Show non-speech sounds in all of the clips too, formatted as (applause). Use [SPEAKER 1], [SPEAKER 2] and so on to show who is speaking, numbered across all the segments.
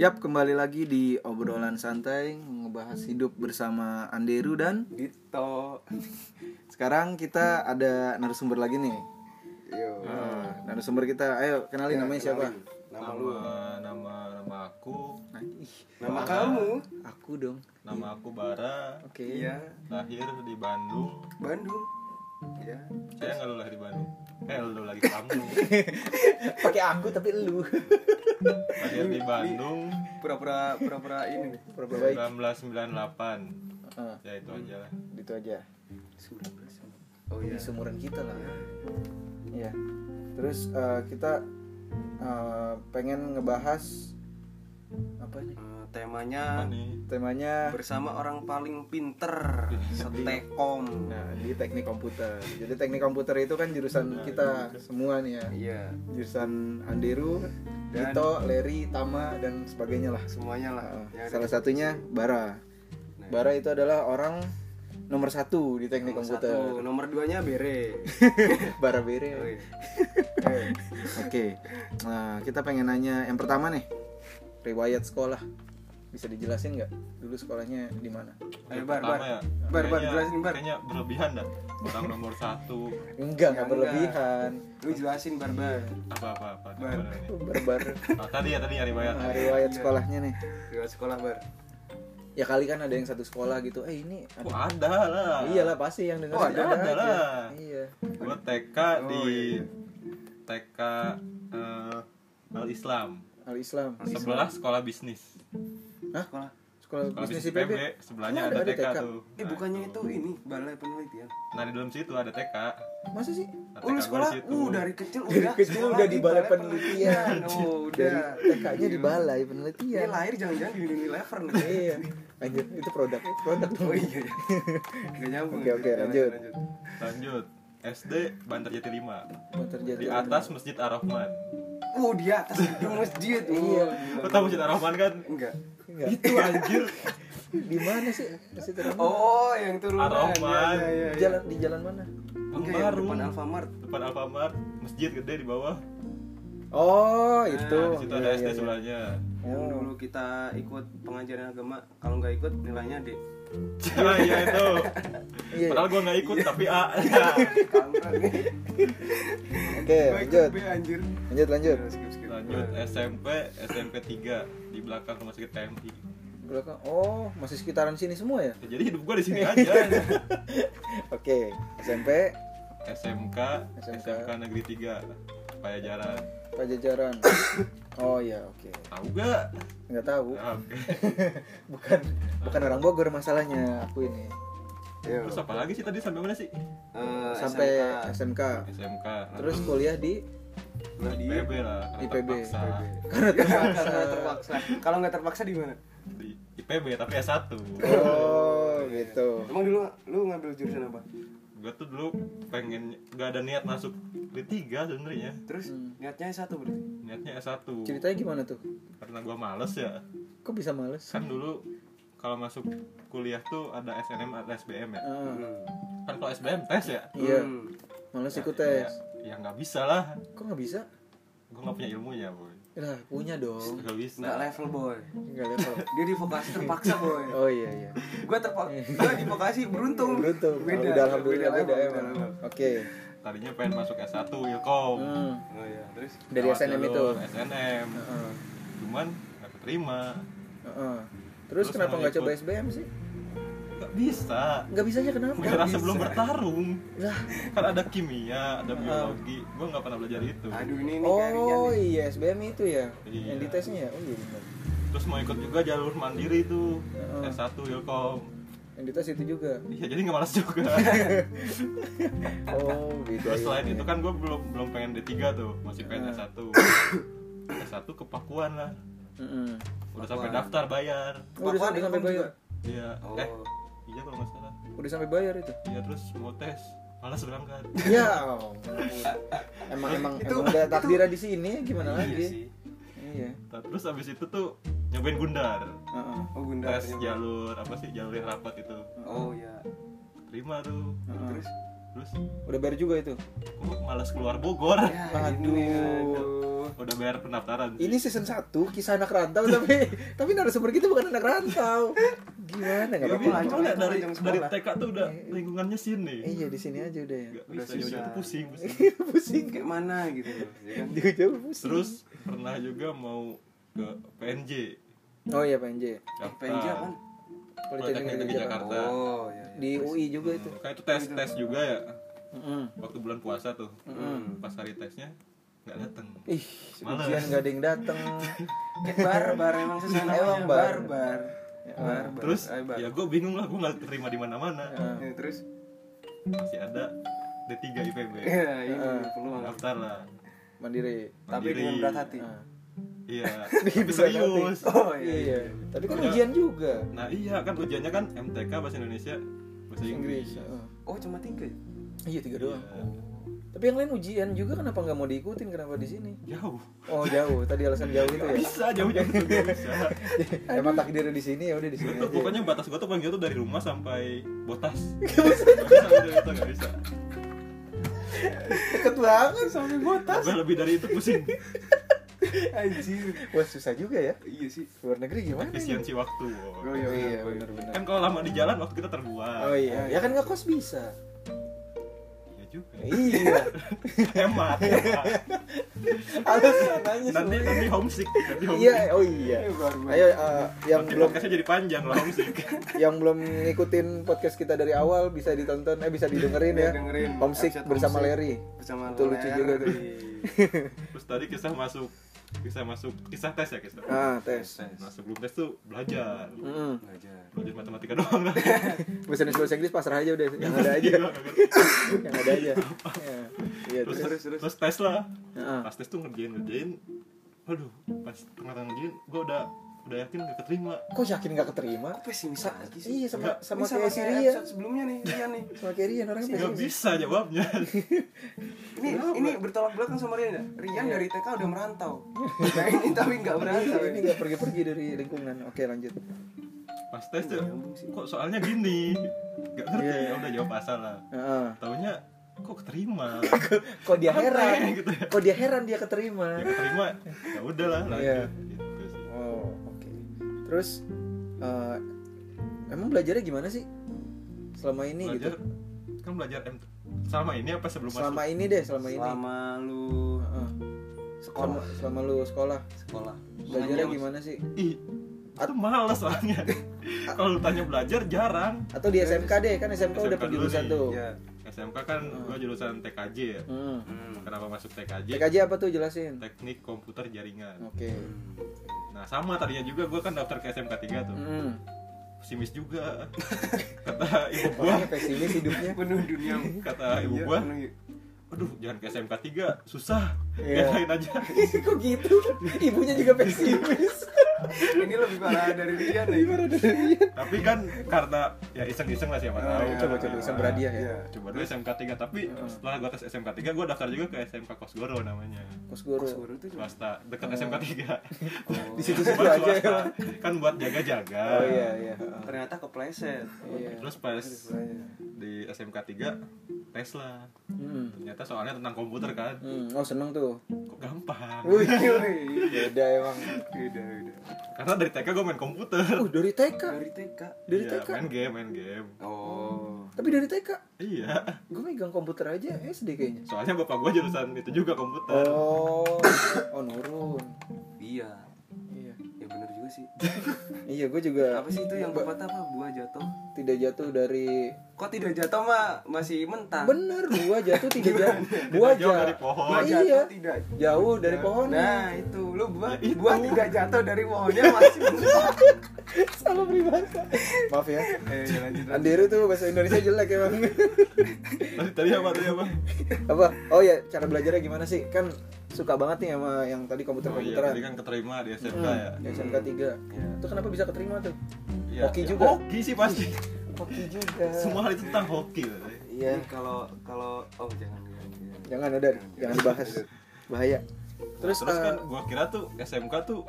[SPEAKER 1] Yap, kembali lagi di obrolan santai ngebahas hidup bersama Anderu dan
[SPEAKER 2] Dito.
[SPEAKER 1] sekarang kita ada narasumber lagi nih.
[SPEAKER 2] Yo.
[SPEAKER 1] Nah, narasumber kita, ayo Ya, kenalin namanya siapa?
[SPEAKER 2] Nama
[SPEAKER 3] nama
[SPEAKER 2] lu.
[SPEAKER 3] nama nama aku
[SPEAKER 1] Nah, ih,
[SPEAKER 2] Nama kamu?
[SPEAKER 1] aku dong.
[SPEAKER 3] nama aku Bara
[SPEAKER 1] Oke.
[SPEAKER 2] Iya,
[SPEAKER 3] lahir di Bandung
[SPEAKER 2] Bandung. Iya.
[SPEAKER 3] saya nggak lahir di Bandung eh lu lagi kamu
[SPEAKER 2] (laughs)
[SPEAKER 1] Pakai aku tapi lu.
[SPEAKER 3] lahir di Bandung
[SPEAKER 2] Pura-pura pura-pura ini nih.
[SPEAKER 1] Pura-pura baik.
[SPEAKER 3] 1998
[SPEAKER 1] Ah,
[SPEAKER 3] ya itu aja lah
[SPEAKER 1] gitu aja.
[SPEAKER 2] Sudah berasa. Oh iya.
[SPEAKER 1] Di sumuran kita lah. Iya. Terus eh, kita eh, pengen ngebahas apa nih?
[SPEAKER 2] Eh, temanya
[SPEAKER 3] Apa nih
[SPEAKER 1] Temanya
[SPEAKER 2] bersama orang paling pinter setekom
[SPEAKER 1] Nah, di teknik komputer. Jadi teknik komputer itu kan jurusan kita semua nih ya.
[SPEAKER 2] iya
[SPEAKER 1] Jurusan Anderu,
[SPEAKER 2] Dan-
[SPEAKER 1] Dito, Leri, Tama dan sebagainya lah.
[SPEAKER 2] semuanya lah
[SPEAKER 1] Nah,
[SPEAKER 2] Yang Ya, ada-
[SPEAKER 1] salah satunya Bara.
[SPEAKER 2] Nah,
[SPEAKER 1] Bara itu adalah orang nomor satu di teknik
[SPEAKER 2] nomor
[SPEAKER 1] komputer.
[SPEAKER 2] satu. nomor duanya bere
[SPEAKER 1] (laughs) Bara Bere.
[SPEAKER 2] Oh,
[SPEAKER 1] Oke.
[SPEAKER 2] iya. Eh,
[SPEAKER 1] Nah, kita pengen nanya yang pertama nih. Riwayat sekolah. Bisa dijelasin nggak dulu sekolahnya di mana?
[SPEAKER 2] ayo bar bar
[SPEAKER 3] Pertama ya,
[SPEAKER 2] bar bar
[SPEAKER 3] kayaknya-
[SPEAKER 2] jelasin bar
[SPEAKER 3] kayaknya berlebihan dah orang nomor satu
[SPEAKER 1] Enggak, nggak
[SPEAKER 2] Nggak.
[SPEAKER 1] berlebihan.
[SPEAKER 2] lu jelasin bar bar
[SPEAKER 3] apa apa apa apa
[SPEAKER 2] Bar.
[SPEAKER 3] ini?
[SPEAKER 2] (laughs)
[SPEAKER 1] Barbar.
[SPEAKER 3] Oh, tadi ya tadi ya riwayat
[SPEAKER 1] Nah, riwayat sekolahnya nih.
[SPEAKER 2] Lewat sekolah bar
[SPEAKER 1] ya kali kan ada yang satu sekolah gitu eh ini ada
[SPEAKER 3] oh, ada lah
[SPEAKER 1] iyalah pasti yang dengar
[SPEAKER 2] Oh,
[SPEAKER 1] ada,
[SPEAKER 3] ada
[SPEAKER 1] aja.
[SPEAKER 3] lah.
[SPEAKER 1] iya
[SPEAKER 3] gue TK
[SPEAKER 2] Oh,
[SPEAKER 3] di
[SPEAKER 2] iya, iya.
[SPEAKER 3] TK eh, Al Islam
[SPEAKER 1] al Islam
[SPEAKER 3] sebelah sekolah bisnis
[SPEAKER 2] sekolah
[SPEAKER 1] sekolah
[SPEAKER 3] sekolah
[SPEAKER 1] bisnis
[SPEAKER 3] bisnis
[SPEAKER 1] IPB
[SPEAKER 3] IPB sebelahnya
[SPEAKER 1] Emang
[SPEAKER 3] ada,
[SPEAKER 1] Kan ada
[SPEAKER 3] TK,
[SPEAKER 1] TK?
[SPEAKER 3] tuh
[SPEAKER 2] eh bukannya itu ini balai ya? penelitian
[SPEAKER 3] nah di dalam situ ada TK
[SPEAKER 1] masa sih
[SPEAKER 3] nah,
[SPEAKER 2] Oh, lu
[SPEAKER 3] gua
[SPEAKER 2] sekolah?
[SPEAKER 3] di situ.
[SPEAKER 2] Uh, dari kecil
[SPEAKER 1] Dari
[SPEAKER 2] udah
[SPEAKER 1] kecil
[SPEAKER 2] sekolah
[SPEAKER 1] udah di balai
[SPEAKER 2] Oh,
[SPEAKER 1] dari
[SPEAKER 2] udah.
[SPEAKER 1] TK-nya di
[SPEAKER 2] Gila.
[SPEAKER 1] balai
[SPEAKER 2] Ini
[SPEAKER 1] penelitian
[SPEAKER 2] Iya, lahir jangan-jangan di Unilever nih.
[SPEAKER 1] iya lanjut itu produk itu produk dong
[SPEAKER 2] Oh iya. iya. Nggak nyambung. ya. Iya,
[SPEAKER 1] Oke, oke, lanjut.
[SPEAKER 3] lanjut SD Bantar Jati 5
[SPEAKER 1] Mau terjadi
[SPEAKER 3] di atas Masjid Ar Rahman
[SPEAKER 2] Oh, di atas gedung masjid. Iya.
[SPEAKER 3] lo tau Masjid Ar Rahman kan
[SPEAKER 2] Enggak.
[SPEAKER 1] Enggak.
[SPEAKER 3] itu anjir
[SPEAKER 1] di mana sih Masih terang
[SPEAKER 2] Oh, yang turunan.
[SPEAKER 3] Ar-Rahman.
[SPEAKER 2] Iya, iya, iya.
[SPEAKER 1] jalan di jalan mana
[SPEAKER 2] Enggak, yang
[SPEAKER 3] baru
[SPEAKER 2] depan Alfamart.
[SPEAKER 1] Ya.
[SPEAKER 3] depan Alfamart masjid gede di bawah
[SPEAKER 1] oh itu
[SPEAKER 3] nah, di situ ada
[SPEAKER 1] Iya,
[SPEAKER 3] SD
[SPEAKER 1] iya, iya.
[SPEAKER 3] sebelahnya
[SPEAKER 2] Yang
[SPEAKER 1] Oh.
[SPEAKER 2] dulu kita ikut pengajaran agama, kalau nggak ikut nilainya D.
[SPEAKER 3] Nah, iya itu
[SPEAKER 1] Iya.
[SPEAKER 3] padahal gua nggak ikut tapi A iya.
[SPEAKER 2] Kampret nih.
[SPEAKER 1] oke
[SPEAKER 2] Gua ikut
[SPEAKER 1] lanjut
[SPEAKER 2] B anjir.
[SPEAKER 1] lanjut lanjut
[SPEAKER 2] Skip, skip.
[SPEAKER 3] lanjut eh. SMP SMP 3 di belakang rumah sakit TMI
[SPEAKER 1] belakang oh masih sekitaran sini semua ya
[SPEAKER 3] Ya, jadi hidup gua di sini aja
[SPEAKER 1] oke SMP
[SPEAKER 3] SMK,
[SPEAKER 1] SMK.
[SPEAKER 3] SMK, Negeri 3 Payajaran.
[SPEAKER 1] Pajajaran. Oh ya, oke.
[SPEAKER 3] Tahu gak?
[SPEAKER 1] Nggak tahu.
[SPEAKER 3] Nah, oke.
[SPEAKER 1] (laughs) bukan bukan orang Bogor masalahnya aku ini.
[SPEAKER 2] Ayo.
[SPEAKER 3] Terus apa lagi sih tadi sampai mana sih?
[SPEAKER 2] Iya. Eh,
[SPEAKER 1] Sampai
[SPEAKER 2] SMK.
[SPEAKER 1] SMK.
[SPEAKER 3] SMK. Nah,
[SPEAKER 1] Terus kuliah di
[SPEAKER 2] Nah, di
[SPEAKER 3] IPB lah. karena
[SPEAKER 1] IPB.
[SPEAKER 3] terpaksa.
[SPEAKER 1] karena terpaksa.
[SPEAKER 2] Iya, Karena terpaksa. Kalau nggak terpaksa di mana?
[SPEAKER 3] Di IPB tapi S1.
[SPEAKER 1] Oh, gitu.
[SPEAKER 2] Emang dulu lu ngambil jurusan apa?
[SPEAKER 3] Gue tuh dulu pengen gak ada niat masuk di 3 sebenarnya.
[SPEAKER 2] Terus
[SPEAKER 1] Hmm.
[SPEAKER 2] niatnya satu berarti.
[SPEAKER 3] Niatnya S1.
[SPEAKER 1] Ceritanya gimana tuh?
[SPEAKER 3] Karena gua males ya.
[SPEAKER 1] Kok bisa males?
[SPEAKER 3] Kan dulu kalau masuk kuliah tuh ada SNM ada SBM ya.
[SPEAKER 1] Ah,
[SPEAKER 3] Kan kalau SBM tes ya.
[SPEAKER 1] iya,
[SPEAKER 2] Hmm.
[SPEAKER 1] males ikut
[SPEAKER 3] Ya-
[SPEAKER 1] tes.
[SPEAKER 3] Ya nggak bisa lah.
[SPEAKER 1] Kok nggak bisa?
[SPEAKER 3] Gue nggak punya ilmunya, boy.
[SPEAKER 1] Lah, punya dong.
[SPEAKER 3] Nggak bisa.
[SPEAKER 2] Nggak level boy.
[SPEAKER 1] Enggak level.
[SPEAKER 2] Dia di vokasi terpaksa boy.
[SPEAKER 1] Oh iya iya.
[SPEAKER 2] Gue terpaksa. Gue di vokasi beruntung.
[SPEAKER 1] Beruntung.
[SPEAKER 2] Beda.
[SPEAKER 1] Udah alhamdulillah
[SPEAKER 2] beda
[SPEAKER 1] beda
[SPEAKER 2] level,
[SPEAKER 1] emang.
[SPEAKER 2] beda level.
[SPEAKER 1] Oke.
[SPEAKER 3] tadinya pengen masuk S1 Ilkom
[SPEAKER 1] Hmm,
[SPEAKER 2] Oh iya. Terus.
[SPEAKER 1] Dari
[SPEAKER 3] Lewat
[SPEAKER 1] SNM itu.
[SPEAKER 3] jalur SNM
[SPEAKER 1] Heeh.
[SPEAKER 3] cuman gak keterima
[SPEAKER 1] Heeh. Terus
[SPEAKER 3] Terus
[SPEAKER 1] kenapa
[SPEAKER 3] mau
[SPEAKER 1] nggak coba
[SPEAKER 3] ikut.
[SPEAKER 1] SBM sih?
[SPEAKER 3] gak bisa
[SPEAKER 1] Nggak bisanya kenapa?
[SPEAKER 3] menyerah sebelum bertarung
[SPEAKER 1] Lah,
[SPEAKER 3] kan ada kimia
[SPEAKER 1] Hmm.
[SPEAKER 3] ada biologi gue nggak pernah belajar itu
[SPEAKER 2] Aduh ini kan. ini kayak Rian
[SPEAKER 1] Oh
[SPEAKER 2] nih.
[SPEAKER 1] iya SBM itu ya
[SPEAKER 3] Iya.
[SPEAKER 1] yang di tesnya ya. Oh iya benar.
[SPEAKER 3] terus mau ikut juga jalur mandiri itu
[SPEAKER 1] Heeh.
[SPEAKER 3] S1 Ilkom
[SPEAKER 1] Yang di tes itu juga.
[SPEAKER 3] iya jadi nggak malas
[SPEAKER 1] (laughs)
[SPEAKER 3] juga
[SPEAKER 1] Oh gitu.
[SPEAKER 3] terus
[SPEAKER 1] iya,
[SPEAKER 3] selain
[SPEAKER 1] iya. Hmm.
[SPEAKER 3] itu kan gue belum belum pengen D3 tuh masih pengen S1
[SPEAKER 1] (coughs)
[SPEAKER 3] S1 kepakuan lah
[SPEAKER 1] Mm-mm.
[SPEAKER 3] udah sampai daftar bayar
[SPEAKER 1] Oh, udah
[SPEAKER 2] Pakuan
[SPEAKER 1] sampai, sampai
[SPEAKER 2] Ilkom
[SPEAKER 1] bayar.
[SPEAKER 3] iya
[SPEAKER 2] Oh.
[SPEAKER 3] eh iya kalau nggak salah
[SPEAKER 1] Udah sampai bayar itu.
[SPEAKER 3] iya terus mau tes malas berangkat
[SPEAKER 1] ya. ampun. Emang emang emang udah takdirnya di sini gimana
[SPEAKER 2] Iya
[SPEAKER 1] lagi?
[SPEAKER 2] sih.
[SPEAKER 1] Iya.
[SPEAKER 3] Nah, terus abis itu tuh nyobain gundar
[SPEAKER 1] Heeh.
[SPEAKER 2] Oh bunda.
[SPEAKER 3] tes jalur apa sih jalur yang rapat itu
[SPEAKER 2] Oh iya.
[SPEAKER 3] terima tuh
[SPEAKER 1] Heeh.
[SPEAKER 2] Terus.
[SPEAKER 3] terus
[SPEAKER 1] Udah bayar juga itu.
[SPEAKER 2] Iya.
[SPEAKER 3] kok malas keluar Bogor
[SPEAKER 2] Ya, ini nih,
[SPEAKER 1] Aduh. Allah.
[SPEAKER 3] udah bayar pendaftaran sih.
[SPEAKER 1] Ini season 1 kisah anak rantau tapi (laughs) tapi narasumber kita bukan anak rantau. Gimana nggak
[SPEAKER 2] Iya,
[SPEAKER 1] apa-apa.
[SPEAKER 2] Bang.
[SPEAKER 3] Kacau nggak dari
[SPEAKER 2] Jam
[SPEAKER 3] dari
[SPEAKER 2] sekolah. Iya,
[SPEAKER 3] TK tuh udah lingkungannya sini.
[SPEAKER 1] Eh, Iya di sini aja udah ya.
[SPEAKER 3] Nggak
[SPEAKER 2] Udah
[SPEAKER 3] bisa jauh-jauh
[SPEAKER 2] susah.
[SPEAKER 3] tuh pusing,
[SPEAKER 2] (laughs)
[SPEAKER 3] pusing.
[SPEAKER 1] (laughs) pusing
[SPEAKER 2] kayak mana gitu ya kan
[SPEAKER 1] jauh-jauh pusing.
[SPEAKER 3] Terus pernah juga mau ke PNJ.
[SPEAKER 1] Oh iya PNJ.
[SPEAKER 3] Daftar.
[SPEAKER 2] PNJ apaan?
[SPEAKER 3] Politeknik Negeri Jakarta.
[SPEAKER 2] kan? oh ya, ya.
[SPEAKER 1] Di UI juga itu.
[SPEAKER 3] Kayak itu tes tes juga ya.
[SPEAKER 1] Mm.
[SPEAKER 3] Waktu bulan puasa tuh.
[SPEAKER 2] Mm.
[SPEAKER 3] Pas hari tesnya nggak datang.
[SPEAKER 2] Iya,
[SPEAKER 1] Ih,
[SPEAKER 3] Males.
[SPEAKER 1] ujian gak ada yang datang.
[SPEAKER 2] barbar emang sih sana
[SPEAKER 1] Emang
[SPEAKER 2] emang
[SPEAKER 1] barbar.
[SPEAKER 2] barbar
[SPEAKER 1] Ya
[SPEAKER 2] barbar
[SPEAKER 3] Terus
[SPEAKER 2] Eh, bar.
[SPEAKER 1] Iya.
[SPEAKER 3] ya gue bingung lah gue nggak terima di mana-mana.
[SPEAKER 1] kan? Nah,
[SPEAKER 2] Ya,
[SPEAKER 1] (laughs)
[SPEAKER 2] terus
[SPEAKER 3] Masih ada D3 IPB.
[SPEAKER 1] Iya,
[SPEAKER 2] ya ini peluang
[SPEAKER 3] Daftar lah.
[SPEAKER 1] mandiri.
[SPEAKER 2] tapi
[SPEAKER 3] Mandiri.
[SPEAKER 2] dengan berat hati
[SPEAKER 1] Nah.
[SPEAKER 3] Iya.
[SPEAKER 1] Di
[SPEAKER 3] Tapi
[SPEAKER 1] bulan
[SPEAKER 3] serius.
[SPEAKER 1] nanti. Oh iya. iya. Tapi kan
[SPEAKER 3] Udah.
[SPEAKER 1] ujian juga.
[SPEAKER 3] Nah iya kan ujiannya kan MTK bahasa Indonesia bahasa Inggris.
[SPEAKER 1] Inggris. heeh.
[SPEAKER 2] oh cuma tiga
[SPEAKER 1] (laughs)
[SPEAKER 2] ya?
[SPEAKER 1] Iya tiga
[SPEAKER 3] Iya.
[SPEAKER 1] doang. Tapi yang lain ujian juga kenapa nggak mau diikutin kenapa di sini?
[SPEAKER 3] Jauh.
[SPEAKER 1] Oh jauh. Tadi alasan jauh itu
[SPEAKER 3] (laughs) Gak
[SPEAKER 1] ya.
[SPEAKER 3] bisa jauh-jauh tuh gak bisa.
[SPEAKER 1] Emang takdir di sini ya udah di
[SPEAKER 3] Gue
[SPEAKER 1] sini
[SPEAKER 3] tuh
[SPEAKER 1] aja.
[SPEAKER 3] pokoknya batas gue tuh paling jauh tuh dari rumah sampai botas. Gak bisa. Gak bisa. Gak bisa.
[SPEAKER 1] Deket banget sampai botak.
[SPEAKER 3] Gue lebih dari itu pusing.
[SPEAKER 2] anjir
[SPEAKER 1] Wah susah juga ya.
[SPEAKER 2] iya sih
[SPEAKER 1] Luar negeri gimana? ini?
[SPEAKER 3] Efisiensi waktu. Wo.
[SPEAKER 2] Oh, iya,
[SPEAKER 1] iya
[SPEAKER 2] bener,
[SPEAKER 1] benar-benar.
[SPEAKER 3] Kan kalau lama di jalan waktu kita terbuang.
[SPEAKER 1] Oh iya, ya kan ngekos bisa.
[SPEAKER 3] Iya juga.
[SPEAKER 1] (laughs) Iya.
[SPEAKER 3] Hemat. hemat.
[SPEAKER 1] Alasan aja
[SPEAKER 3] nanti
[SPEAKER 1] semua.
[SPEAKER 3] nanti homesick. Nanti homesick.
[SPEAKER 1] Iya, oh iya.
[SPEAKER 2] Eh, barbar.
[SPEAKER 1] Ayo eh, yang
[SPEAKER 3] Nanti
[SPEAKER 1] belum
[SPEAKER 3] podcastnya jadi panjang loh homesick.
[SPEAKER 1] yang belum ngikutin podcast kita dari awal bisa ditonton eh bisa didengerin ya.
[SPEAKER 2] Bisa Iya, dengerin.
[SPEAKER 1] Homesick
[SPEAKER 2] Episode
[SPEAKER 1] bersama
[SPEAKER 2] Homesick.
[SPEAKER 1] Larry. (laughs)
[SPEAKER 2] bersama
[SPEAKER 1] Itu lucu juga tuh.
[SPEAKER 3] Terus tadi kisah masuk kisah masuk kisah tes ya kisah.
[SPEAKER 1] Ah, Hmm. tes.
[SPEAKER 3] Nah sebelum tes tuh belajar
[SPEAKER 1] Heeh.
[SPEAKER 2] ngajar
[SPEAKER 3] Belajar matematika doang
[SPEAKER 1] (laughs)
[SPEAKER 3] lah
[SPEAKER 1] Bahasa Indonesia bahasa Inggris pasrah aja udah yang ada aja.
[SPEAKER 3] Gila, gak ngerti.
[SPEAKER 1] yang ada aja. Iya. Iya,
[SPEAKER 3] terus,
[SPEAKER 1] terus. Ah.
[SPEAKER 3] terus, terus tes lah
[SPEAKER 1] Heeh.
[SPEAKER 3] Pas tes tuh ngerjain-ngerjain Waduh pas tengah-tengah ngerjain Gue udah udah yakin gak keterima
[SPEAKER 1] Kok yakin gak keterima?
[SPEAKER 2] apa sih
[SPEAKER 1] Sa-
[SPEAKER 2] misalnya
[SPEAKER 1] iya sama
[SPEAKER 3] Nggak.
[SPEAKER 1] sama kayak si Rian.
[SPEAKER 2] episode sebelumnya nih Rian
[SPEAKER 1] (laughs)
[SPEAKER 2] nih
[SPEAKER 1] Sama ya, kayak Rian orangnya
[SPEAKER 3] Gak
[SPEAKER 1] pesimis.
[SPEAKER 3] bisa jawabnya (laughs)
[SPEAKER 2] ini ini bertolak belakang sama Rian ya Rian
[SPEAKER 1] Iya.
[SPEAKER 2] dari TK udah merantau
[SPEAKER 1] (laughs)
[SPEAKER 2] nah ini tapi nggak merantau
[SPEAKER 1] Ini
[SPEAKER 2] ini
[SPEAKER 1] nggak pergi-pergi dari lingkungan. Oke lanjut.
[SPEAKER 3] Pas tes
[SPEAKER 2] Ya
[SPEAKER 3] tuh Kok soalnya gini Gak ngerti
[SPEAKER 1] Iya.
[SPEAKER 3] ya udah jawab asal lah
[SPEAKER 1] Heeh.
[SPEAKER 3] Taunya kok
[SPEAKER 1] (laughs)
[SPEAKER 3] keterima
[SPEAKER 1] Kok dia heran?
[SPEAKER 3] Aneh, gitu ya.
[SPEAKER 1] Kok Oh, dia heran dia keterima?
[SPEAKER 3] Ya keterima ya udah lah lanjut
[SPEAKER 1] Iya.
[SPEAKER 3] gitu sih.
[SPEAKER 1] Oh, oke. Terus eh, emang belajarnya gimana sih? Selama ini
[SPEAKER 3] Belajar
[SPEAKER 1] gitu.
[SPEAKER 3] Kan belajar M Selama ini apa sebelum
[SPEAKER 1] Selama
[SPEAKER 3] masuk?
[SPEAKER 1] ini deh, selama ini.
[SPEAKER 2] selama lu
[SPEAKER 1] Heeh. Selama,
[SPEAKER 2] sekolah
[SPEAKER 1] selama lu sekolah,
[SPEAKER 2] sekolah
[SPEAKER 1] belajarnya gimana sih?
[SPEAKER 3] Ih itu males
[SPEAKER 1] (laughs)
[SPEAKER 3] soalnya (laughs) Kalau lu tanya belajar jarang
[SPEAKER 1] Atau di SMK deh, kan SMK, udah
[SPEAKER 3] SMK dulu
[SPEAKER 1] penjurusan
[SPEAKER 3] nih. iya.
[SPEAKER 1] tuh.
[SPEAKER 2] ya
[SPEAKER 3] SMK kan gua jurusan TKJ ya
[SPEAKER 1] Hmm.
[SPEAKER 3] Kenapa masuk TKJ?
[SPEAKER 1] TKJ apa tuh jelasin?
[SPEAKER 3] Teknik Komputer Jaringan.
[SPEAKER 1] Oke.
[SPEAKER 3] Nah sama tadinya juga gue kan daftar ke SMK 3 tuh.
[SPEAKER 1] Hmm.
[SPEAKER 3] Pesimis
[SPEAKER 1] (laughs)
[SPEAKER 3] juga. kata ibu gua,
[SPEAKER 1] Orangnya pesimis hidupnya.
[SPEAKER 2] (laughs)
[SPEAKER 1] (laughs)
[SPEAKER 2] penuh dunia
[SPEAKER 3] kata ibu
[SPEAKER 2] Iya,
[SPEAKER 3] gua,
[SPEAKER 2] penuh ya.
[SPEAKER 3] aduh jangan ke SMK 3 susah. (laughs)
[SPEAKER 1] Iya.
[SPEAKER 3] Biarin aja.
[SPEAKER 1] Kok gitu? Ibunya juga
[SPEAKER 3] (laughs)
[SPEAKER 1] pesimis.
[SPEAKER 2] ini lebih Iya, parah dari Rian nih
[SPEAKER 1] Gimana dari dia?
[SPEAKER 3] tapi kan karena ya iseng-iseng lah siapa
[SPEAKER 1] Ah,
[SPEAKER 3] tahu.
[SPEAKER 2] iya,
[SPEAKER 1] Coba-coba bisa berhadiah ya.
[SPEAKER 3] Coba dulu SMK 3 tapi
[SPEAKER 1] Iya.
[SPEAKER 3] setelah gua tes SMK 3 gua daftar juga ke SMK Kosgoro namanya.
[SPEAKER 1] Kos guru.
[SPEAKER 2] Terus baru tuh cuma
[SPEAKER 3] Swasta dekat SMK
[SPEAKER 1] Oh. (laughs)
[SPEAKER 3] 3.
[SPEAKER 1] Di situ-situ
[SPEAKER 3] Cuman
[SPEAKER 1] aja
[SPEAKER 3] swasta.
[SPEAKER 1] ya.
[SPEAKER 3] Kan buat jaga-jaga.
[SPEAKER 1] Oh iya iya.
[SPEAKER 2] ternyata kepleset
[SPEAKER 1] Iya.
[SPEAKER 3] Terus pas di SMK 3 tes lah.
[SPEAKER 1] Hmm.
[SPEAKER 3] Ternyata soalnya tentang komputer kan.
[SPEAKER 1] Hmm, oh seneng tuh.
[SPEAKER 3] Kok gampang.
[SPEAKER 1] (laughs) Wih,
[SPEAKER 2] Yoi.
[SPEAKER 1] beda emang.
[SPEAKER 2] Udah, udah.
[SPEAKER 3] Karena dari TK gue main komputer.
[SPEAKER 1] Uh, dari TK.
[SPEAKER 2] Dari TK.
[SPEAKER 1] Dari
[SPEAKER 3] Iya,
[SPEAKER 1] TK.
[SPEAKER 3] main game, main game.
[SPEAKER 2] Oh.
[SPEAKER 1] Tapi dari TK.
[SPEAKER 3] Iya.
[SPEAKER 1] Gue megang komputer aja SD kayaknya.
[SPEAKER 3] Soalnya bapak gue jurusan itu juga komputer.
[SPEAKER 1] Oh, oh nurun.
[SPEAKER 2] Iya.
[SPEAKER 1] Iya.
[SPEAKER 2] Ya bener juga sih.
[SPEAKER 1] Iya, gue juga
[SPEAKER 2] (laughs) Apa sih itu yang
[SPEAKER 1] Ba-
[SPEAKER 2] pepatah apa? Buah jatuh.
[SPEAKER 1] tidak jatuh dari
[SPEAKER 2] Kok tidak jatuh mah masih mentah.
[SPEAKER 1] Bener, gua jatuh tidak jatuh. Gua
[SPEAKER 3] jauh
[SPEAKER 1] ja-
[SPEAKER 3] dari pohon.
[SPEAKER 1] Nah,
[SPEAKER 2] Buah jatuh
[SPEAKER 1] iya.
[SPEAKER 2] tidak.
[SPEAKER 1] Jauh dari pohon.
[SPEAKER 2] Nah, itu lu buah,
[SPEAKER 3] Ya, itu.
[SPEAKER 2] buah tidak jatuh dari pohonnya (laughs) masih mentah.
[SPEAKER 1] (laughs) Salah peribahasa. Maaf ya.
[SPEAKER 2] eh, lanjut. lanjut.
[SPEAKER 1] Andiru tuh bahasa Indonesia jelek ya bang. Oh.
[SPEAKER 3] Tadi tadi apa tadi apa?
[SPEAKER 1] (laughs) Apa? Oh ya, cara belajarnya gimana sih? Kan suka banget nih sama yang tadi komputer
[SPEAKER 3] Oh iya,
[SPEAKER 1] komputeran.
[SPEAKER 3] tadi kan keterima di SMK ya.
[SPEAKER 1] Hmm, SMK 3 Itu kenapa bisa keterima tuh?
[SPEAKER 3] Iya.
[SPEAKER 1] Hoki
[SPEAKER 3] Ya,
[SPEAKER 1] juga.
[SPEAKER 3] Hoki sih pasti.
[SPEAKER 1] Hoki juga.
[SPEAKER 3] Semua hal itu tentang hoki. loh.
[SPEAKER 1] Iya.
[SPEAKER 2] Ih, Kalau kalau oh jangan jangan. jangan.
[SPEAKER 1] Jangan udah, jangan dibahas. Bahaya. Terus,
[SPEAKER 3] Terus kan
[SPEAKER 1] eh,
[SPEAKER 3] gue kira tuh SMK tuh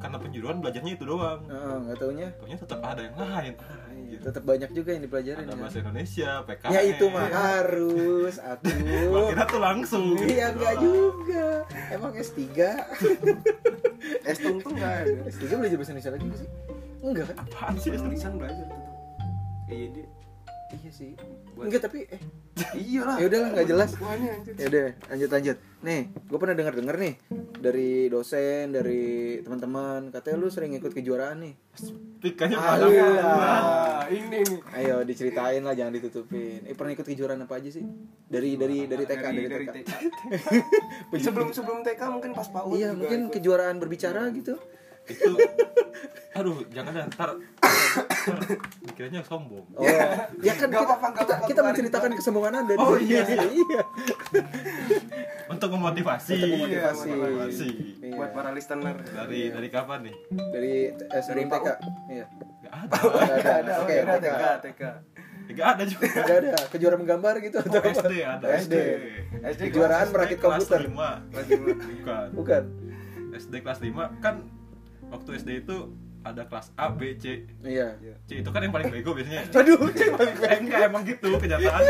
[SPEAKER 3] karena penjuruan belajarnya itu doang.
[SPEAKER 1] eh, nggak taunya
[SPEAKER 3] Ternyata tetap ada yang lain. Ah, iya.
[SPEAKER 1] tetap banyak juga yang dipelajarin.
[SPEAKER 3] Ada
[SPEAKER 1] kan?
[SPEAKER 3] bahasa E. Indonesia, PKN.
[SPEAKER 1] Ya itu mah harus
[SPEAKER 3] Gua
[SPEAKER 1] aduh.
[SPEAKER 3] kira tuh langsung.
[SPEAKER 1] Iya enggak juga. Emang S3
[SPEAKER 2] es tung tuh nggak ada
[SPEAKER 1] S3 belajar bahasa Indonesia lagi nggak sih? Enggak kan?
[SPEAKER 3] apaan sih
[SPEAKER 2] Penulisan
[SPEAKER 3] S3?
[SPEAKER 2] belajar tuh iya dia
[SPEAKER 1] Iya sih
[SPEAKER 2] buat-
[SPEAKER 1] Enggak tapi eh
[SPEAKER 2] iya lah
[SPEAKER 1] Ya udahlah, nggak jelas.
[SPEAKER 2] Buahnya, anjir.
[SPEAKER 1] ya udah lanjut lanjut nih gue pernah dengar dengar nih dari dosen dari teman-teman katanya lu sering ikut kejuaraan nih
[SPEAKER 3] Pikanya
[SPEAKER 1] Ah,
[SPEAKER 3] pada
[SPEAKER 1] iya.
[SPEAKER 2] Nah, ini nih
[SPEAKER 1] ayo diceritain lah jangan ditutupin eh pernah ikut kejuaraan apa aja sih dari dari dari TK dari,
[SPEAKER 2] dari
[SPEAKER 1] TK, (laughs)
[SPEAKER 2] TK. sebelum sebelum TK mungkin pas PAUD
[SPEAKER 1] iya
[SPEAKER 2] juga
[SPEAKER 1] mungkin
[SPEAKER 2] ikut.
[SPEAKER 1] kejuaraan berbicara
[SPEAKER 2] (laughs)
[SPEAKER 1] gitu
[SPEAKER 3] itu aduh jangan dah, ntar ntar pikirannya sombong
[SPEAKER 1] oh ya kan kita
[SPEAKER 2] Nggak Iya. apa-apa,
[SPEAKER 1] kita,
[SPEAKER 2] nggak apa-apa,
[SPEAKER 1] kita
[SPEAKER 2] keluarin,
[SPEAKER 1] menceritakan
[SPEAKER 2] keluarin.
[SPEAKER 1] kesombongan anda
[SPEAKER 2] Oh,
[SPEAKER 1] di sini.
[SPEAKER 2] (laughs) iya.
[SPEAKER 1] iya
[SPEAKER 3] untuk memotivasi
[SPEAKER 1] Untuk
[SPEAKER 2] memotivasi.
[SPEAKER 3] Memotivasi.
[SPEAKER 1] Iya.
[SPEAKER 2] buat para listener
[SPEAKER 3] dari dari kapan nih
[SPEAKER 1] dari eh, sebelum
[SPEAKER 2] Dari Oh,
[SPEAKER 1] TK iya
[SPEAKER 3] nggak ada
[SPEAKER 1] Nggak ada
[SPEAKER 2] ada
[SPEAKER 1] oke
[SPEAKER 2] ada
[SPEAKER 1] TK
[SPEAKER 2] TK TK
[SPEAKER 3] nggak ada juga
[SPEAKER 1] nggak ada kejuaraan menggambar gitu atau
[SPEAKER 3] Oh,
[SPEAKER 1] apa
[SPEAKER 3] SD ada
[SPEAKER 1] (laughs) SD.
[SPEAKER 2] SD
[SPEAKER 1] Kejuaraan
[SPEAKER 3] SD
[SPEAKER 1] merakit
[SPEAKER 3] kelas
[SPEAKER 1] komputer.
[SPEAKER 3] lima.
[SPEAKER 2] kelas lima.
[SPEAKER 3] bukan
[SPEAKER 1] bukan
[SPEAKER 3] SD kelas 5 kan waktu SD itu ada kelas A B C
[SPEAKER 1] iya
[SPEAKER 3] C itu kan yang paling bego biasanya
[SPEAKER 1] (laughs) aduh cek balik
[SPEAKER 3] Eh, enggak emang gitu kenyataan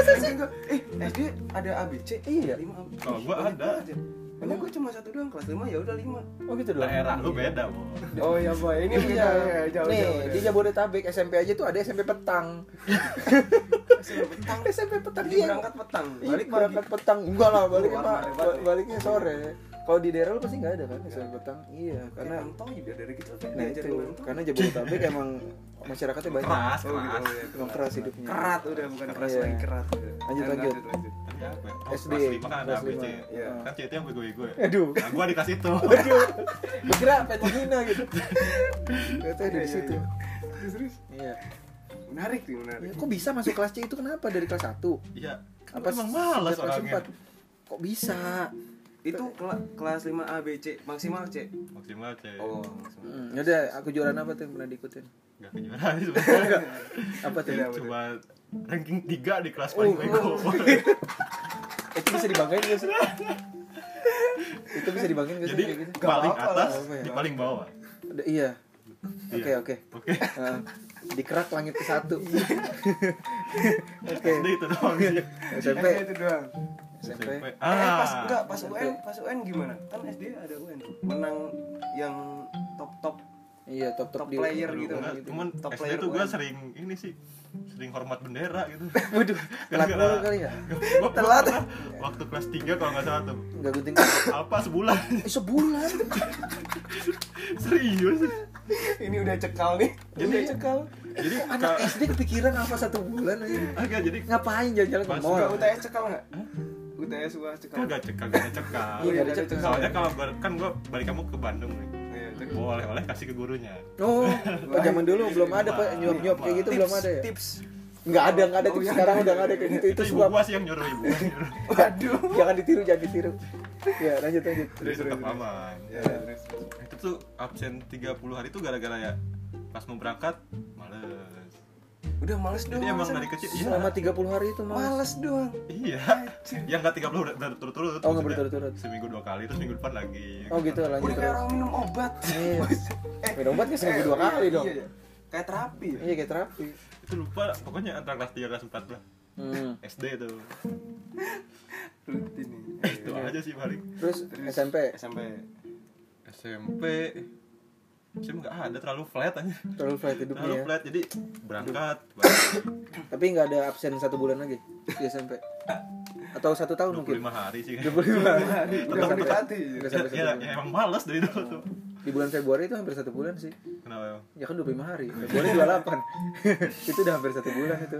[SPEAKER 2] eh SD ada ABC
[SPEAKER 1] Iya.
[SPEAKER 2] lima A, B, C.
[SPEAKER 3] Kalau gua
[SPEAKER 2] Banyak
[SPEAKER 3] ada.
[SPEAKER 2] banget ya. emang gua cuma satu doang kelas lima ya udah lima
[SPEAKER 1] oh gitu doang
[SPEAKER 3] daerah lu beda Bo.
[SPEAKER 2] oh ya boy ini
[SPEAKER 1] Iya,
[SPEAKER 2] jauh
[SPEAKER 1] nih
[SPEAKER 2] jauh
[SPEAKER 1] di Jabodetabek SMP aja tuh ada SMP petang. (laughs)
[SPEAKER 2] petang
[SPEAKER 1] SMP petang
[SPEAKER 2] Jadi
[SPEAKER 1] iya.
[SPEAKER 2] berangkat petang,
[SPEAKER 1] balik
[SPEAKER 2] balik
[SPEAKER 1] berangkat petang. Enggak lah, baliknya
[SPEAKER 2] Keluar
[SPEAKER 1] Pak.
[SPEAKER 2] lewat ya.
[SPEAKER 1] baliknya sore. Kalau di daerah lu pasti nggak ada kan SMP petang. Iya, karena
[SPEAKER 2] karena tau ya dari kecil kan
[SPEAKER 1] nah
[SPEAKER 2] diajarin
[SPEAKER 1] itu
[SPEAKER 2] nonton.
[SPEAKER 1] karena Jabodetabek (laughs) emang masyarakatnya banyak.
[SPEAKER 3] keras
[SPEAKER 2] Oh, gitu,
[SPEAKER 3] keras
[SPEAKER 2] oh, iya.
[SPEAKER 1] Emang keras hidupnya.
[SPEAKER 2] kerat udah bukan keras
[SPEAKER 1] Iya.
[SPEAKER 2] lagi kerat udah.
[SPEAKER 1] Lanjut, lanjut.
[SPEAKER 2] lanjut
[SPEAKER 3] Tapi apa ya? Oh,
[SPEAKER 1] SD,
[SPEAKER 3] kelas lima kan ada
[SPEAKER 1] kelas
[SPEAKER 3] A B C
[SPEAKER 1] lima, iya.
[SPEAKER 3] kan C itu yang bego-bego ya
[SPEAKER 1] Aduh.
[SPEAKER 3] nah gua dikasih itu
[SPEAKER 1] Aduh. Gua Kira pengen hina gitu. Ternyata ada
[SPEAKER 2] Iya,
[SPEAKER 1] di
[SPEAKER 2] iya,
[SPEAKER 1] situ.
[SPEAKER 2] iya. Terus, terus.
[SPEAKER 1] Iya.
[SPEAKER 2] menarik nih menarik
[SPEAKER 1] Ya, Kok bisa masuk kelas C itu kenapa dari kelas 1?
[SPEAKER 3] iya kan
[SPEAKER 1] Apa
[SPEAKER 3] emang malas
[SPEAKER 1] kelas
[SPEAKER 3] orangnya
[SPEAKER 1] empat? Kok bisa?
[SPEAKER 2] itu kela- kelas 5 A B C maksimal C
[SPEAKER 3] maksimal C
[SPEAKER 2] oh maksimal
[SPEAKER 1] Hmm, yaudah, aku juara apa tuh yang pernah diikutin?
[SPEAKER 3] nggak kejuaraan
[SPEAKER 1] (laughs)
[SPEAKER 3] sih sebenarnya
[SPEAKER 1] Apa tuh?
[SPEAKER 2] Tidak.
[SPEAKER 3] cuma ranking 3 di kelas paling
[SPEAKER 1] Oh.
[SPEAKER 3] bego
[SPEAKER 1] (laughs) itu bisa dibanggain gak sih? itu bisa dibanggain gak sih?
[SPEAKER 3] jadi
[SPEAKER 1] kayak gitu?
[SPEAKER 3] paling
[SPEAKER 2] apa-apa
[SPEAKER 3] atas
[SPEAKER 1] lah, apa ya.
[SPEAKER 3] di paling bawah
[SPEAKER 1] Ada- iya. Oke
[SPEAKER 3] Iya.
[SPEAKER 1] oke.
[SPEAKER 3] oke
[SPEAKER 1] Heeh. dikerak langit ke satu.
[SPEAKER 2] Iya.
[SPEAKER 1] Oke.
[SPEAKER 3] SD itu doang sih
[SPEAKER 1] SMP.
[SPEAKER 2] Eh, itu doang
[SPEAKER 1] SMP.
[SPEAKER 2] eh
[SPEAKER 3] Ah,
[SPEAKER 2] pas enggak pas
[SPEAKER 1] SMP.
[SPEAKER 2] UN pas UN gimana kan SD ada UN tuh. menang yang top top
[SPEAKER 1] Iya top top,
[SPEAKER 2] Top
[SPEAKER 1] di
[SPEAKER 2] player
[SPEAKER 3] Dulu
[SPEAKER 2] gitu.
[SPEAKER 3] enggak, Cuman
[SPEAKER 2] Top
[SPEAKER 3] SD
[SPEAKER 2] player
[SPEAKER 3] tuh gue
[SPEAKER 2] UN.
[SPEAKER 3] sering ini sih sering hormat bendera gitu.
[SPEAKER 1] Waduh, telat
[SPEAKER 3] Enggak.
[SPEAKER 1] mulu kali ya.
[SPEAKER 3] Gua
[SPEAKER 2] Telat.
[SPEAKER 3] pernah Waktu kelas 3 kalau nggak salah tuh.
[SPEAKER 1] Enggak gunting.
[SPEAKER 3] Apa sebulan? (laughs)
[SPEAKER 1] Eh, sebulan.
[SPEAKER 3] Serius?
[SPEAKER 2] (laughs) ini udah cekal nih
[SPEAKER 1] Jadi Iya, cekal.
[SPEAKER 3] Jadi
[SPEAKER 1] Kok anak
[SPEAKER 3] kalau
[SPEAKER 1] SD kepikiran apa satu bulan aja.
[SPEAKER 3] agak jadi
[SPEAKER 1] Ngapain jalan-jalan ke
[SPEAKER 3] Pas
[SPEAKER 1] mall?
[SPEAKER 2] Enggak, UTS cekal nggak UTS gua cekal
[SPEAKER 3] kagak cekak kagak cekak.
[SPEAKER 1] Iya,
[SPEAKER 2] Iya,
[SPEAKER 1] nggak ada
[SPEAKER 2] ada
[SPEAKER 1] cekal.
[SPEAKER 3] Soalnya kalau ber- kan gue balik kamu ke Bandung nih.
[SPEAKER 2] Iya, cekal.
[SPEAKER 3] Bawa oleh-oleh kasih ke gurunya.
[SPEAKER 1] Oh, oh, zaman dulu belum ada pak nyuap-nyuap kayak gitu belum ada ya?
[SPEAKER 2] tips
[SPEAKER 1] Nggak ada, nggak ada
[SPEAKER 2] Oh,
[SPEAKER 1] tips
[SPEAKER 2] iya.
[SPEAKER 1] sekarang udah nggak ada kayak gitu.
[SPEAKER 3] Itu,
[SPEAKER 1] Itu
[SPEAKER 3] ibu
[SPEAKER 1] suap.
[SPEAKER 3] gua sih yang nyuruh ibu. gua yang nyuruh.
[SPEAKER 2] waduh
[SPEAKER 1] (laughs) Jangan ditiru, jangan ditiru. Ya, lanjut lanjut.
[SPEAKER 3] Jadi tetap
[SPEAKER 2] terus.
[SPEAKER 3] aman.
[SPEAKER 2] ya
[SPEAKER 1] Iya,
[SPEAKER 2] terus
[SPEAKER 3] Itu tuh absen 30 hari tuh gara-gara ya pas mau berangkat males.
[SPEAKER 2] udah males
[SPEAKER 3] Jadi
[SPEAKER 2] doang
[SPEAKER 3] emang
[SPEAKER 2] malesan.
[SPEAKER 3] dari kecil iya.
[SPEAKER 1] Selama 30 hari itu Mas.
[SPEAKER 2] males doang
[SPEAKER 1] (laughs)
[SPEAKER 3] Iya. Yang enggak 30 udah berturut-turut.
[SPEAKER 1] Oh, nggak
[SPEAKER 3] Maksudnya
[SPEAKER 1] berturut-turut.
[SPEAKER 3] Seminggu dua kali terus minggu depan lagi.
[SPEAKER 1] Oh gitu lanjut
[SPEAKER 2] udah kayak
[SPEAKER 1] terus.
[SPEAKER 2] orang minum obat (laughs)
[SPEAKER 1] Iya.
[SPEAKER 2] Eh,
[SPEAKER 1] Minum obat kan seminggu
[SPEAKER 2] eh,
[SPEAKER 1] dua
[SPEAKER 2] iya,
[SPEAKER 1] kali dong.
[SPEAKER 2] iya, iya. kayak terapi ya?
[SPEAKER 1] Iya kayak terapi.
[SPEAKER 3] Itu lupa pokoknya antara kelas 3 kelas 4 lah.
[SPEAKER 1] Hmm.
[SPEAKER 3] SD
[SPEAKER 1] (laughs)
[SPEAKER 3] itu.
[SPEAKER 2] rutin nih
[SPEAKER 3] itu aja sih paling.
[SPEAKER 1] Terus SMP
[SPEAKER 2] SMP
[SPEAKER 3] SMP SMP enggak ada terlalu flat aja.
[SPEAKER 1] terlalu flat
[SPEAKER 3] Terlalu
[SPEAKER 1] hidupnya. ya.
[SPEAKER 3] flat jadi berangkat. balik.
[SPEAKER 1] Tapi nggak ada absen satu bulan lagi di SMP. Atau satu tahun Oh, mungkin.
[SPEAKER 3] 25 hari sih kan.
[SPEAKER 1] 25 hari.
[SPEAKER 2] udah
[SPEAKER 1] sampai-
[SPEAKER 2] mendekati
[SPEAKER 1] udah
[SPEAKER 3] Ya,
[SPEAKER 1] sampai satu Oh.
[SPEAKER 3] ya,
[SPEAKER 1] bulan.
[SPEAKER 3] ya, emang males dari dulu tuh.
[SPEAKER 1] Di bulan Februari itu hampir satu bulan sih.
[SPEAKER 3] Kenapa emang?
[SPEAKER 1] Ya kan 25 hari. Februari 28. (laughs) itu udah hampir satu bulan itu.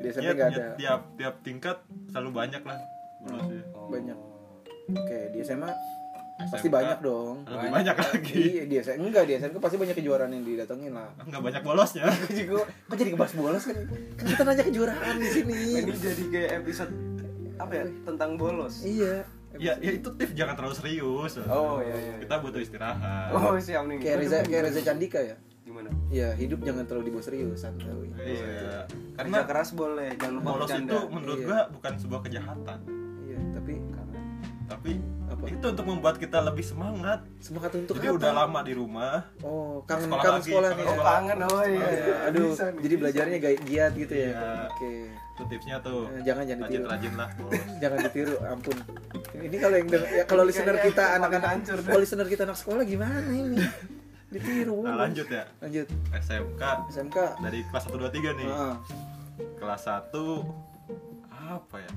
[SPEAKER 1] Di SMP
[SPEAKER 3] Ya,
[SPEAKER 1] nggak
[SPEAKER 3] ya,
[SPEAKER 1] ada.
[SPEAKER 3] tiap tiap tingkat selalu banyak lah. ya. Bolosnya.
[SPEAKER 1] Banyak. Oke, di SMA pasti
[SPEAKER 3] SMK.
[SPEAKER 1] banyak dong.
[SPEAKER 3] Lebih banyak lagi.
[SPEAKER 1] Iya, di SMA enggak, di SMA pasti banyak kejuaraan yang didatengin lah.
[SPEAKER 3] Enggak banyak bolosnya.
[SPEAKER 1] Juga, kok jadi kebas bolos kan? Kan kita nanya kejuaraan di sini.
[SPEAKER 2] ini jadi kayak episode apa ya tentang bolos
[SPEAKER 1] Iya.
[SPEAKER 3] ya, (laughs) ya itu tips jangan terlalu serius.
[SPEAKER 2] Oh, iya, iya, iya.
[SPEAKER 3] Kita butuh istirahat.
[SPEAKER 2] oh siap nih
[SPEAKER 1] Iya. Kayak Reza, kayak Reza Candika ya.
[SPEAKER 2] gimana
[SPEAKER 1] Iya, hidup jangan terlalu dibawa serius, santuy.
[SPEAKER 3] Iya. Karena
[SPEAKER 2] kerja keras boleh jangan lupa
[SPEAKER 3] bolos
[SPEAKER 2] bercanda
[SPEAKER 3] itu menurut
[SPEAKER 1] Iya.
[SPEAKER 3] gua bukan sebuah kejahatan,
[SPEAKER 1] Iya, tapi
[SPEAKER 2] Karena-
[SPEAKER 3] tapi
[SPEAKER 1] apa? apa
[SPEAKER 3] itu untuk membuat kita lebih semangat
[SPEAKER 1] semangat untuk
[SPEAKER 3] jadi
[SPEAKER 1] apa?
[SPEAKER 3] udah lama di rumah
[SPEAKER 1] oh kangen
[SPEAKER 3] Sekolah
[SPEAKER 1] kangen
[SPEAKER 3] lagi,
[SPEAKER 1] sekolah
[SPEAKER 3] kangen
[SPEAKER 1] nih ya.
[SPEAKER 2] Oh,
[SPEAKER 3] sekolah.
[SPEAKER 2] kangen oh iya.
[SPEAKER 1] Iya, aduh
[SPEAKER 2] Bisa nih,
[SPEAKER 1] jadi
[SPEAKER 2] bisa
[SPEAKER 1] belajarnya
[SPEAKER 2] nih.
[SPEAKER 1] gaya giat gitu ya
[SPEAKER 3] Iya.
[SPEAKER 1] oke
[SPEAKER 3] itu tipsnya tuh
[SPEAKER 1] Eh, jangan jangan
[SPEAKER 3] rajin
[SPEAKER 1] ditiru
[SPEAKER 3] rajin lah
[SPEAKER 1] (laughs)
[SPEAKER 3] bolos.
[SPEAKER 1] jangan ditiru ampun ini kalau yang denger- ya kalau
[SPEAKER 2] Ini
[SPEAKER 1] listener
[SPEAKER 2] kayaknya
[SPEAKER 1] kita
[SPEAKER 2] paling
[SPEAKER 1] anak-anak
[SPEAKER 2] hancur dah.
[SPEAKER 1] kalau listener kita anak sekolah gimana ini ditiru
[SPEAKER 3] nah lanjut ya
[SPEAKER 1] lanjut
[SPEAKER 3] SMK
[SPEAKER 1] SMK
[SPEAKER 3] dari kelas 1, 2, 3 nih
[SPEAKER 1] Ah,
[SPEAKER 3] kelas 1 apa ya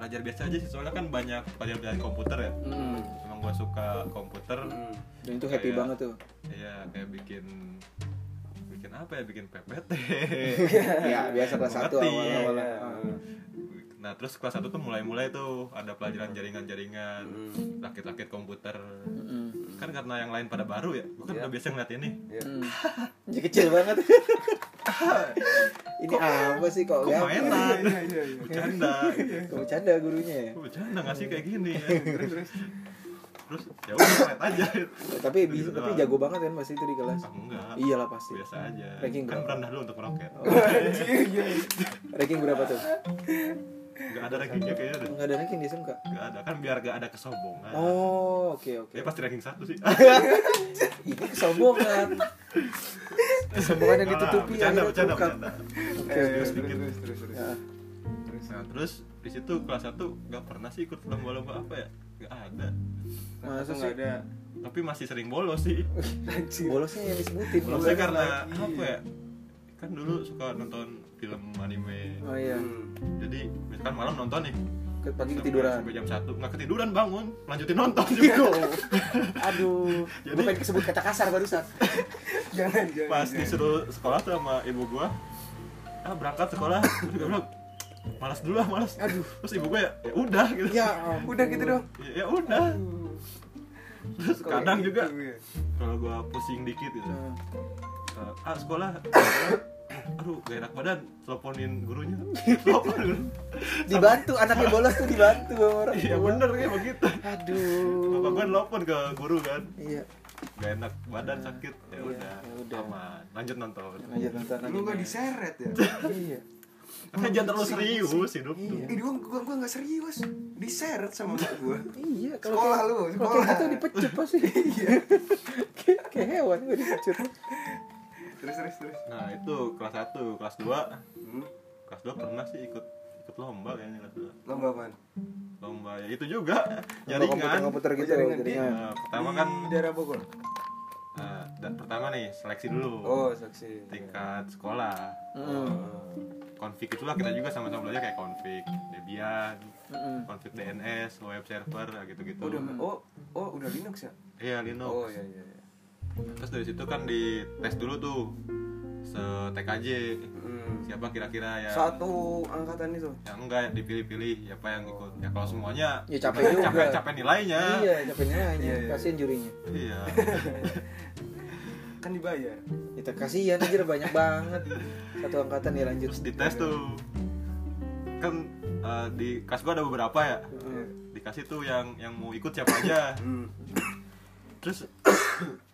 [SPEAKER 3] belajar biasa aja sih soalnya kan banyak pelajaran dari komputer ya
[SPEAKER 1] hmm.
[SPEAKER 3] emang gua suka komputer
[SPEAKER 2] Hmm.
[SPEAKER 1] dan itu happy
[SPEAKER 3] Kayak-
[SPEAKER 1] banget tuh
[SPEAKER 3] ya kayak bikin bikin apa ya bikin
[SPEAKER 2] (laughs)
[SPEAKER 3] PPT
[SPEAKER 1] ya biasa kelas satu
[SPEAKER 3] Mengerti.
[SPEAKER 1] awal-awal
[SPEAKER 2] Iya.
[SPEAKER 1] Ah.
[SPEAKER 3] nah terus kelas 1 tuh mulai-mulai tuh ada pelajaran jaringan-jaringan
[SPEAKER 2] Hmm.
[SPEAKER 3] rakit-rakit komputer
[SPEAKER 1] Mm-mm.
[SPEAKER 3] kan karena yang lain pada baru ya gua kan
[SPEAKER 2] Iya.
[SPEAKER 3] udah biasa ngeliat ini
[SPEAKER 2] Iya.
[SPEAKER 1] Hmm. Dia kecil banget ini apa sih kok
[SPEAKER 3] kok
[SPEAKER 1] ya?
[SPEAKER 3] mainan
[SPEAKER 2] Iya, iya, iya. (laughs)
[SPEAKER 3] bercanda
[SPEAKER 1] kok bercanda gurunya ya
[SPEAKER 3] kok bercanda nggak sih kayak gini
[SPEAKER 2] Iya,
[SPEAKER 3] ya terus ya udah ngeliat aja
[SPEAKER 1] tapi bi-
[SPEAKER 3] Gitu
[SPEAKER 1] tapi
[SPEAKER 3] doang.
[SPEAKER 1] jago banget kan pasti itu di kelas
[SPEAKER 3] ah, enggak
[SPEAKER 1] iyalah pasti
[SPEAKER 3] biasa aja
[SPEAKER 1] Iya. Ranking
[SPEAKER 3] kan
[SPEAKER 1] berapa? Oh.
[SPEAKER 3] rendah dulu untuk
[SPEAKER 2] (laughs)
[SPEAKER 3] meroket
[SPEAKER 2] Anjir, iya.
[SPEAKER 1] ranking berapa tuh
[SPEAKER 3] nggak ada rankingnya kayaknya deh
[SPEAKER 1] nggak ada ranking di SMK
[SPEAKER 3] nggak ada kan biar nggak ada kesombongan
[SPEAKER 1] oh oke oke
[SPEAKER 3] Kayaknya pasti ranking
[SPEAKER 1] (laughs)
[SPEAKER 3] satu sih
[SPEAKER 1] ini kesombongan kesombongan yang
[SPEAKER 3] Nah,
[SPEAKER 1] ditutupi
[SPEAKER 3] bercanda
[SPEAKER 1] akhirnya
[SPEAKER 3] bercanda
[SPEAKER 1] terungkap.
[SPEAKER 3] bercanda
[SPEAKER 1] oke
[SPEAKER 2] Eh,
[SPEAKER 1] oke
[SPEAKER 2] terus,
[SPEAKER 3] sedikit.
[SPEAKER 2] terus, terus, terus.
[SPEAKER 3] Eh.
[SPEAKER 1] Ya.
[SPEAKER 2] Terus.
[SPEAKER 3] Nah terus di situ kelas 1 nggak pernah sih ikut lomba-lomba apa ya? Nggak ada.
[SPEAKER 2] Nah,
[SPEAKER 1] Masa
[SPEAKER 2] tuh
[SPEAKER 1] sih?
[SPEAKER 2] nggak ada
[SPEAKER 3] Tapi masih sering bolos sih.
[SPEAKER 2] (laughs) anjir.
[SPEAKER 1] bolosnya yang disebutin
[SPEAKER 3] Bolosnya
[SPEAKER 2] Bolos
[SPEAKER 3] karena
[SPEAKER 2] lagi.
[SPEAKER 3] apa ya? Kan dulu suka nonton film anime.
[SPEAKER 1] oh
[SPEAKER 2] Hmm.
[SPEAKER 1] iya
[SPEAKER 3] Hmm. Jadi misalkan malam nonton nih.
[SPEAKER 1] Ke- pagi
[SPEAKER 3] sampai-
[SPEAKER 1] ketiduran Iya,
[SPEAKER 3] Sampai jam 1 nggak ketiduran bangun, lanjutin
[SPEAKER 1] (laughs)
[SPEAKER 3] nonton juga.
[SPEAKER 1] Aduh, aduh,
[SPEAKER 3] Jadi-
[SPEAKER 1] gue pengen kesebut kata kasar barusan.
[SPEAKER 2] Jangan, jangan.
[SPEAKER 1] Iya.
[SPEAKER 3] Pas
[SPEAKER 2] jangan.
[SPEAKER 3] disuruh sekolah tuh sama ibu gua. Ah berangkat sekolah. Terus gua bilang malas dulu ah malas. Aduh. Terus ibu gua ya ya udah gitu.
[SPEAKER 1] Ya,
[SPEAKER 3] Ya,
[SPEAKER 1] ampun.
[SPEAKER 2] Udah gitu dong.
[SPEAKER 3] ya udah. Terus
[SPEAKER 2] Kalau
[SPEAKER 3] kadang
[SPEAKER 2] gitu,
[SPEAKER 3] juga
[SPEAKER 1] ya.
[SPEAKER 2] iya.
[SPEAKER 3] kalau gua pusing dikit gitu.
[SPEAKER 1] Nah,
[SPEAKER 3] Eh, ah sekolah sekolah. aduh gak enak badan teleponin gurunya telepon guru.
[SPEAKER 1] dibantu anaknya bolos tuh dibantu sama orang
[SPEAKER 3] iya
[SPEAKER 1] tua.
[SPEAKER 3] bener kayak begitu
[SPEAKER 1] Aduh.
[SPEAKER 3] bapak gue telepon ke guru kan
[SPEAKER 1] Iya.
[SPEAKER 3] gak enak badan sakit ya
[SPEAKER 1] Iya,
[SPEAKER 3] udah
[SPEAKER 1] ya udah.
[SPEAKER 3] aman lanjut nonton
[SPEAKER 1] Lanjut nonton
[SPEAKER 2] Lu
[SPEAKER 1] anime.
[SPEAKER 2] gak diseret ya?
[SPEAKER 1] Iya.
[SPEAKER 3] makanya jangan terlalu serius hidup tuh
[SPEAKER 1] Iya.
[SPEAKER 2] Ih, gua, gua, gua gak serius Diseret sama mak
[SPEAKER 3] (laughs)
[SPEAKER 2] gua
[SPEAKER 1] Iya, kalau
[SPEAKER 2] Sekolah
[SPEAKER 1] kayak-
[SPEAKER 2] lu,
[SPEAKER 1] Kalau kayak
[SPEAKER 2] sekolah.
[SPEAKER 1] gitu dipecut pasti. Iya. Kayak- Kayak hewan gue dipecut.
[SPEAKER 2] Terus, terus, terus
[SPEAKER 3] nah itu kelas 1 kelas 2
[SPEAKER 2] hmm.
[SPEAKER 3] kelas 2 pernah sih ikut ikut lomba kayaknya kelas dua.
[SPEAKER 2] Lomba apaan?
[SPEAKER 3] lomba ya itu juga
[SPEAKER 1] komputer
[SPEAKER 3] jaringan
[SPEAKER 1] komputer gitu,
[SPEAKER 2] Jaringan.
[SPEAKER 1] jaringan.
[SPEAKER 3] Nah, pertama kan
[SPEAKER 2] Di daerah Bogor?
[SPEAKER 3] nah, dan pertama nih seleksi dulu
[SPEAKER 2] Oh, saksi Oh.
[SPEAKER 3] tingkat sekolah
[SPEAKER 1] Mm-mm.
[SPEAKER 3] konflik itulah kita juga sama-sama belajar kayak konflik Debian,
[SPEAKER 1] Mm-mm.
[SPEAKER 3] konflik DNS, web server gitu-gitu.
[SPEAKER 2] Oh, udah, oh, oh, udah Linux ya?
[SPEAKER 3] Iya Hmm. Linux.
[SPEAKER 2] Oh, iya, iya iya.
[SPEAKER 3] Terus dari situ kan di tes dulu tuh se TKJ
[SPEAKER 2] Hmm.
[SPEAKER 3] siapa kira-kira yang
[SPEAKER 2] Satu angkatan itu
[SPEAKER 3] yang enggak dipilih-pilih siapa yang ikut. Ya kalau semuanya
[SPEAKER 1] Ya, capek juga.
[SPEAKER 3] capek, capek nilainya.
[SPEAKER 1] Iya, capeknya
[SPEAKER 2] Iya,
[SPEAKER 1] nanya.
[SPEAKER 2] iya.
[SPEAKER 1] Kasihan jurinya.
[SPEAKER 3] Iya.
[SPEAKER 2] Kan dibayar
[SPEAKER 1] Kita kasihan anjir banyak banget. Satu angkatan ya lanjut.
[SPEAKER 3] Terus di tes tuh kan eh, di kelas gua ada beberapa ya.
[SPEAKER 1] Heeh.
[SPEAKER 3] Dikasih tuh yang yang mau ikut siapa aja.
[SPEAKER 2] hmm.
[SPEAKER 3] Terus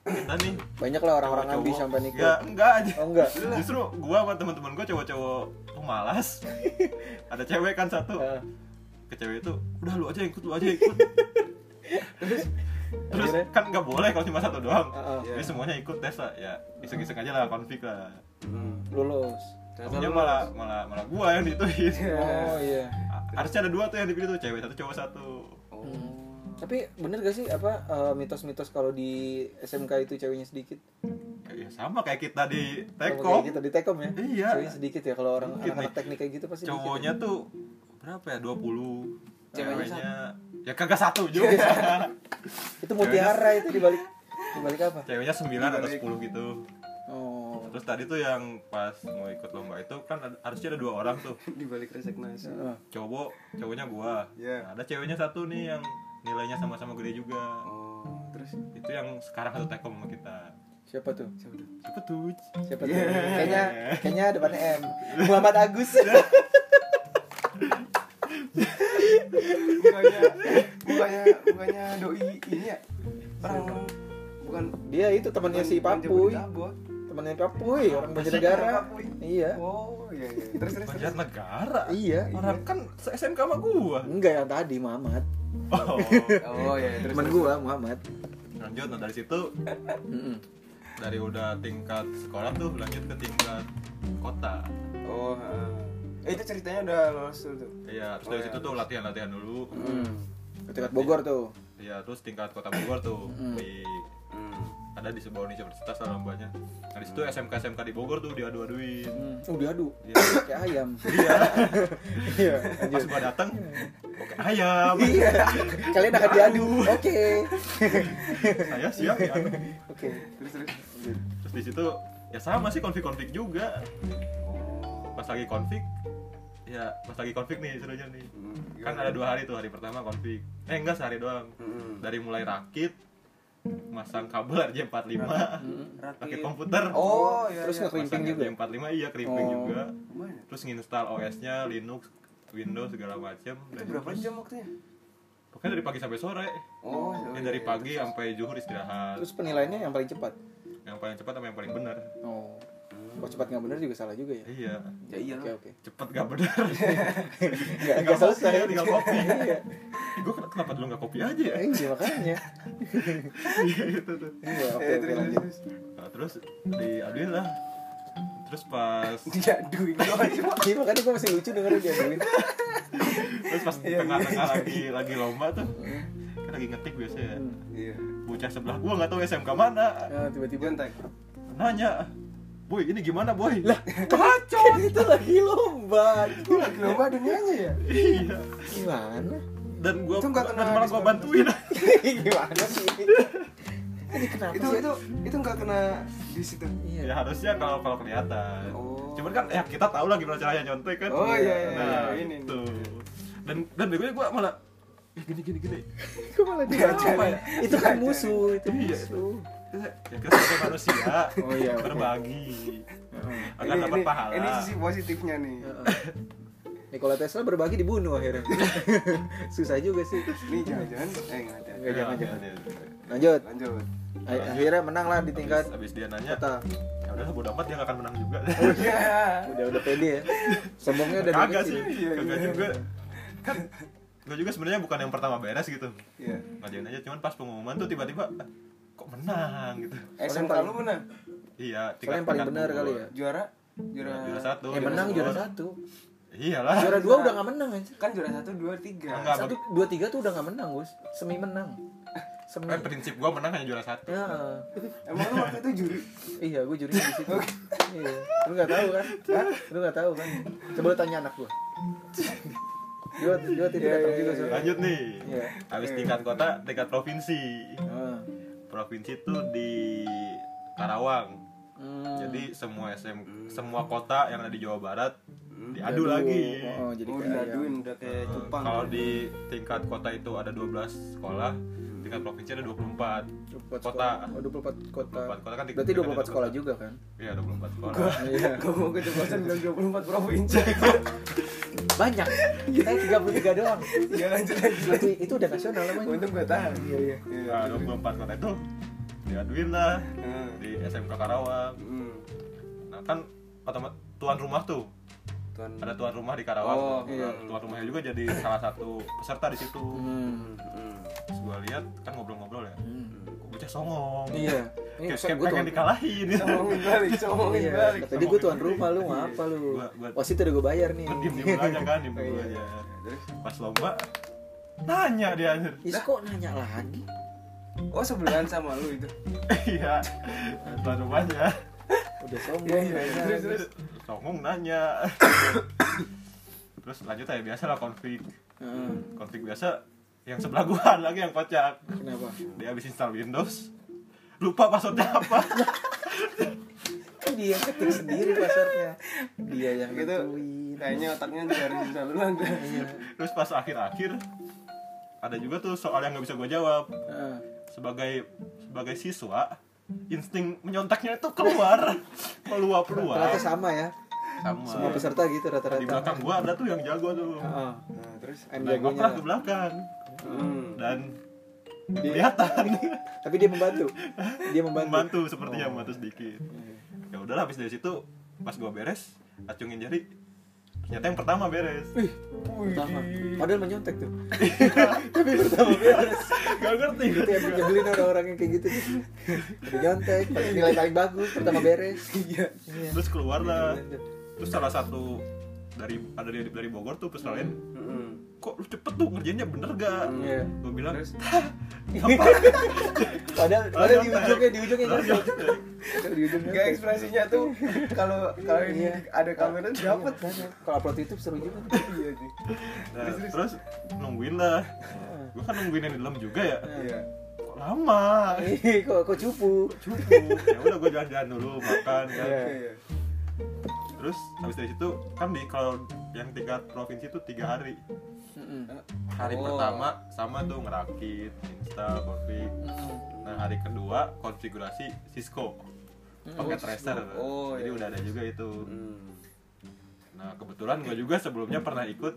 [SPEAKER 3] kita nih
[SPEAKER 1] Banyak lah orang-orang
[SPEAKER 3] cowok-cowok.
[SPEAKER 1] ambis sampai
[SPEAKER 3] Enggak,
[SPEAKER 1] nikah.
[SPEAKER 3] enggak aja.
[SPEAKER 1] Oh, enggak.
[SPEAKER 3] Justru gua sama teman-teman gua cowok-cowok
[SPEAKER 1] (laughs)
[SPEAKER 3] pemalas. Ada cewek kan satu.
[SPEAKER 1] Heeh.
[SPEAKER 3] Ke cewek itu, udah lu aja ikut, lu aja ikut. terus terus
[SPEAKER 1] Akhirnya? Ah,
[SPEAKER 3] kan nggak boleh kalau cuma satu doang.
[SPEAKER 1] Heeh.
[SPEAKER 3] Jadi semuanya ikut tes lah. Ya, iseng-iseng aja lah konflik lah.
[SPEAKER 2] Hmm.
[SPEAKER 1] Lulus.
[SPEAKER 2] Ternyata
[SPEAKER 3] Pokoknya
[SPEAKER 2] lu-
[SPEAKER 3] malah malah malah gua yang dituin.
[SPEAKER 1] Oh iya.
[SPEAKER 3] Harusnya ada dua tuh yang dipilih tuh, cewek satu cowok satu.
[SPEAKER 2] Oh.
[SPEAKER 1] Hmm. Tapi bener gak sih apa eh, mitos-mitos kalau di SMK itu ceweknya sedikit?
[SPEAKER 3] Ya sama kayak kita di
[SPEAKER 1] Sama kayak
[SPEAKER 3] Tekom.
[SPEAKER 1] Kita di Tekom ya?
[SPEAKER 3] Iya.
[SPEAKER 1] Ceweknya sedikit ya kalau orang
[SPEAKER 3] Sedikit
[SPEAKER 1] anak-anak
[SPEAKER 3] nih.
[SPEAKER 1] teknik kayak gitu pasti dikit
[SPEAKER 3] cowoknya tuh berapa ya 20
[SPEAKER 2] Ceweknya
[SPEAKER 3] ceweknya ya kagak satu juga
[SPEAKER 1] ya. Itu mutiara itu dibalik dibalik apa?
[SPEAKER 3] (laughs) ceweknya 9 atau 10 gitu
[SPEAKER 1] Oh.
[SPEAKER 3] terus tadi tuh yang pas mau ikut lomba itu kan ada- harusnya ada dua orang tuh
[SPEAKER 2] Di balik resek nasi
[SPEAKER 1] Heeh.
[SPEAKER 3] cowok cowoknya gua
[SPEAKER 2] Iya.
[SPEAKER 3] Nah, ada ceweknya satu nih yang nilainya sama-sama gede juga
[SPEAKER 2] Oh, terus Ya
[SPEAKER 3] itu yang sekarang satu tekom sama kita
[SPEAKER 1] Siapa tuh?
[SPEAKER 2] siapa tuh?
[SPEAKER 3] siapa tuh
[SPEAKER 1] Siapa tuh? Kayaknya kayaknya depannya M. Muhammad Agus.
[SPEAKER 2] Bukannya, bukannya, bukannya doi ini ya? Orang bukan
[SPEAKER 1] Dia itu temannya si
[SPEAKER 2] bukan
[SPEAKER 1] Papuy.
[SPEAKER 2] Jabodetabek.
[SPEAKER 1] temannya Pak Puy orang
[SPEAKER 2] Pak
[SPEAKER 1] Banjarnegara
[SPEAKER 2] Puy.
[SPEAKER 1] iya
[SPEAKER 2] Oh iya iya. Terus terus terus.
[SPEAKER 3] Banjar negara.
[SPEAKER 1] iya
[SPEAKER 3] Orang kan se SMK sama gua.
[SPEAKER 1] (laughs) enggak yang tadi Muhammad
[SPEAKER 3] Oh.
[SPEAKER 2] Oh iya iya, terus.
[SPEAKER 1] teman
[SPEAKER 2] terus.
[SPEAKER 1] gua Muhammad
[SPEAKER 3] Lanjut nah dari situ
[SPEAKER 1] Mm-mm.
[SPEAKER 3] dari udah tingkat sekolah tuh lanjut ke tingkat kota.
[SPEAKER 2] Oh. ah. Eh itu ceritanya udah lolos dulu tuh.
[SPEAKER 3] Iya, terus dari situ tuh latihan-latihan dulu.
[SPEAKER 1] Mm. ke tingkat Bogor tuh
[SPEAKER 3] Iya, terus tingkat kota Bogor tuh di
[SPEAKER 2] Hmm.
[SPEAKER 3] ada di sebuah universitas lah lombanya. Nah, di situ SMK SMK di Bogor tuh diadu-aduin.
[SPEAKER 1] Mm. Oh diadu
[SPEAKER 3] Iya.
[SPEAKER 1] kayak ayam
[SPEAKER 3] Iya.
[SPEAKER 1] iya
[SPEAKER 3] Pas gua datang, oke ayam.
[SPEAKER 1] iya kalian akan diadu oke
[SPEAKER 3] Saya siap ya.
[SPEAKER 1] oke
[SPEAKER 2] Terus terus.
[SPEAKER 3] Terus di situ ya sama sih konflik-konflik juga. Pas lagi konflik ya pas lagi konflik nih serunya nih. Kan ada dua hari tuh, hari pertama konflik. Eh enggak sehari doang.
[SPEAKER 1] Hmm.
[SPEAKER 2] Mm-mm.
[SPEAKER 3] Dari mulai rakit, masang kabel RJ45, pakai komputer.
[SPEAKER 2] Oh iya.
[SPEAKER 1] Terus
[SPEAKER 2] iya.
[SPEAKER 1] nge- Hmm. Kerimping
[SPEAKER 3] Masang
[SPEAKER 1] juga? ya?
[SPEAKER 3] RJ45 iya kerimping
[SPEAKER 1] Oh.
[SPEAKER 3] juga.
[SPEAKER 2] Gimana?
[SPEAKER 3] Terus nginstal OS-nya Linux, Windows segala macem
[SPEAKER 2] Itu
[SPEAKER 3] Dan-
[SPEAKER 2] berapa jam waktunya?
[SPEAKER 3] Pokoknya dari pagi sampai sore.
[SPEAKER 2] Oh,
[SPEAKER 3] Ya,
[SPEAKER 2] iya,
[SPEAKER 3] dari
[SPEAKER 2] iya.
[SPEAKER 3] pagi sampai zuhur istirahat.
[SPEAKER 1] terus penilaiannya yang paling cepat
[SPEAKER 3] Yang paling cepat sama yang paling benar.
[SPEAKER 1] oh kok cepat nggak benar juga salah juga ya
[SPEAKER 3] Iya.
[SPEAKER 2] Ya iya.
[SPEAKER 1] oke oke
[SPEAKER 3] Cepet gak benar.
[SPEAKER 1] (laughs) nggak nggak
[SPEAKER 3] Tinggal kopi ya,
[SPEAKER 1] selesai
[SPEAKER 3] tinggal kopi.
[SPEAKER 1] (laughs) iya
[SPEAKER 3] Gue kenapa dulu gak kopi aja ya?
[SPEAKER 1] iya makanya
[SPEAKER 3] (laughs) gitu tuh.
[SPEAKER 1] iya oke oke
[SPEAKER 2] Eh terus
[SPEAKER 1] lanjut
[SPEAKER 2] terus.
[SPEAKER 3] Nah, terus diaduin lah. Terus pas
[SPEAKER 2] Diaduin doang Iya, cuma.
[SPEAKER 1] Iya makanya gue masih lucu dengerin dia duit
[SPEAKER 3] terus pas
[SPEAKER 2] Iya,
[SPEAKER 3] di tengah-tengah lagi lagi lomba tuh kan lagi ngetik biasanya
[SPEAKER 2] Iya.
[SPEAKER 3] bocah sebelah gua nggak tahu SMK mana
[SPEAKER 1] Nah, tiba-tiba
[SPEAKER 2] Jontek.
[SPEAKER 3] nanya boy ini gimana boy
[SPEAKER 1] lah kacau itu lagi lomba
[SPEAKER 2] Itu lagi lomba dunianya ya.
[SPEAKER 3] iya
[SPEAKER 1] gimana
[SPEAKER 3] dan gua
[SPEAKER 2] Itu nggak
[SPEAKER 3] dan
[SPEAKER 2] kena
[SPEAKER 3] malah gua
[SPEAKER 2] diskon.
[SPEAKER 3] bantuin
[SPEAKER 1] (laughs) gimana sih ini kenapa
[SPEAKER 2] Itu
[SPEAKER 1] sih?
[SPEAKER 2] itu itu nggak kena di situ.
[SPEAKER 3] (laughs) ya
[SPEAKER 1] iya
[SPEAKER 3] harusnya kalau kalau kelihatan
[SPEAKER 2] Oh.
[SPEAKER 3] cuman kan ya kita tahu lah gimana caranya nyontek kan
[SPEAKER 2] Oh, iya, iya,
[SPEAKER 3] nah
[SPEAKER 2] iya, ini,
[SPEAKER 3] gitu. dan dan begonya gua malah "Eh, gini gini gini
[SPEAKER 1] kok malah
[SPEAKER 3] Apa
[SPEAKER 1] diajarin
[SPEAKER 3] ya?
[SPEAKER 1] Iya. itu kan musuh itu
[SPEAKER 3] Iya.
[SPEAKER 1] musuh
[SPEAKER 3] ya kita sebagai manusia
[SPEAKER 2] (laughs)
[SPEAKER 1] Oh, iya, oke.
[SPEAKER 3] berbagi
[SPEAKER 1] Heeh.
[SPEAKER 3] agar
[SPEAKER 2] Ini-
[SPEAKER 3] dapat
[SPEAKER 2] ini-
[SPEAKER 3] pahala
[SPEAKER 2] Ini sisi positifnya nih.
[SPEAKER 1] Nikola Tesla berbagi dibunuh akhirnya susah juga sih
[SPEAKER 2] Ini jangan-jangan eh nggak ada.
[SPEAKER 1] Nggak, jangan, jangan.
[SPEAKER 3] Iya, iya, iya.
[SPEAKER 1] lanjut
[SPEAKER 2] Lanjut.
[SPEAKER 1] A- akhirnya menang lah di tingkat
[SPEAKER 3] Abis- abis dia nanya
[SPEAKER 1] kota
[SPEAKER 3] ya udahlah bodo amat dia gak akan menang juga
[SPEAKER 1] Oh,
[SPEAKER 3] (laughs)
[SPEAKER 2] Iya.
[SPEAKER 1] udah udah pede ya sombongnya udah dari
[SPEAKER 3] kagak sih
[SPEAKER 1] kecil.
[SPEAKER 2] Iya,
[SPEAKER 3] kagak
[SPEAKER 2] iya.
[SPEAKER 3] juga kan gue juga sebenarnya bukan yang pertama beres gitu
[SPEAKER 2] Iya.
[SPEAKER 3] ngajain aja cuman pas pengumuman tuh tiba-tiba "Ah, kok menang gitu
[SPEAKER 1] Soalnya
[SPEAKER 2] Eh,
[SPEAKER 1] yang
[SPEAKER 2] SMK lu
[SPEAKER 1] paling-
[SPEAKER 2] menang
[SPEAKER 3] iya
[SPEAKER 1] Soalnya yang paling benar kali ya
[SPEAKER 2] juara juara
[SPEAKER 3] juara satu
[SPEAKER 1] eh menang juara
[SPEAKER 3] sepuluh.
[SPEAKER 1] satu
[SPEAKER 3] iyalah
[SPEAKER 1] juara dua udah nggak menang anjir
[SPEAKER 2] kan juara satu dua tiga
[SPEAKER 3] Enggak.
[SPEAKER 1] satu dua tiga tuh udah nggak menang gus semi menang
[SPEAKER 3] (laughs)
[SPEAKER 1] semi
[SPEAKER 3] kan prinsip gue menang hanya juara satu
[SPEAKER 1] ya
[SPEAKER 2] emang lu waktu itu juri
[SPEAKER 1] iya gue juri di situ iya lu nggak tahu kan Hah? lu nggak tahu kan coba lu tanya anak gue gue gue tidak tahu juga soalnya
[SPEAKER 3] lanjut nih
[SPEAKER 1] Iya.
[SPEAKER 3] habis tingkat kota tingkat provinsi
[SPEAKER 1] Ah.
[SPEAKER 3] provinsi tuh di Karawang
[SPEAKER 1] Hmm.
[SPEAKER 3] jadi semua SM semua kota yang ada di Jawa Barat diadu
[SPEAKER 1] Aduh,
[SPEAKER 3] lagi
[SPEAKER 1] Hmm. oh, jadi
[SPEAKER 2] mau
[SPEAKER 1] kayak
[SPEAKER 2] diaduin Ah. udah kayak cupang
[SPEAKER 3] Kalau di tingkat kota itu ada 12 sekolah, tingkat provinsi ada 24.
[SPEAKER 1] 24
[SPEAKER 3] Kota.
[SPEAKER 1] sekolah. Oh, 24 kota.
[SPEAKER 3] 24 kota kan di-
[SPEAKER 1] Berarti
[SPEAKER 3] kan ada
[SPEAKER 1] 24 sekolah juga
[SPEAKER 3] (laughs)
[SPEAKER 1] kan?
[SPEAKER 3] Iya, 24 sekolah.
[SPEAKER 1] Iya.
[SPEAKER 2] Gua mau kecepatan bilang dua puluh empat provinsi
[SPEAKER 1] Banyak. Kita 33 doang.
[SPEAKER 2] ya lanjut lanjut
[SPEAKER 1] Itu, itu udah nasional namanya.
[SPEAKER 2] untung gua tahan iya iya
[SPEAKER 3] Nah, 24 kota itu diaduin lah
[SPEAKER 2] Hmm.
[SPEAKER 3] di SMK Karawang.
[SPEAKER 2] Hmm.
[SPEAKER 3] Nah, kan otomat- tuan rumah tuh
[SPEAKER 2] tuan
[SPEAKER 3] ada tuan rumah di Karawang.
[SPEAKER 2] Oh,
[SPEAKER 3] Nah,
[SPEAKER 1] iya.
[SPEAKER 3] Tuan rumahnya juga jadi salah satu peserta di situ.
[SPEAKER 1] Hmm.
[SPEAKER 2] Hmm.
[SPEAKER 3] Terus gua lihat kan ngobrol-ngobrol ya. Kok bocah songong.
[SPEAKER 1] Iya. Ini
[SPEAKER 3] Kayak
[SPEAKER 1] Ustaz,
[SPEAKER 3] kayak
[SPEAKER 1] gua tuan
[SPEAKER 3] pengen dikalahin.
[SPEAKER 2] Somongin balik somongin
[SPEAKER 1] Iya,
[SPEAKER 2] balik
[SPEAKER 1] tadi gue tuan rumah lu mau apa lu?
[SPEAKER 3] Gua- gua-
[SPEAKER 1] Wasit udah gue bayar nih.
[SPEAKER 3] Diem-diem
[SPEAKER 1] (laughs)
[SPEAKER 3] aja kan, diem
[SPEAKER 1] Oh, iya.
[SPEAKER 3] aja.
[SPEAKER 2] Terus?
[SPEAKER 3] Pas lomba nanya dia anjir.
[SPEAKER 1] Is kok nanya lagi?
[SPEAKER 2] oh sebelahan sama lu itu
[SPEAKER 3] Iya, tuan rumahnya.
[SPEAKER 1] Udah sombong.
[SPEAKER 2] Iya, iya,
[SPEAKER 1] nanya.
[SPEAKER 2] terus, terus.
[SPEAKER 3] Songong nanya. Terus lanjut aja biasa lah konflik.
[SPEAKER 1] Heeh.
[SPEAKER 3] Konflik biasa yang sebelah gua (laughs) lagi yang kocak.
[SPEAKER 1] Kenapa?
[SPEAKER 3] Dia habis install Windows. Lupa passwordnya apa.
[SPEAKER 1] Kan dia ketik sendiri passwordnya. Dia yang
[SPEAKER 2] gitu
[SPEAKER 1] nentuin.
[SPEAKER 2] kayaknya otaknya dari saluran dah
[SPEAKER 1] Iya.
[SPEAKER 3] Terus pas akhir-akhir ada juga tuh soal yang nggak bisa gua jawab.
[SPEAKER 1] Heeh.
[SPEAKER 3] Sebagai sebagai siswa, insting menyontaknya itu keluar
[SPEAKER 1] Ternyata
[SPEAKER 3] meluap-luap
[SPEAKER 1] sama ya.
[SPEAKER 3] sama.
[SPEAKER 1] Semua peserta gitu
[SPEAKER 3] Dan Iya. di
[SPEAKER 1] rata-rata.
[SPEAKER 3] belakang gua ada tuh yang jago tuh.
[SPEAKER 1] Heeh.
[SPEAKER 2] Nah, terus
[SPEAKER 1] Main
[SPEAKER 3] Dan
[SPEAKER 1] Kan jagonya
[SPEAKER 3] ngoprek
[SPEAKER 1] lah.
[SPEAKER 3] ke belakang
[SPEAKER 2] hmm.
[SPEAKER 3] dan kelihatan
[SPEAKER 1] Iya. tapi dia membantu dia membantu
[SPEAKER 3] membantu sepertinya membantu sedikit ya udahlah habis dari situ pas gua beres acungin jari ternyata yang pertama beres
[SPEAKER 1] Wih,
[SPEAKER 4] Pertama.
[SPEAKER 1] wih.
[SPEAKER 4] Padahal menyontek
[SPEAKER 3] (laughs)
[SPEAKER 4] tuh.
[SPEAKER 1] tapi pertama beres.
[SPEAKER 3] gak (laughs) ngerti
[SPEAKER 1] Itu yang nyebelin orang-orang yang kayak gitu. Tapi nyontek, paling nilai paling bagus, pertama beres.
[SPEAKER 4] Iya.
[SPEAKER 3] terus keluar lah terus salah satu dari ada dari, dari Bogor tuh terus lain
[SPEAKER 2] Mm-mm.
[SPEAKER 3] kok lu cepet tuh ngerjainnya bener gak
[SPEAKER 1] Iya.
[SPEAKER 3] gua bilang
[SPEAKER 2] Terus?
[SPEAKER 1] Padahal, padahal di ujungnya, di ujungnya
[SPEAKER 3] Padahal
[SPEAKER 1] nyontek.
[SPEAKER 3] nyontek.
[SPEAKER 1] Di ujungnya.
[SPEAKER 2] Gak ekspresinya tuh kalau kalau ini
[SPEAKER 1] Iya.
[SPEAKER 2] ada kamera dapet
[SPEAKER 1] Banyak. Kalau upload YouTube seru juga.
[SPEAKER 2] Iya sih.
[SPEAKER 3] Nah, terus nungguin lah gua kan nungguin yang di dalam juga ya
[SPEAKER 2] Iya.
[SPEAKER 3] kok lama
[SPEAKER 1] Ih, kok kok cupu.
[SPEAKER 3] cukup ya udah gue jalan-jalan dulu makan kan
[SPEAKER 1] Iya.
[SPEAKER 2] Iya.
[SPEAKER 3] terus habis dari situ kan di kalau yang tiga provinsi itu tiga hari
[SPEAKER 1] Mm-mm.
[SPEAKER 3] hari
[SPEAKER 1] Oh.
[SPEAKER 3] pertama sama tuh ngerakit insta konfig
[SPEAKER 1] Mm-mm.
[SPEAKER 3] nah hari kedua konfigurasi Cisco
[SPEAKER 1] Hmm.
[SPEAKER 3] pakai tracer
[SPEAKER 2] Oh,
[SPEAKER 3] jadi
[SPEAKER 2] iya.
[SPEAKER 3] udah ada juga itu
[SPEAKER 2] Hmm.
[SPEAKER 3] nah kebetulan gue juga sebelumnya pernah ikut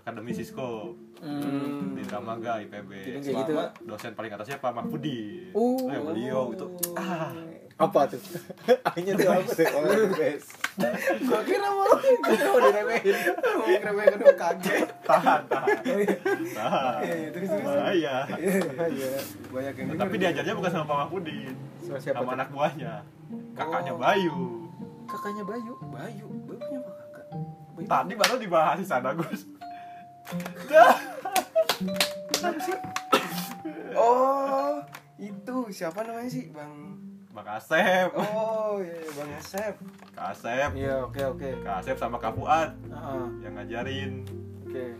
[SPEAKER 3] akademi Cisco
[SPEAKER 1] Mm.
[SPEAKER 3] di Dramaga IPB
[SPEAKER 1] Jadi kayak gitu.
[SPEAKER 3] Selama dosen paling atasnya Pak Mahfudi
[SPEAKER 1] Oh.
[SPEAKER 3] Nah, beliau itu ah
[SPEAKER 1] Apa tuh? (laughs) Akhirnya tuh apa tuh? Oh, the best.
[SPEAKER 2] Gua kira mau mau diremehin. Mau ngeremehin aduh
[SPEAKER 1] iya.
[SPEAKER 2] kaget.
[SPEAKER 3] tahan tahan
[SPEAKER 1] Oh,
[SPEAKER 3] tahan
[SPEAKER 2] Iya, iya, terus, terus.
[SPEAKER 3] bahaya
[SPEAKER 1] Iya.
[SPEAKER 2] Banyak yang
[SPEAKER 3] Nah, tapi diajarnya bukan sama Pak Mahfudin
[SPEAKER 1] Sama siapa
[SPEAKER 3] sama
[SPEAKER 1] tuh?
[SPEAKER 3] anak buahnya kakaknya
[SPEAKER 2] Oh.
[SPEAKER 3] Bayu
[SPEAKER 1] Kakaknya Bayu.
[SPEAKER 2] Bayu, Bayu punya apa kakak? Bayu.
[SPEAKER 3] tadi baru dibahas di sana Gus
[SPEAKER 2] Oh, itu siapa namanya sih Bang?
[SPEAKER 3] Bang Asep
[SPEAKER 2] Oh iya, iya, Bang Asep.
[SPEAKER 3] Kak Asep
[SPEAKER 1] Iya, oke oke.
[SPEAKER 3] Kak Asep sama Kak Fuad
[SPEAKER 1] Ah,
[SPEAKER 3] yang ngajarin
[SPEAKER 1] Oke.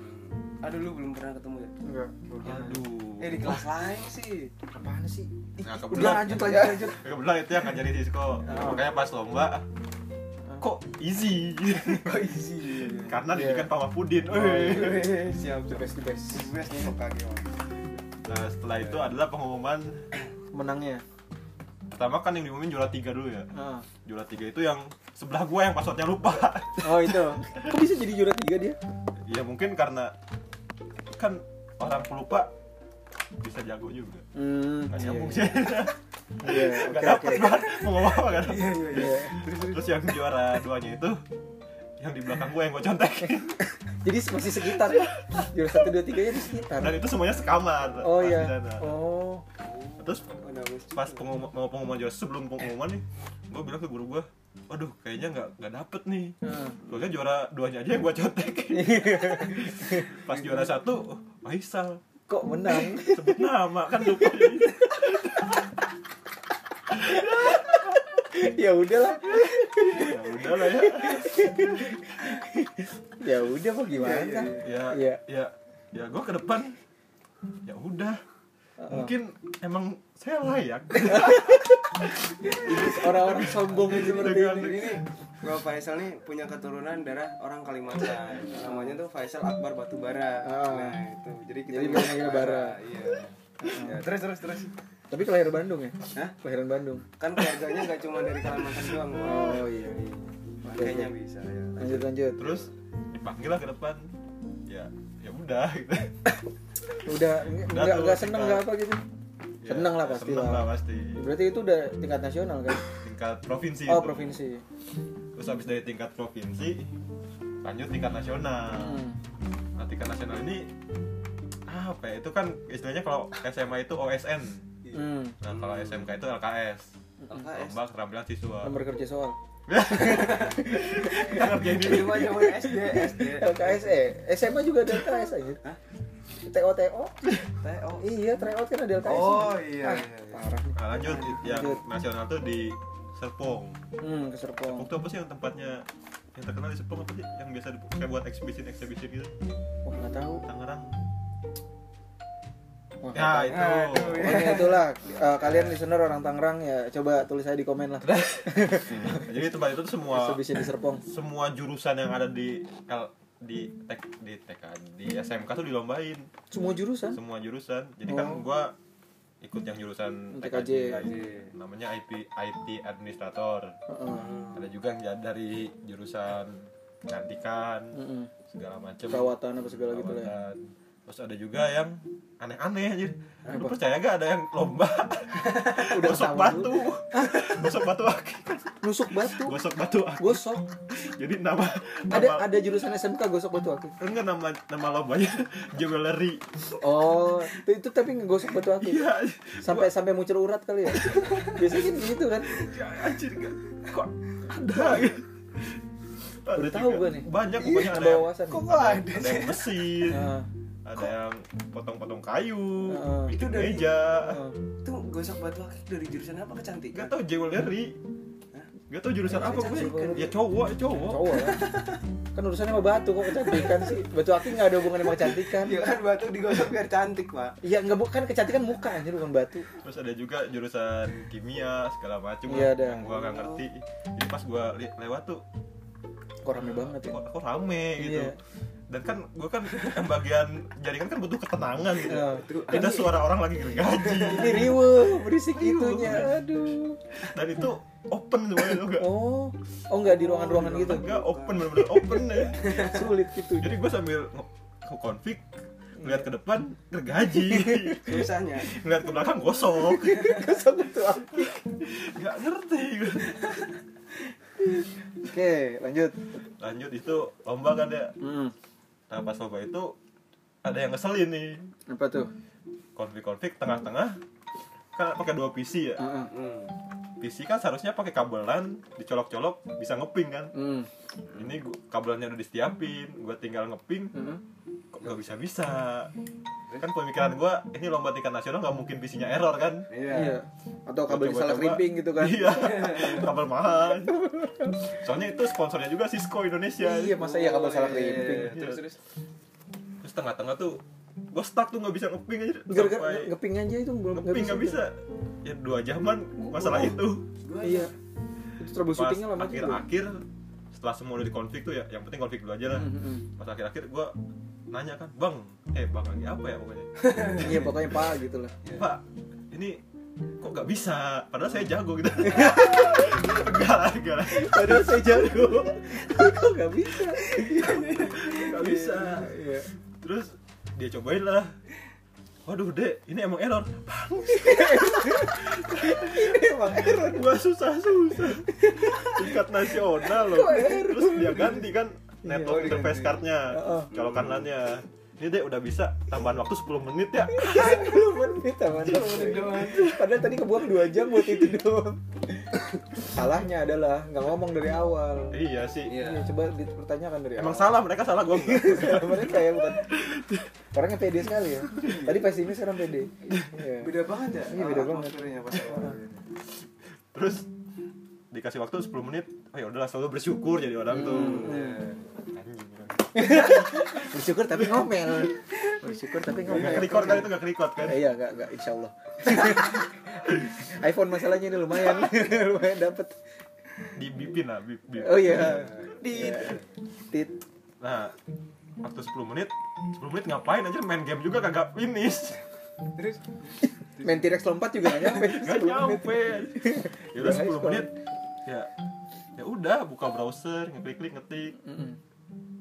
[SPEAKER 2] Aduh lu belum pernah ketemu ya?
[SPEAKER 1] Enggak.
[SPEAKER 3] aduh
[SPEAKER 2] Eh di kelas lain sih.
[SPEAKER 1] Apaan sih? Udah
[SPEAKER 3] nah kebetulan
[SPEAKER 1] lanjut lanjut lanjut.
[SPEAKER 3] kebetulan itu yang ngajarin Sisko makanya pas lomba kok easy (laughs)
[SPEAKER 2] Oh easy.
[SPEAKER 3] karena
[SPEAKER 1] Iya.
[SPEAKER 3] didikan Pak Mahfudin
[SPEAKER 2] Oh, iya, Wih, Siap
[SPEAKER 1] The
[SPEAKER 2] siap.
[SPEAKER 1] best Iya. the best.
[SPEAKER 2] Best nih kok kaki Bang.
[SPEAKER 3] nah setelah itu
[SPEAKER 2] Iya.
[SPEAKER 3] adalah pengumuman
[SPEAKER 1] Menangnya.
[SPEAKER 3] pertama kan yang diumumin juara tiga dulu ya
[SPEAKER 1] Ah.
[SPEAKER 3] juara tiga itu yang sebelah gua yang passwordnya lupa
[SPEAKER 1] Oh itu. Kok bisa jadi juara tiga dia?
[SPEAKER 3] ya mungkin karena kan orang pelupa bisa jago juga
[SPEAKER 1] Hmm.
[SPEAKER 3] nggak
[SPEAKER 1] iya,
[SPEAKER 3] nyambung
[SPEAKER 1] iya.
[SPEAKER 3] sih (laughs)
[SPEAKER 1] Iya.
[SPEAKER 3] nggak
[SPEAKER 1] Oke
[SPEAKER 3] dapet
[SPEAKER 1] oke.
[SPEAKER 3] banget mau ngomong apa nggak dapet.
[SPEAKER 2] Iya iya iya.
[SPEAKER 1] Iya.
[SPEAKER 3] terus yang juara duanya itu yang di belakang gue yang gue
[SPEAKER 1] (laughs)
[SPEAKER 3] contek
[SPEAKER 1] Jadi masih sekitar ya. Juara satu dua tiga di sekitar.
[SPEAKER 3] dan itu semuanya sekamar
[SPEAKER 1] Oh
[SPEAKER 3] pas di
[SPEAKER 1] iya.
[SPEAKER 3] sana.
[SPEAKER 1] Oh.
[SPEAKER 3] terus
[SPEAKER 2] Oh, nah, best
[SPEAKER 3] pas
[SPEAKER 2] juga.
[SPEAKER 3] pengumuman, mau pengumuman juara sebelum pengumuman nih gue bilang ke guru gue waduh kayaknya nggak nggak dapet nih
[SPEAKER 1] Ah.
[SPEAKER 3] soalnya juara duanya aja yang gue contek
[SPEAKER 1] Iya.
[SPEAKER 3] pas juara satu "Oh, Faisal
[SPEAKER 1] (laughs) Kok menang?
[SPEAKER 3] sebut nama kan lupa jadi
[SPEAKER 1] ya udahlah.
[SPEAKER 3] ya udah lah ya
[SPEAKER 1] Ya udah mau gimana?
[SPEAKER 2] Iya,
[SPEAKER 3] ya
[SPEAKER 1] Iya.
[SPEAKER 3] ya ya gue ke depan ya udah mungkin emang saya layak
[SPEAKER 1] Orang-orang sombong yang seperti
[SPEAKER 3] Dengan-
[SPEAKER 1] ini.
[SPEAKER 2] Ini Gua Faisal nih punya keturunan darah orang Kalimantan. Namanya tuh Faisal Akbar Batubara.
[SPEAKER 1] Ah.
[SPEAKER 2] Nah, itu. Jadi kita
[SPEAKER 1] Jadi
[SPEAKER 2] juga
[SPEAKER 1] manggilnya Bara.
[SPEAKER 2] Iya. Ya, terus terus terus.
[SPEAKER 1] Tapi kelahiran Bandung ya?
[SPEAKER 2] Hah?
[SPEAKER 1] Kelahiran Bandung.
[SPEAKER 2] Kan keluarganya gak cuma dari Kalimantan doang. Bang.
[SPEAKER 1] Oh iya. iya.
[SPEAKER 2] Makanya bisa ya.
[SPEAKER 1] Lanjut lanjut.
[SPEAKER 3] terus dipanggil lah ke depan ya ya udah gitu
[SPEAKER 1] udah nggak
[SPEAKER 3] tuh,
[SPEAKER 1] nggak seneng
[SPEAKER 3] kita-
[SPEAKER 1] nggak apa gitu.
[SPEAKER 3] Ya,
[SPEAKER 1] Seneng lah pasti
[SPEAKER 3] seneng lah
[SPEAKER 1] lah.
[SPEAKER 3] pasti
[SPEAKER 1] Berarti itu udah tingkat nasional
[SPEAKER 2] (laughs)
[SPEAKER 1] kan?
[SPEAKER 3] tingkat provinsi
[SPEAKER 2] Iya.
[SPEAKER 1] Oh
[SPEAKER 3] itu.
[SPEAKER 1] provinsi.
[SPEAKER 3] terus habis dari tingkat provinsi lanjut tingkat nasional
[SPEAKER 1] Hmm.
[SPEAKER 3] nah tingkat nasional ini apa ya itu kan istilahnya kalau SMA itu OSN
[SPEAKER 1] Hmm.
[SPEAKER 3] nah kalau SMK itu LKS
[SPEAKER 2] LKS.
[SPEAKER 3] lomba keterampilan siswa
[SPEAKER 1] Nomor kerja soal.
[SPEAKER 3] Kita ngerjain ini.
[SPEAKER 2] Cuma cuma SD SD.
[SPEAKER 1] LKS eh SMA juga ada LKS aja.
[SPEAKER 2] Hah?
[SPEAKER 1] TO TO.
[SPEAKER 2] TO.
[SPEAKER 1] Iya, tryout kan ada LKS.
[SPEAKER 2] Oh iya.
[SPEAKER 1] Ah,
[SPEAKER 2] iya, iya.
[SPEAKER 1] Parah nih.
[SPEAKER 3] Nah, lanjut yang
[SPEAKER 1] Lanjut.
[SPEAKER 3] nasional tuh di Serpong.
[SPEAKER 1] Hmm, ke Serpong.
[SPEAKER 3] Serpong tuh apa sih yang tempatnya yang terkenal di Serpong apa sih? Yang biasa dipu- kayak buat exhibition exhibition gitu.
[SPEAKER 1] Wah, enggak tahu.
[SPEAKER 3] Tangerang.
[SPEAKER 1] Wah, nggak
[SPEAKER 3] Nah,
[SPEAKER 1] tahu.
[SPEAKER 3] itu.
[SPEAKER 2] Nah, itu.
[SPEAKER 1] Pokoknya itulah eh, kalian listener orang Tangerang ya coba tulis aja di komen lah.
[SPEAKER 3] Jadi tempat itu tuh semua
[SPEAKER 1] Exhibition di Serpong.
[SPEAKER 3] semua jurusan yang ada di L- di tek di TK di SMK tuh dilombain
[SPEAKER 1] Semua jurusan.
[SPEAKER 3] semua jurusan. Jadi kan
[SPEAKER 1] Oh.
[SPEAKER 3] gua ikut yang jurusan
[SPEAKER 1] TKJ.
[SPEAKER 2] iya.
[SPEAKER 3] namanya IP IT administrator.
[SPEAKER 1] Heeh.
[SPEAKER 3] Ada juga yang ja- dari jurusan kecantikan
[SPEAKER 1] Mm-mm.
[SPEAKER 3] segala macam.
[SPEAKER 1] Perawatan apa segala gitu lah. ya.
[SPEAKER 3] Perawatan. terus ada juga yang aneh-aneh anjir lu
[SPEAKER 1] Apa?
[SPEAKER 3] percaya gak ada yang lomba
[SPEAKER 1] (laughs) Udah
[SPEAKER 3] gosok
[SPEAKER 1] ketahuan
[SPEAKER 3] batu (laughs) gosok batu aki
[SPEAKER 1] nusuk batu
[SPEAKER 3] gosok batu aki
[SPEAKER 1] gosok
[SPEAKER 3] jadi nama
[SPEAKER 1] ada
[SPEAKER 3] nama
[SPEAKER 1] ada jurusan SMK gosok batu akik
[SPEAKER 3] enggak nama nama lombanya (laughs) jewelry
[SPEAKER 1] oh itu, itu tapi ngegosok batu akik
[SPEAKER 3] iya
[SPEAKER 1] sampai sampai muncul urat kali
[SPEAKER 3] (laughs)
[SPEAKER 1] ya biasanya kan gitu kan
[SPEAKER 3] Ya, anjir gak kok ada gitu. Ada
[SPEAKER 1] Baru tahu
[SPEAKER 3] juga.
[SPEAKER 1] gua nih.
[SPEAKER 3] Ya,
[SPEAKER 1] Iya,
[SPEAKER 3] banyak pokoknya ada
[SPEAKER 1] ada
[SPEAKER 3] yang,
[SPEAKER 1] wawasan
[SPEAKER 2] Kok gak ada
[SPEAKER 3] ada
[SPEAKER 2] sih?
[SPEAKER 3] yang mesin
[SPEAKER 1] Nah,
[SPEAKER 3] ada yang potong-potong kayu
[SPEAKER 1] Heeh.
[SPEAKER 3] bikin
[SPEAKER 2] Itu dari-
[SPEAKER 3] meja
[SPEAKER 1] nah.
[SPEAKER 2] Itu gosok batu akik dari jurusan apa
[SPEAKER 3] gak
[SPEAKER 2] kecantikan?
[SPEAKER 3] tau jewelry
[SPEAKER 2] Hah?
[SPEAKER 3] gak tau jurusan
[SPEAKER 2] Jurusan
[SPEAKER 3] apa gue
[SPEAKER 1] jewelry.
[SPEAKER 3] ya cowok cowok
[SPEAKER 1] cowok kan kan urusannya sama batu kok kecantikan sih batu akik nggak ada hubungannya sama kecantikan
[SPEAKER 3] Iya.
[SPEAKER 2] Ya kan batu digosok biar cantik pak
[SPEAKER 1] Iya nggak bukan kecantikan muka anjir bukan batu.
[SPEAKER 3] terus ada juga jurusan kimia segala macem
[SPEAKER 1] Iya, ada.
[SPEAKER 3] yang gue gak ngerti jadi pas gue lewat tuh
[SPEAKER 1] Kok rame banget ya.
[SPEAKER 3] kok, kok rame gitu
[SPEAKER 1] Iya.
[SPEAKER 3] dan kan gue kan (laughs) yang bagian jaringan kan butuh ketenangan gitu
[SPEAKER 1] Iya,
[SPEAKER 2] betul.
[SPEAKER 3] ada suara orang lagi gergaji
[SPEAKER 1] Ini riwe berisik
[SPEAKER 3] Riweuh.
[SPEAKER 1] itunya. Aduh.
[SPEAKER 3] dan itu open semuanya tuh gak
[SPEAKER 1] Oh, oh nggak di ruangan-ruangan gitu.
[SPEAKER 3] Enggak, open bener-bener open ya
[SPEAKER 1] Sulit gitu.
[SPEAKER 3] jadi gue sambil nge- nge- konflik ngeliat ke depan gergaji (laughs)
[SPEAKER 2] Susahnya
[SPEAKER 3] ngeliat ke
[SPEAKER 1] (laughs)
[SPEAKER 3] belakang gosok
[SPEAKER 1] Kesel batu akik.
[SPEAKER 3] nggak ngerti gua.
[SPEAKER 1] Oke, lanjut.
[SPEAKER 3] lanjut itu lomba kan ya
[SPEAKER 1] Hmm,
[SPEAKER 3] nah pas lomba itu ada yang ngeselin nih
[SPEAKER 1] apa tuh?
[SPEAKER 3] konflik-konflik tengah-tengah kan pakai dua PC ya
[SPEAKER 1] Heeh.
[SPEAKER 2] Hmm.
[SPEAKER 3] PC kan seharusnya pakai kabelan dicolok-colok bisa ngeping kan
[SPEAKER 1] Hmm.
[SPEAKER 3] ini gua, kabelannya udah disetiapin gue tinggal ngeping
[SPEAKER 1] heeh.
[SPEAKER 3] kok nggak bisa bisa
[SPEAKER 1] Hmm.
[SPEAKER 3] kan pemikiran gue ini lomba tingkat nasional nggak mungkin PC-nya error kan
[SPEAKER 1] Iya.
[SPEAKER 2] Iya
[SPEAKER 1] Atau kabel
[SPEAKER 3] Coba-coba.
[SPEAKER 1] disalah kerimping gitu kan.
[SPEAKER 3] iya (laughs) kabel mahal soalnya itu sponsornya juga Cisco Indonesia
[SPEAKER 1] Iya, masa iya kabel salah
[SPEAKER 2] Oh, iya,
[SPEAKER 1] kerimping.
[SPEAKER 2] iya, iya. Terus terus
[SPEAKER 3] terus tengah-tengah tuh gue stuck tuh nggak bisa ngeping aja
[SPEAKER 1] Gara-gara
[SPEAKER 3] sampai
[SPEAKER 1] ngeping aja itu belum gitu.
[SPEAKER 3] ngeping nggak bisa ya dua jaman masalah itu
[SPEAKER 2] Gua
[SPEAKER 1] Iya. Itu
[SPEAKER 3] pas
[SPEAKER 1] troubleshootingnya lama juga.
[SPEAKER 3] akhir-akhir setelah semua udah dikonflik tuh ya yang penting konflik dulu aja lah
[SPEAKER 1] Hmm, hmm.
[SPEAKER 3] pas akhir-akhir gue nanya kan bang eh bang lagi apa ya pokoknya
[SPEAKER 1] Iya, pokoknya Pak gitu lah.
[SPEAKER 3] pak ini kok nggak bisa padahal saya jago
[SPEAKER 1] (laughs)
[SPEAKER 3] gitu enggak lah enggak lah
[SPEAKER 1] Padahal saya jago. (laughs) Kok nggak bisa?
[SPEAKER 3] nggak bisa
[SPEAKER 1] Iya.
[SPEAKER 3] terus dia cobain lah waduh dek ini emang error
[SPEAKER 1] Ini emang error.
[SPEAKER 3] gua susah susah tingkat nasional loh
[SPEAKER 1] Kok error? Iya,
[SPEAKER 3] terus dia ganti kan
[SPEAKER 2] oh,
[SPEAKER 3] network
[SPEAKER 2] diganti.
[SPEAKER 3] interface cardnya
[SPEAKER 1] Heeh.
[SPEAKER 3] colokan LAN-nya ini dek udah bisa tambahan waktu 10 menit ya
[SPEAKER 1] 10 menit aman.
[SPEAKER 2] doang.
[SPEAKER 1] Padahal tadi kebuang 2 jam buat itu doang. Salahnya adalah nggak ngomong dari awal.
[SPEAKER 3] iya sih
[SPEAKER 1] Iya,
[SPEAKER 2] Iya
[SPEAKER 1] coba dipertanyakan dari
[SPEAKER 3] emang
[SPEAKER 1] awal.
[SPEAKER 3] salah mereka salah gua enggak.
[SPEAKER 1] Mereka ya bukan orangnya pede sekali ya. Tadi pesimis sekarang pede. Iya.
[SPEAKER 2] Beda banget ya
[SPEAKER 1] Iya, beda
[SPEAKER 2] ah,
[SPEAKER 1] banget. Iya.
[SPEAKER 2] atmosfernya pas awal. gitu.
[SPEAKER 3] terus dikasih waktu 10 menit oh ya udahlah selalu bersyukur jadi orang tuh
[SPEAKER 1] Hmm,
[SPEAKER 2] Iya.
[SPEAKER 3] anjing
[SPEAKER 1] Bersyukur tapi ngomel. Bersyukur tapi
[SPEAKER 3] nggak
[SPEAKER 1] ngomel.
[SPEAKER 3] record kan itu nggak record kan
[SPEAKER 1] Eh, iya, enggak enggak insyaallah. (laughs) iPhone masalahnya ini lumayan (laughs) lumayan dapat.
[SPEAKER 3] dibipin lah bip, bip.
[SPEAKER 1] Oh iya. Tit. Tit.
[SPEAKER 3] nah waktu 10 menit 10 menit ngapain aja main game juga kagak finish
[SPEAKER 2] Terus
[SPEAKER 1] Main T-Rex lompat juga nggak nyampe.
[SPEAKER 3] nggak
[SPEAKER 1] 10 menit.
[SPEAKER 3] nyampe ya
[SPEAKER 1] Udah,
[SPEAKER 3] udah
[SPEAKER 1] guys,
[SPEAKER 3] 10 menit ya ya udah buka browser ngeklik klik ngetik
[SPEAKER 1] Mm-mm.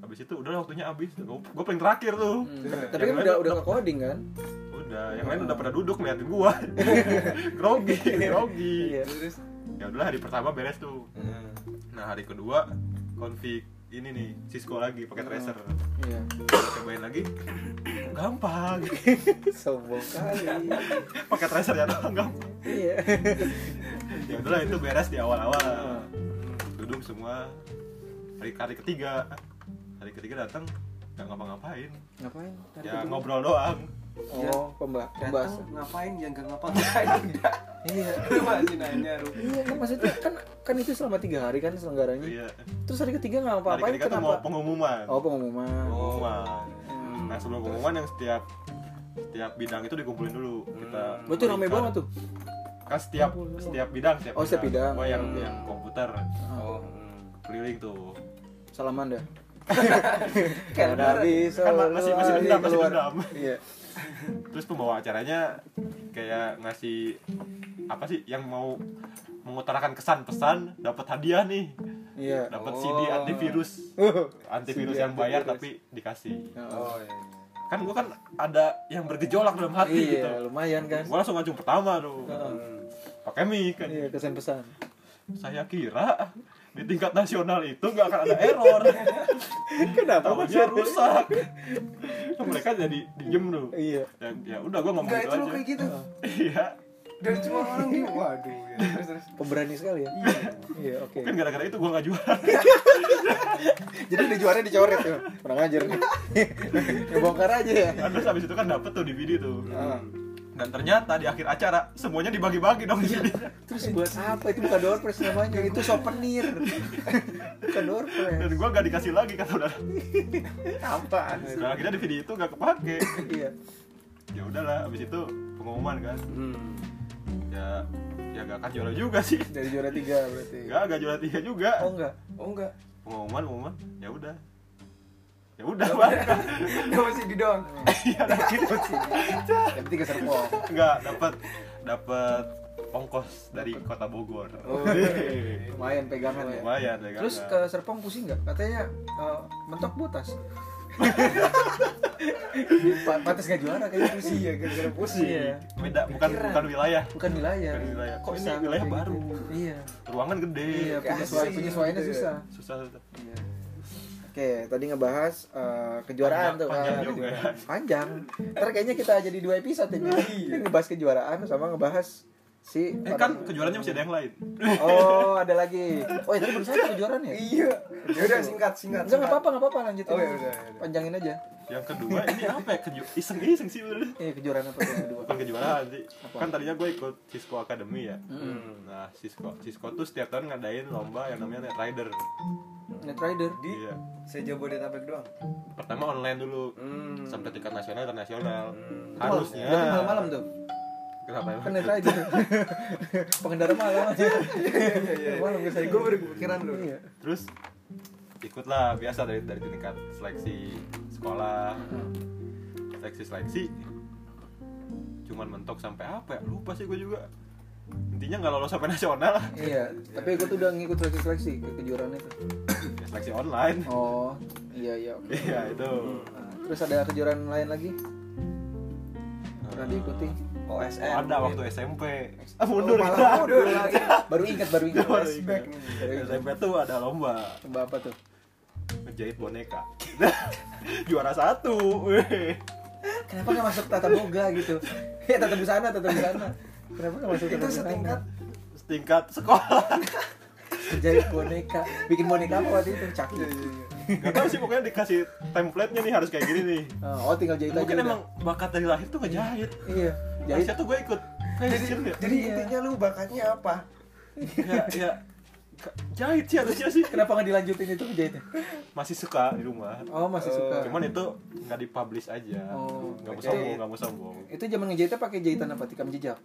[SPEAKER 3] habis itu udah waktunya habis gue paling terakhir tuh
[SPEAKER 1] Hmm. Tapi kan udah udah ke coding kan?
[SPEAKER 3] udah yang lain udah pada duduk ngeliatin gua
[SPEAKER 1] (laughs)
[SPEAKER 3] grogi grogi
[SPEAKER 1] Iya. Hmm.
[SPEAKER 2] terus
[SPEAKER 3] ya udah hari pertama beres tuh nah hari kedua konfig ini nih Cisco lagi pakai tracer
[SPEAKER 1] Iya.
[SPEAKER 3] cobain lagi gampang (laughs)
[SPEAKER 1] Sombong kali.
[SPEAKER 3] pakai tracer ya (laughs) doang gampang
[SPEAKER 1] Iya.
[SPEAKER 3] ya udahlah itu beres di
[SPEAKER 1] Ah.
[SPEAKER 3] awal-awal duduk semua hari hari ketiga hari ketiga datang nggak ngapa-ngapain
[SPEAKER 1] Ngapain? Tadi
[SPEAKER 3] ya
[SPEAKER 1] ketemu.
[SPEAKER 3] ngobrol doang
[SPEAKER 1] Oh, pembah pembahasan.
[SPEAKER 2] datang ngapain yang nggak (laughs) ngapain udah
[SPEAKER 1] Iya.
[SPEAKER 2] lu masih nanya lu
[SPEAKER 1] Iya, kan maksudnya kan kan itu selama tiga hari kan selenggaranya.
[SPEAKER 3] iya
[SPEAKER 1] Terus hari ketiga nggak
[SPEAKER 3] hari
[SPEAKER 1] apa-apain
[SPEAKER 3] ketiga tuh mau
[SPEAKER 1] kenapa?
[SPEAKER 3] pengumuman
[SPEAKER 1] Oh Hmm. pengumuman.
[SPEAKER 3] pengumuman nah sebelum pengumuman yang setiap setiap bidang itu dikumpulin dulu kita
[SPEAKER 1] Hmm. Berarti rame
[SPEAKER 3] berikan.
[SPEAKER 1] banget tuh.
[SPEAKER 3] kan setiap setiap bidang setiap
[SPEAKER 1] Oh, setiap bidang.
[SPEAKER 3] Gua yang yang komputer
[SPEAKER 2] oh
[SPEAKER 3] keliling tuh
[SPEAKER 1] Salaman
[SPEAKER 3] (laughs)
[SPEAKER 1] dah.
[SPEAKER 2] Kan
[SPEAKER 1] bisa
[SPEAKER 3] kan ma- masih- masih dendam, masih
[SPEAKER 1] oh, keluar.
[SPEAKER 3] dendam.
[SPEAKER 1] Iya.
[SPEAKER 3] terus pembawa acaranya kayak ngasih apa sih yang mau mengutarakan kesan pesan dapat hadiah nih
[SPEAKER 1] Iya.
[SPEAKER 3] dapat
[SPEAKER 2] Oh.
[SPEAKER 3] CD antivirus antivirus
[SPEAKER 1] CD
[SPEAKER 3] yang bayar
[SPEAKER 1] antivirus.
[SPEAKER 3] tapi dikasih
[SPEAKER 1] Nah,
[SPEAKER 2] oh iya
[SPEAKER 3] kan gue kan ada yang bergejolak dalam hati gitu
[SPEAKER 1] iya lumayan kan Oh,
[SPEAKER 3] gue langsung ngacung pertama tuh pakai mic kan
[SPEAKER 1] iya kesan pesan
[SPEAKER 3] saya kira di tingkat nasional itu nggak akan ada error
[SPEAKER 1] kenapa
[SPEAKER 3] tahunya rusak (laughs) mereka jadi diem tuh
[SPEAKER 1] iya
[SPEAKER 3] ya, ya udah gue ngomong
[SPEAKER 2] Enggak
[SPEAKER 3] gitu
[SPEAKER 2] itu lo
[SPEAKER 3] aja
[SPEAKER 2] kayak gitu.
[SPEAKER 3] (laughs) iya
[SPEAKER 2] Dan semua orang di waduh ya. Terus terus.
[SPEAKER 1] pemberani sekali ya iya oke
[SPEAKER 3] mungkin Kan gara-gara itu gue nggak juara
[SPEAKER 1] jadi di juara dicoret ya kurang ajar nih (laughs) ya bongkar aja ya
[SPEAKER 3] Nah, terus habis itu kan dapet tuh DVD tuh
[SPEAKER 1] Ah.
[SPEAKER 3] dan ternyata di akhir acara semuanya dibagi-bagi dong DVD-nya.
[SPEAKER 1] terus buat apa itu bukan door prize namanya itu souvenir bukan door
[SPEAKER 3] dan
[SPEAKER 1] prize
[SPEAKER 3] gue gak dikasih lagi kata udah
[SPEAKER 2] Apaan?
[SPEAKER 3] (laughs) dan akhirnya DVD itu gak kepake
[SPEAKER 1] iya
[SPEAKER 3] ya udahlah habis itu pengumuman kan
[SPEAKER 2] Hmm.
[SPEAKER 3] ya ya gak akan juara juga sih
[SPEAKER 1] dari juara tiga berarti
[SPEAKER 3] gak gak juara tiga juga
[SPEAKER 1] oh enggak
[SPEAKER 2] Oh enggak.
[SPEAKER 3] pengumuman pengumuman ya udah ya udah bangga
[SPEAKER 2] Dia masih di doang.
[SPEAKER 3] iya gitu
[SPEAKER 1] yang penting ke Serpong
[SPEAKER 3] nggak dapat dapat ongkos dari kota Bogor
[SPEAKER 2] Oh,
[SPEAKER 1] lumayan pegangan ya
[SPEAKER 3] lumayan ya
[SPEAKER 1] terus ke
[SPEAKER 3] kan?
[SPEAKER 1] Serpong pusing nggak katanya eh, mentok botas Pa- Pantes gak juara kayaknya pusing ya gara-gara pusing ya
[SPEAKER 3] beda bukan
[SPEAKER 2] Pikiran.
[SPEAKER 3] bukan wilayah
[SPEAKER 1] bukan wilayah
[SPEAKER 3] Bukan wilayah. Kok
[SPEAKER 1] Bisa
[SPEAKER 3] ini wilayah
[SPEAKER 1] kayak
[SPEAKER 3] baru?
[SPEAKER 1] gitu? iya
[SPEAKER 3] ruangan gede
[SPEAKER 1] iya penyesuaian
[SPEAKER 2] Kasih.
[SPEAKER 1] penyesuaiannya
[SPEAKER 2] Iya.
[SPEAKER 1] susah
[SPEAKER 3] susah susah
[SPEAKER 1] Oke, tadi ngebahas eh, kejuaraan
[SPEAKER 3] Panjang-
[SPEAKER 1] tuh.
[SPEAKER 3] panjang
[SPEAKER 1] Ah,
[SPEAKER 3] juga
[SPEAKER 1] kejuaraan.
[SPEAKER 3] ya.
[SPEAKER 1] Panjang. Ntar kayaknya kita jadi dua episode ini. Ini ngebahas kejuaraan sama ngebahas si
[SPEAKER 3] Iya. eh kan kejuarannya masih ada yang lain
[SPEAKER 1] Oh, ada lagi. Oh, ya, tadi baru satu kejuaraan ya?
[SPEAKER 2] Iya. Ya udah singkat singkat.
[SPEAKER 1] Enggak enggak apa-apa, enggak apa-apa lanjutin.
[SPEAKER 2] Oh, iya, udah, udah.
[SPEAKER 1] Panjangin aja.
[SPEAKER 3] yang kedua ini apa ya Keju- iseng-iseng sih bener
[SPEAKER 1] Eh, kejuaraan apa tuh yang kedua?
[SPEAKER 3] bukan kejuaraan sih
[SPEAKER 1] Apa? Hmm.
[SPEAKER 3] kan tadinya gue ikut Cisco Academy ya nah Cisco Cisco tuh setiap tahun ngadain lomba yang namanya Night Rider
[SPEAKER 1] Net Rider.
[SPEAKER 2] Di
[SPEAKER 3] iya
[SPEAKER 2] saya Jabodetabek doang.
[SPEAKER 3] pertama online dulu
[SPEAKER 2] Hmm.
[SPEAKER 3] sampai tingkat nasional internasional
[SPEAKER 2] Hmm.
[SPEAKER 3] harusnya
[SPEAKER 1] Berarti kan malam-malam tuh.
[SPEAKER 3] kenapa
[SPEAKER 1] Kan
[SPEAKER 3] emang
[SPEAKER 1] Net
[SPEAKER 2] (laughs)
[SPEAKER 1] Rider. Pengendara malam aja.
[SPEAKER 2] Iya iya.
[SPEAKER 1] Malam
[SPEAKER 2] Gue
[SPEAKER 1] biasanya.
[SPEAKER 2] baru kepikiran lu.
[SPEAKER 1] Iya.
[SPEAKER 3] terus ikutlah biasa dari dari tingkat seleksi sekolah
[SPEAKER 1] Hmm.
[SPEAKER 3] seleksi seleksi cuman mentok sampai apa ya lupa sih gue juga intinya nggak lolos sampai nasional (laughs)
[SPEAKER 1] Iya, tapi aku tuh udah ngikut seleksi-seleksi ke kejuaraan itu.
[SPEAKER 3] Ya, seleksi online (laughs)
[SPEAKER 1] Oh, iya iya. oke.
[SPEAKER 3] iya itu
[SPEAKER 1] Nah, Terus ada kejuaraan lain lagi? Pernah diikuti?
[SPEAKER 2] OSN.
[SPEAKER 3] Oh, ada waktu SMP ah,
[SPEAKER 1] Oh,
[SPEAKER 3] mundur
[SPEAKER 1] malah
[SPEAKER 2] (laughs)
[SPEAKER 3] kita. (laughs)
[SPEAKER 1] mundur lagi. Baru ingat, baru ingat.
[SPEAKER 3] Baru
[SPEAKER 1] Flashback
[SPEAKER 3] ingat.
[SPEAKER 1] nih. Baru ingat.
[SPEAKER 3] SMP tuh ada lomba
[SPEAKER 1] Coba apa tuh?
[SPEAKER 3] ngejahit boneka (laughs) juara satu weh.
[SPEAKER 1] Kenapa nggak masuk tata boga gitu? Ya tata busana, tata busana. Kenapa nggak masuk tata
[SPEAKER 2] Itu
[SPEAKER 1] busana?
[SPEAKER 2] setingkat
[SPEAKER 3] setingkat sekolah
[SPEAKER 1] Jahit boneka, bikin boneka apa waktu itu? Caki.
[SPEAKER 2] Iya iya iya.
[SPEAKER 3] gak tau sih pokoknya dikasih template-nya nih harus kayak gini nih
[SPEAKER 1] Oh, oh, tinggal jahit aja.
[SPEAKER 3] mungkin
[SPEAKER 1] udah.
[SPEAKER 3] emang bakat dari lahir tuh ngejahit
[SPEAKER 1] Iya. Jahit.
[SPEAKER 3] harusnya tuh gue ikut fashion ya
[SPEAKER 2] Jadi
[SPEAKER 1] Iya.
[SPEAKER 2] intinya lu bakatnya apa?
[SPEAKER 3] ya ya Ka- jahit sih harusnya sih
[SPEAKER 1] Kenapa nggak dilanjutin itu jahitnya?
[SPEAKER 3] masih suka di rumah
[SPEAKER 1] Oh, masih
[SPEAKER 2] Eh,
[SPEAKER 1] suka.
[SPEAKER 3] cuman itu nggak dipublish aja
[SPEAKER 1] Oh,
[SPEAKER 3] nggak mau
[SPEAKER 1] oke.
[SPEAKER 3] sombong nggak mau sombong
[SPEAKER 1] itu zaman ngejahitnya pakai jahitan apa? Tikam jejak.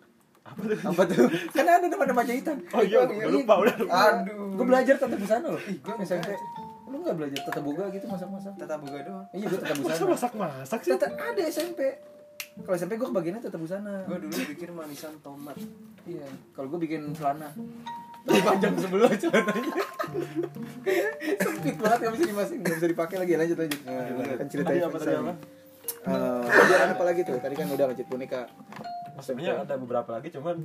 [SPEAKER 3] apa tuh
[SPEAKER 1] Apa tuh? Kan ada nama-nama jahitan.
[SPEAKER 3] oh iya udah lupa udah lupa.
[SPEAKER 2] Aduh.
[SPEAKER 1] Gue belajar tata busana loh. Ih,
[SPEAKER 2] gua nggak
[SPEAKER 1] SMP.
[SPEAKER 2] belajar.
[SPEAKER 1] Lu nggak belajar tata boga gitu masak-masak?
[SPEAKER 2] Tata boga doang.
[SPEAKER 1] Iya, gue tata
[SPEAKER 3] masa
[SPEAKER 1] busana.
[SPEAKER 3] masak masak sih
[SPEAKER 1] Tata ada SMP. Kalau SMP gue kebagiannya tata busana.
[SPEAKER 2] Gue dulu bikin manisan tomat.
[SPEAKER 1] Iya. Kalau gue bikin celana. Lebih panjang sebelah celananya. (laughs) Sempit banget nggak bisa dimasak, nggak bisa dipakai lagi. Lanjut lanjut. Nah,
[SPEAKER 3] lanjut.
[SPEAKER 1] kan ceritain
[SPEAKER 3] Tadi apa, tadi apa?
[SPEAKER 1] Eh, kejuaraan apa lagi tuh? Tadi kan udah ngejahit boneka.
[SPEAKER 3] maksudnya ada beberapa lagi cuman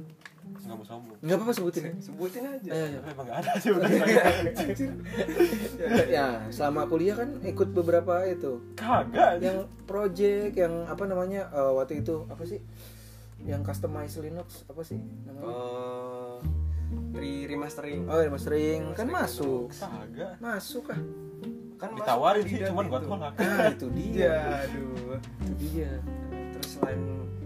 [SPEAKER 3] nggak mau sombong
[SPEAKER 1] Enggak apa-apa sebutin. ya.
[SPEAKER 2] Sebutin aja.
[SPEAKER 1] Ayo, ayo.
[SPEAKER 3] Tapi emang nggak ada sih udah
[SPEAKER 1] Ya, selama kuliah kan ikut beberapa itu
[SPEAKER 3] kagak
[SPEAKER 1] yang project yang apa namanya eh, waktu itu apa sih yang customize Linux apa sih namanya
[SPEAKER 2] Oh, re remastering.
[SPEAKER 1] oh mastering kan masuk
[SPEAKER 3] kagak
[SPEAKER 1] masuk ah
[SPEAKER 2] Kan masuk
[SPEAKER 3] ditawarin
[SPEAKER 2] ke
[SPEAKER 3] sih
[SPEAKER 2] Didan
[SPEAKER 3] cuman gue
[SPEAKER 2] itu.
[SPEAKER 3] tolak
[SPEAKER 1] nah itu dia
[SPEAKER 2] Iya, aduh.
[SPEAKER 1] itu dia
[SPEAKER 2] Terus selain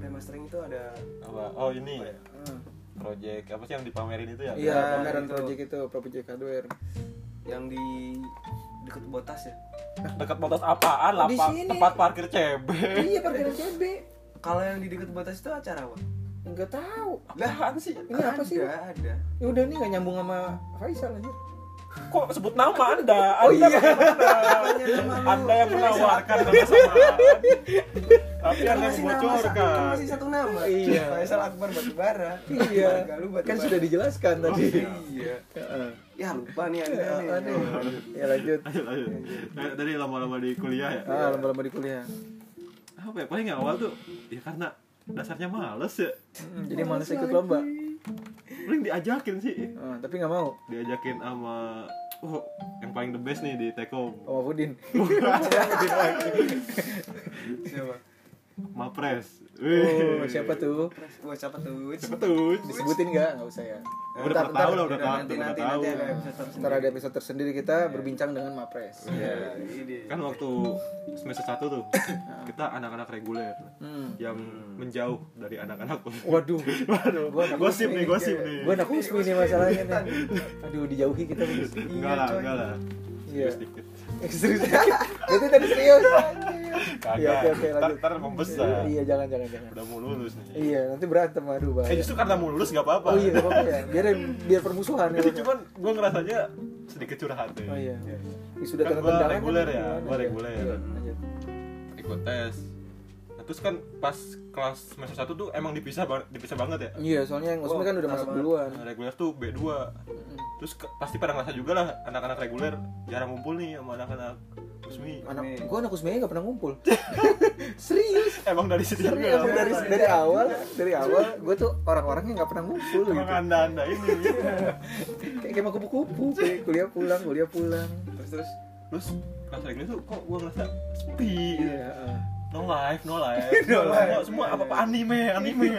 [SPEAKER 2] remastering itu ada
[SPEAKER 3] apa oh ini
[SPEAKER 1] Ah.
[SPEAKER 3] project apa sih yang dipamerin itu ya
[SPEAKER 1] iya
[SPEAKER 2] Nah,
[SPEAKER 1] pameran
[SPEAKER 2] itu.
[SPEAKER 1] project itu project hardware
[SPEAKER 2] yang di deket botas ya.
[SPEAKER 3] dekat batas apaan
[SPEAKER 1] Oh, Di
[SPEAKER 3] lapak
[SPEAKER 1] sini.
[SPEAKER 3] tempat parkir CB
[SPEAKER 1] iya parkiran CB
[SPEAKER 2] Kalau yang di deket botas itu acara apa?
[SPEAKER 1] nggak tahu
[SPEAKER 3] apaan sih
[SPEAKER 1] ini apa sih
[SPEAKER 2] Ada, ada.
[SPEAKER 1] ya udah nih nggak nyambung sama Faisal aja
[SPEAKER 3] kok sebut nama anda
[SPEAKER 1] Oh,
[SPEAKER 3] anda
[SPEAKER 1] iya.
[SPEAKER 3] pernah- anda yang menawarkan sama-sama tapi anda yang
[SPEAKER 2] Masih nama satu,
[SPEAKER 3] membocorkan
[SPEAKER 2] masih satu nama.
[SPEAKER 1] Iya.
[SPEAKER 2] Faisal Akbar Batubara.
[SPEAKER 1] iya Oh,
[SPEAKER 2] Keluarga lu
[SPEAKER 1] (laughs)
[SPEAKER 2] Batubara.
[SPEAKER 1] kan sudah dijelaskan tadi
[SPEAKER 2] Iya.
[SPEAKER 1] Heeh.
[SPEAKER 2] Ya lupa nih ada.
[SPEAKER 1] Ya, aneh. ya
[SPEAKER 2] nih.
[SPEAKER 1] lanjut Iya.
[SPEAKER 3] Lanjut, lanjut. Nah, Dari lama-lama di kuliah ya.
[SPEAKER 1] ah lama-lama di kuliah
[SPEAKER 3] apa ya paling awal tuh ya karena dasarnya males ya
[SPEAKER 1] Mm, jadi males ikut lomba
[SPEAKER 3] paling diajakin sih
[SPEAKER 1] Eh, tapi nggak mau
[SPEAKER 3] diajakin sama oh yang paling the best nih di Tekom
[SPEAKER 1] sama (laughs) Pudin
[SPEAKER 2] Siapa?
[SPEAKER 3] Mapres
[SPEAKER 1] oh,
[SPEAKER 3] Wih.
[SPEAKER 1] siapa tuh
[SPEAKER 2] Terus, Wah, siapa tuh?
[SPEAKER 3] siapa tuh
[SPEAKER 1] disebutin nggak nggak usah ya
[SPEAKER 3] Udah pernah tahu lah, udah
[SPEAKER 2] Yaudah,
[SPEAKER 3] tahu,
[SPEAKER 2] Nanti
[SPEAKER 3] udah
[SPEAKER 2] nanti
[SPEAKER 3] tahu.
[SPEAKER 2] nanti ada
[SPEAKER 1] ntar
[SPEAKER 2] episode
[SPEAKER 1] ada
[SPEAKER 2] tersendiri.
[SPEAKER 1] episode tersendiri kita berbincang dengan Mapres
[SPEAKER 2] Ya,
[SPEAKER 3] Iya.
[SPEAKER 2] ini.
[SPEAKER 3] kan waktu semester satu tuh kita anak-anak reguler
[SPEAKER 1] Hmm.
[SPEAKER 3] yang menjauh dari anak-anak
[SPEAKER 1] waduh
[SPEAKER 3] Waduh,
[SPEAKER 1] Gua anak
[SPEAKER 3] gosip
[SPEAKER 1] USP
[SPEAKER 3] nih, gosip nih.
[SPEAKER 1] gue anak USP nih masalahnya
[SPEAKER 3] (laughs)
[SPEAKER 1] nih aduh dijauhi kita Bos.
[SPEAKER 3] Enggak lah, enggak lah.
[SPEAKER 1] iya
[SPEAKER 3] Serius dikit.
[SPEAKER 1] Eh, serius (laughs) itu tadi serius Iya, oke,
[SPEAKER 3] Kagak.
[SPEAKER 1] oke,
[SPEAKER 3] Ntar
[SPEAKER 1] lanjut.
[SPEAKER 3] ntar membesar.
[SPEAKER 1] iya jangan jangan jangan
[SPEAKER 3] Udah mau lulus nih.
[SPEAKER 1] iya nanti berantem aduh
[SPEAKER 3] Eh
[SPEAKER 1] bahaya
[SPEAKER 3] justru karena mau lulus gak apa-apa.
[SPEAKER 1] oh iya nggak apa-apa ya biar biar permusuhan ya
[SPEAKER 3] Jadi (laughs) cuman gue ngerasanya sedikit curhat deh.
[SPEAKER 1] Oh iya. sudah
[SPEAKER 3] Kan gua reguler ya, gua reguler.
[SPEAKER 1] Iya, lanjut.
[SPEAKER 3] Ikut tes. Nah, terus kan pas kelas semester 1 tuh emang dipisah banget, dipisah banget ya.
[SPEAKER 1] Iya, soalnya yang Usmi
[SPEAKER 2] Oh,
[SPEAKER 1] kan udah
[SPEAKER 2] parah
[SPEAKER 1] masuk
[SPEAKER 2] banget.
[SPEAKER 1] duluan.
[SPEAKER 3] Nah, reguler tuh B2. Terus ke- pasti pada ngerasa juga lah anak-anak reguler jarang ngumpul nih sama anak-anak Usmi.
[SPEAKER 1] Anak
[SPEAKER 2] Nih.
[SPEAKER 1] gua anak Usmi nggak pernah ngumpul. Serius?
[SPEAKER 3] (laughs) Emang dari situ
[SPEAKER 1] Serius
[SPEAKER 3] juga.
[SPEAKER 1] emang Iya, dari dari awal, dari awal gua tuh orang-orangnya nggak pernah ngumpul
[SPEAKER 3] Emang
[SPEAKER 1] gitu.
[SPEAKER 3] anda-anda ini.
[SPEAKER 1] Kayak kayak mau kupu-kupu, kayak kuliah pulang, kuliah pulang.
[SPEAKER 2] Terus terus
[SPEAKER 3] Terus kelas reguler tuh kok gue ngerasa sepi. gitu.
[SPEAKER 1] Iya, heeh.
[SPEAKER 3] No life, no life.
[SPEAKER 2] No
[SPEAKER 3] Semua-
[SPEAKER 2] life.
[SPEAKER 3] Semua apa-apa anime, anime.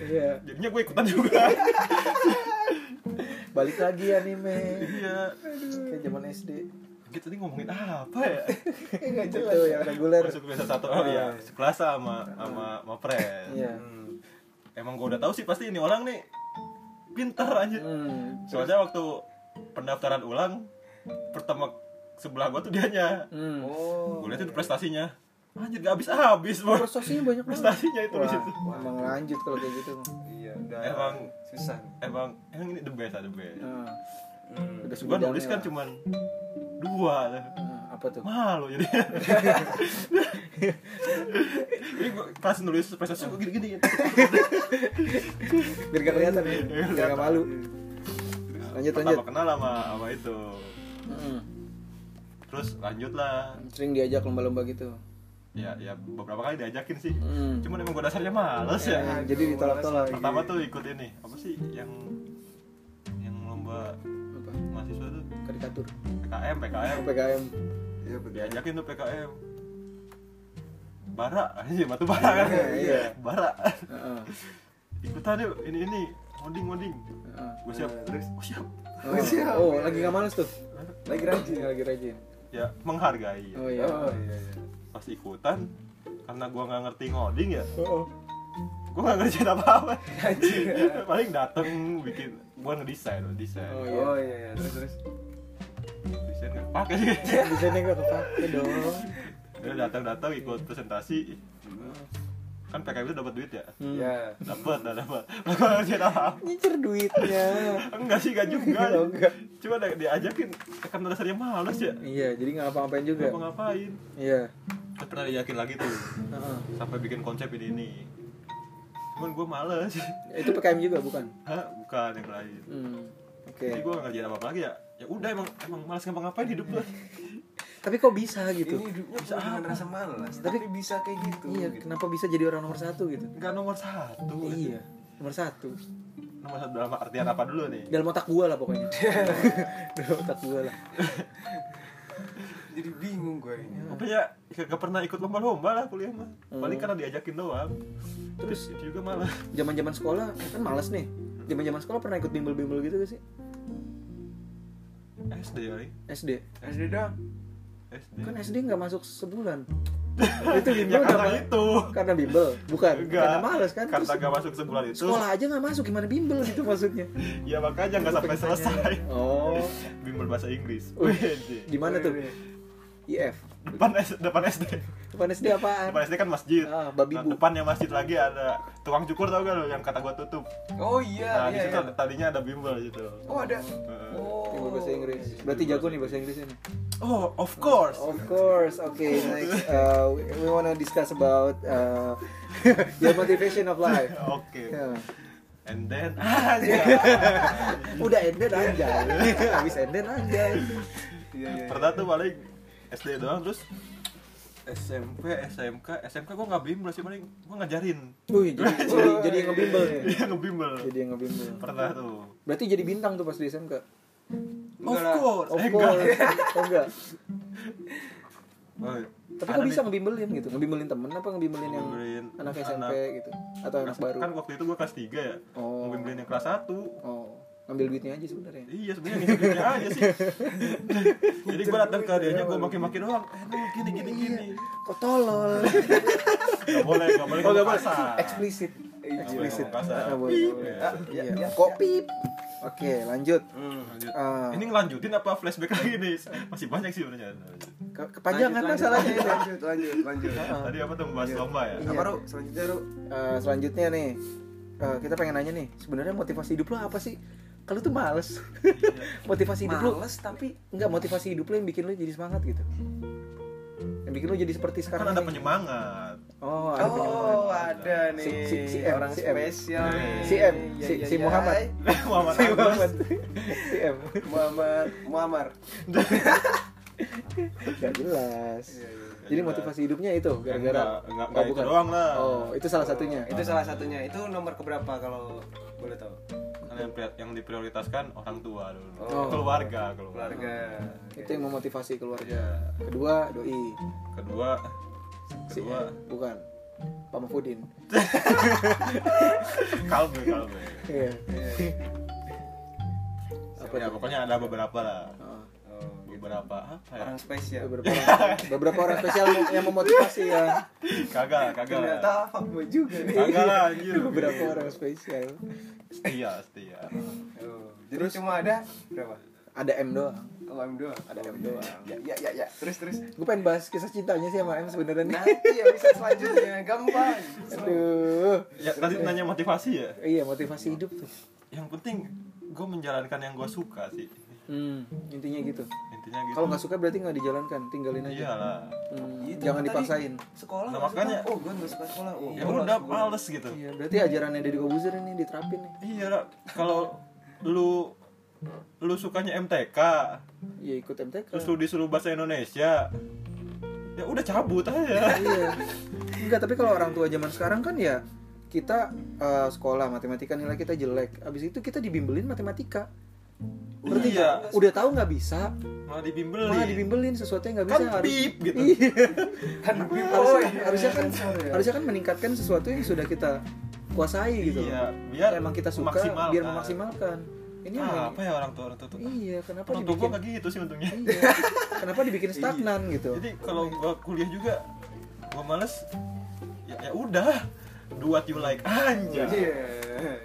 [SPEAKER 1] Iya,
[SPEAKER 3] Jadinya gue ikutan juga. (laughs)
[SPEAKER 1] balik lagi anime.
[SPEAKER 3] Iya.
[SPEAKER 1] Kayak zaman SD.
[SPEAKER 3] Kita tadi ngomongin apa ya?
[SPEAKER 2] enggak
[SPEAKER 1] Itu yang reguler.
[SPEAKER 3] Masuk ke biasa satu. Oh iya, sekelas sama sama sama Pres.
[SPEAKER 1] Iya.
[SPEAKER 2] Hmm.
[SPEAKER 3] Emang gue udah tahu sih pasti ini orang nih pintar aja.
[SPEAKER 1] Hmm.
[SPEAKER 3] Soalnya waktu pendaftaran ulang pertama sebelah gue tuh dianya.
[SPEAKER 1] Hmm.
[SPEAKER 2] Oh.
[SPEAKER 3] Gue liat itu prestasinya. Anjir gak habis-habis, Bro.
[SPEAKER 1] Prestasinya banyak banget.
[SPEAKER 3] Prestasinya itu di
[SPEAKER 1] Wah,
[SPEAKER 3] situ.
[SPEAKER 1] emang lanjut kalau kayak gitu.
[SPEAKER 2] Iya, udah.
[SPEAKER 3] Emang
[SPEAKER 2] susah.
[SPEAKER 3] emang emang ini the best, ah, the best.
[SPEAKER 1] Nah,
[SPEAKER 2] Hmm.
[SPEAKER 1] udah
[SPEAKER 3] Gue
[SPEAKER 1] sebidangnya
[SPEAKER 3] nulis kan
[SPEAKER 1] lah.
[SPEAKER 3] cuman dua.
[SPEAKER 1] Nah, apa tuh?
[SPEAKER 3] malu jadi (laughs) jadi gue pas nulis gitu, prestasi gue gini-gini
[SPEAKER 1] (laughs) Biar gak kelihatan ya, biar gak malu. Lanjut,
[SPEAKER 3] Iya, pertama
[SPEAKER 1] lanjut.
[SPEAKER 3] kenal sama sama itu
[SPEAKER 1] Hmm.
[SPEAKER 3] terus lanjut lah
[SPEAKER 1] Sering diajak lomba-lomba gitu.
[SPEAKER 3] ya ya beberapa kali diajakin sih
[SPEAKER 1] Hmm.
[SPEAKER 3] cuman emang gue dasarnya males ya
[SPEAKER 1] Nah, jadi ditolak-tolak. gitu.
[SPEAKER 3] pertama tuh ikut ini apa sih yang yang lomba
[SPEAKER 1] Apa?
[SPEAKER 3] mahasiswa tuh
[SPEAKER 1] Karikatur.
[SPEAKER 3] PKM PKM
[SPEAKER 1] PKM.
[SPEAKER 2] Iya, betul.
[SPEAKER 3] diajakin tuh PKM bara (laughs) aja batu bara kan
[SPEAKER 1] Iya, iya.
[SPEAKER 3] bara
[SPEAKER 1] Heeh.
[SPEAKER 3] ikutan yuk ini ini ngoding ngoding
[SPEAKER 1] Heeh.
[SPEAKER 3] gue siap
[SPEAKER 2] Nah,
[SPEAKER 3] terus
[SPEAKER 2] terus?
[SPEAKER 3] gue siap
[SPEAKER 1] Oh,
[SPEAKER 2] Siap.
[SPEAKER 1] oh, lagi gak males tuh.
[SPEAKER 2] Lagi rajin.
[SPEAKER 1] Lagi rajin.
[SPEAKER 3] ya menghargai
[SPEAKER 1] Oh iya.
[SPEAKER 2] Oh, iya, iya.
[SPEAKER 3] pas ikutan karena gua nggak ngerti ngoding ya
[SPEAKER 1] Oh, oh.
[SPEAKER 3] gua nggak ngerjain apa-apa
[SPEAKER 2] Anjir.
[SPEAKER 3] (laughs) paling dateng bikin gua ngedesain ngedesain
[SPEAKER 1] Oh, iya.
[SPEAKER 2] Oh iya, iya. terus terus.
[SPEAKER 3] desain nggak pakai
[SPEAKER 1] (laughs)
[SPEAKER 3] sih
[SPEAKER 1] Desainnya gak kepake dong.
[SPEAKER 3] dia datang datang ikut presentasi kan PKB itu dapat duit ya
[SPEAKER 1] Hmm.
[SPEAKER 2] Ya.
[SPEAKER 3] dapat dah dapat gua ngerjain apa
[SPEAKER 1] Nyicer duitnya.
[SPEAKER 3] enggak sih enggak juga
[SPEAKER 1] Oh, enggak.
[SPEAKER 3] cuma dia- diajakin karena dasarnya males ya
[SPEAKER 1] Iya, jadi gak ngapa-ngapain juga.
[SPEAKER 3] mau ngapain
[SPEAKER 1] Iya.
[SPEAKER 3] terus pernah diajakin lagi tuh
[SPEAKER 1] Heeh.
[SPEAKER 3] sampai bikin konsep ini ini cuman gua males
[SPEAKER 1] Itu PKM juga bukan?
[SPEAKER 3] Hah? bukan yang lain
[SPEAKER 1] Hmm.
[SPEAKER 3] Jadi
[SPEAKER 1] Oke.
[SPEAKER 3] gue ngerjain apa lagi ya? Ya udah emang emang malas ngapa-ngapain hidup gue.
[SPEAKER 1] Tapi kok bisa gitu?
[SPEAKER 2] Ini hidupnya bisa dengan rasa malas, tapi bisa kayak gitu.
[SPEAKER 1] Iya,
[SPEAKER 2] gitu.
[SPEAKER 1] kenapa bisa jadi orang nomor satu gitu?
[SPEAKER 3] Enggak nomor satu.
[SPEAKER 1] Iya, nomor satu.
[SPEAKER 3] Nomor satu dalam artian apa dulu nih?
[SPEAKER 1] Dalam otak gua lah pokoknya. Dalam otak gua lah.
[SPEAKER 2] Jadi bingung gue ini.
[SPEAKER 3] Pokoknya gak ya, pernah ikut lomba-lomba lah kuliah mah.
[SPEAKER 1] Hmm.
[SPEAKER 3] Paling karena diajakin doang.
[SPEAKER 1] Terus
[SPEAKER 3] Terus itu juga malah
[SPEAKER 1] zaman-zaman sekolah kan males nih. Zaman-zaman sekolah pernah ikut bimbel-bimbel gitu gak sih?
[SPEAKER 3] SD kali.
[SPEAKER 1] SD.
[SPEAKER 2] SD dong.
[SPEAKER 3] SD.
[SPEAKER 1] Kan SD nggak masuk sebulan. Kan
[SPEAKER 3] (laughs)
[SPEAKER 1] itu bimbel
[SPEAKER 3] ya karena
[SPEAKER 1] karena,
[SPEAKER 3] itu.
[SPEAKER 1] karena bimbel, bukan
[SPEAKER 3] Enggak.
[SPEAKER 1] karena males kan.
[SPEAKER 3] Karena
[SPEAKER 1] Terus
[SPEAKER 3] gak masuk sebulan itu.
[SPEAKER 1] sekolah aja nggak masuk gimana bimbel gitu maksudnya.
[SPEAKER 3] Ya makanya gak sampai selesai.
[SPEAKER 1] Oh,
[SPEAKER 3] Bimbel bahasa Inggris.
[SPEAKER 1] Wih.
[SPEAKER 3] Wede.
[SPEAKER 1] di mana tuh?
[SPEAKER 2] Wih, wih.
[SPEAKER 1] IF.
[SPEAKER 3] Depan S- depan SD.
[SPEAKER 1] Depan SD apaan?
[SPEAKER 3] Depan SD kan masjid.
[SPEAKER 1] Ah, babi
[SPEAKER 3] Nah,
[SPEAKER 1] bu.
[SPEAKER 3] depannya masjid lagi ada tukang cukur tau gak lo yang kata gua tutup.
[SPEAKER 2] Oh
[SPEAKER 1] Ya,
[SPEAKER 2] iya,
[SPEAKER 3] Nah, di
[SPEAKER 2] iya.
[SPEAKER 3] situ
[SPEAKER 2] iya.
[SPEAKER 3] ada- tadinya ada bimbel gitu.
[SPEAKER 2] Oh ada.
[SPEAKER 3] Heeh.
[SPEAKER 2] Oh.
[SPEAKER 1] Timur bahasa Inggris. Berarti jago nih bahasa Inggrisnya. nih.
[SPEAKER 3] Oh, of course.
[SPEAKER 1] Of course. Okay, next uh, we, we wanna discuss about uh, (laughs) your motivation of life.
[SPEAKER 3] (laughs) Oke.
[SPEAKER 1] Yeah.
[SPEAKER 3] And then iya, aja.
[SPEAKER 1] Udah enden aja. Habis enden aja.
[SPEAKER 3] (laughs)
[SPEAKER 2] Iya, iya.
[SPEAKER 3] Pernah tuh paling SD doang terus SMP, SMK, SMK gue nggak bimbel sih paling gue ngajarin.
[SPEAKER 1] Wih, jadi, jadi, (laughs) jadi yang ngebimbel nih.
[SPEAKER 3] Iya ngebimbel.
[SPEAKER 1] ya? Jadi yang ngebimbel.
[SPEAKER 3] Pernah tuh.
[SPEAKER 1] Berarti jadi bintang tuh pas di SMK.
[SPEAKER 3] Of
[SPEAKER 2] Enggak lah.
[SPEAKER 3] course.
[SPEAKER 1] Of
[SPEAKER 3] Eh, (laughs)
[SPEAKER 1] course.
[SPEAKER 3] enggak.
[SPEAKER 1] Oh, enggak.
[SPEAKER 3] Woy,
[SPEAKER 1] Tapi
[SPEAKER 3] ada
[SPEAKER 1] kok bisa
[SPEAKER 3] nih,
[SPEAKER 1] ngebimbelin gitu? Ngebimbelin temen apa ngebimbelin yang
[SPEAKER 3] Ngebimbelin
[SPEAKER 1] anak SMP
[SPEAKER 3] anak-
[SPEAKER 1] gitu? Atau anak
[SPEAKER 3] kelas-
[SPEAKER 1] baru?
[SPEAKER 3] Kan waktu itu gue kelas 3 ya.
[SPEAKER 1] Oh.
[SPEAKER 3] Mau bimbelin yang kelas 1
[SPEAKER 1] Oh, ngambil duitnya aja sebenarnya.
[SPEAKER 3] Iya sebenarnya ngintip dia aja sih. Jadi gue datang ke dia gue maki-maki doang. Eh lu gini gini gini.
[SPEAKER 1] Kok tolol?
[SPEAKER 3] Gak boleh gak boleh
[SPEAKER 1] Iya. Oh, nggak
[SPEAKER 3] ngomong
[SPEAKER 1] boleh.
[SPEAKER 3] kasar.
[SPEAKER 1] Eksplisit.
[SPEAKER 3] Iya,
[SPEAKER 1] Eksplisit.
[SPEAKER 3] ngomong kasar.
[SPEAKER 1] Nggak boleh, nggak boleh.
[SPEAKER 2] Ah,
[SPEAKER 1] Iya.
[SPEAKER 2] iya, iya.
[SPEAKER 1] Kok pip? Oke, lanjut.
[SPEAKER 2] Hmm.
[SPEAKER 3] Lanjut.
[SPEAKER 1] Ah.
[SPEAKER 3] Ini ngelanjutin apa flashback lagi nih? Masih banyak sih sebenarnya.
[SPEAKER 1] Ke- Kepanjangan
[SPEAKER 2] Lanjut,
[SPEAKER 1] kan masalahnya
[SPEAKER 2] lanjut,
[SPEAKER 1] ini.
[SPEAKER 2] lanjut lanjut lanjut.
[SPEAKER 3] Tadi apa tuh bahas lomba ya?
[SPEAKER 1] Iya.
[SPEAKER 2] Apa Ru? Selanjutnya Ru.
[SPEAKER 1] Eh, selanjutnya nih eh, kita pengen nanya nih sebenarnya motivasi hidup lo apa sih kalau tuh males (laughs) motivasi hidup lo
[SPEAKER 2] Males tapi
[SPEAKER 1] nggak motivasi hidup lo yang bikin lo jadi semangat gitu yang bikin lo jadi seperti
[SPEAKER 3] Kan
[SPEAKER 1] sekarang
[SPEAKER 3] ada
[SPEAKER 1] ini. (laughs)
[SPEAKER 3] penyemangat.
[SPEAKER 1] oh ada penyemangat
[SPEAKER 2] Oh, ada nih.
[SPEAKER 1] Si- si- si M,
[SPEAKER 2] orang
[SPEAKER 1] si M.
[SPEAKER 2] spesial nih.
[SPEAKER 1] Si M,
[SPEAKER 2] Iya,
[SPEAKER 1] si-
[SPEAKER 2] iya,
[SPEAKER 1] si
[SPEAKER 2] iya.
[SPEAKER 1] Muhammad.
[SPEAKER 3] Muhammad
[SPEAKER 1] si Muhammad (laughs)
[SPEAKER 3] Agus.
[SPEAKER 1] si M
[SPEAKER 2] Muhammad Muammar.
[SPEAKER 1] nggak jelas
[SPEAKER 2] Iya, iya.
[SPEAKER 1] jadi motivasi hidupnya itu gara-gara
[SPEAKER 3] Enggak, enggak,
[SPEAKER 1] Oh,
[SPEAKER 3] enggak itu doang lah.
[SPEAKER 1] oh itu salah satunya
[SPEAKER 2] Itu salah satunya. Itu nomor keberapa kalau boleh tahu?
[SPEAKER 3] Karena Kan yang, pri- yang diprioritaskan orang tua dulu.
[SPEAKER 2] Oh.
[SPEAKER 3] Keluarga, keluarga.
[SPEAKER 2] Keluarga.
[SPEAKER 1] Oh. itu yang memotivasi keluarga
[SPEAKER 3] Iya.
[SPEAKER 1] kedua doi
[SPEAKER 3] Kedua
[SPEAKER 1] si
[SPEAKER 3] kedua
[SPEAKER 1] M bukan Pak Mahfudin
[SPEAKER 3] (laughs) kalbe kalbe.
[SPEAKER 1] Iya. (laughs) Apa
[SPEAKER 3] Ya pokoknya ada beberapa lah.
[SPEAKER 1] Ah.
[SPEAKER 2] Oh,
[SPEAKER 3] beberapa apa ya
[SPEAKER 2] orang spesial.
[SPEAKER 1] beberapa orang, beberapa orang spesial yang- yang memotivasi ya
[SPEAKER 3] (laughs) kagak kagak lah.
[SPEAKER 2] Ternyata fuckboy juga nih.
[SPEAKER 3] kagak lah
[SPEAKER 1] (laughs)
[SPEAKER 3] anjir Iya,
[SPEAKER 1] beberapa orang spesial
[SPEAKER 3] setia setia
[SPEAKER 2] Oh, Jadi cuma ada berapa?
[SPEAKER 1] ada M doang
[SPEAKER 2] Oh, M doang. Ada
[SPEAKER 1] M doang.
[SPEAKER 2] Ya, ya, ya, ya. Terus, terus.
[SPEAKER 1] gue pengen bahas kisah cintanya sih sama M sebenarnya nih
[SPEAKER 2] Nanti ya bisa selanjutnya. Gampang.
[SPEAKER 1] aduh
[SPEAKER 3] ya tadi nanya motivasi ya
[SPEAKER 1] iya motivasi hidup tuh
[SPEAKER 3] yang penting gue menjalankan yang gue suka sih
[SPEAKER 1] hmm, intinya gitu
[SPEAKER 3] intinya gitu
[SPEAKER 1] kalau nggak suka berarti nggak dijalankan tinggalin aja
[SPEAKER 3] iyalah
[SPEAKER 1] Hmm,
[SPEAKER 2] Itu
[SPEAKER 1] jangan
[SPEAKER 2] tadi
[SPEAKER 1] dipaksain
[SPEAKER 2] Sekolah.
[SPEAKER 3] Nah,
[SPEAKER 2] nggak suka.
[SPEAKER 3] makanya.
[SPEAKER 2] Oh, gue nggak suka sekolah. Oh,
[SPEAKER 3] ya
[SPEAKER 2] gua nggak
[SPEAKER 3] udah
[SPEAKER 2] suka.
[SPEAKER 3] males gitu
[SPEAKER 1] iya berarti ajarannya dari Kobuzer ini diterapin nih
[SPEAKER 3] iya lah. kalau lu lu sukanya MTK
[SPEAKER 1] ya ikut MTK
[SPEAKER 3] terus lu disuruh bahasa Indonesia ya udah cabut aja
[SPEAKER 1] iya enggak tapi kalau orang tua zaman sekarang kan ya kita eh, sekolah matematika nilai kita jelek abis itu kita dibimbelin matematika berarti
[SPEAKER 3] Iya.
[SPEAKER 1] ya, udah tahu nggak bisa
[SPEAKER 3] malah dibimbelin
[SPEAKER 1] malah dibimbelin sesuatu yang nggak bisa
[SPEAKER 3] Kan pip gitu.
[SPEAKER 1] Iya.
[SPEAKER 2] Kan Iya. gue
[SPEAKER 3] Oh,
[SPEAKER 1] harusnya,
[SPEAKER 3] iya,
[SPEAKER 1] harusnya kan
[SPEAKER 2] ya?
[SPEAKER 1] harusnya kan meningkatkan sesuatu yang sudah kita kuasai gitu
[SPEAKER 3] Iya,
[SPEAKER 1] loh.
[SPEAKER 3] biar
[SPEAKER 1] emang kita suka
[SPEAKER 3] memaksimalkan.
[SPEAKER 1] biar memaksimalkan ini
[SPEAKER 3] Ah,
[SPEAKER 1] emang-
[SPEAKER 3] apa ya orang tua orang tua tuh
[SPEAKER 1] iya kenapa
[SPEAKER 3] orang tua gue
[SPEAKER 1] dibikin
[SPEAKER 3] nggak gitu sih untungnya
[SPEAKER 1] iya. kenapa dibikin stagnan gitu
[SPEAKER 3] jadi kalau gua kuliah juga gua males ya, ya udah do what you like aja
[SPEAKER 2] Iya.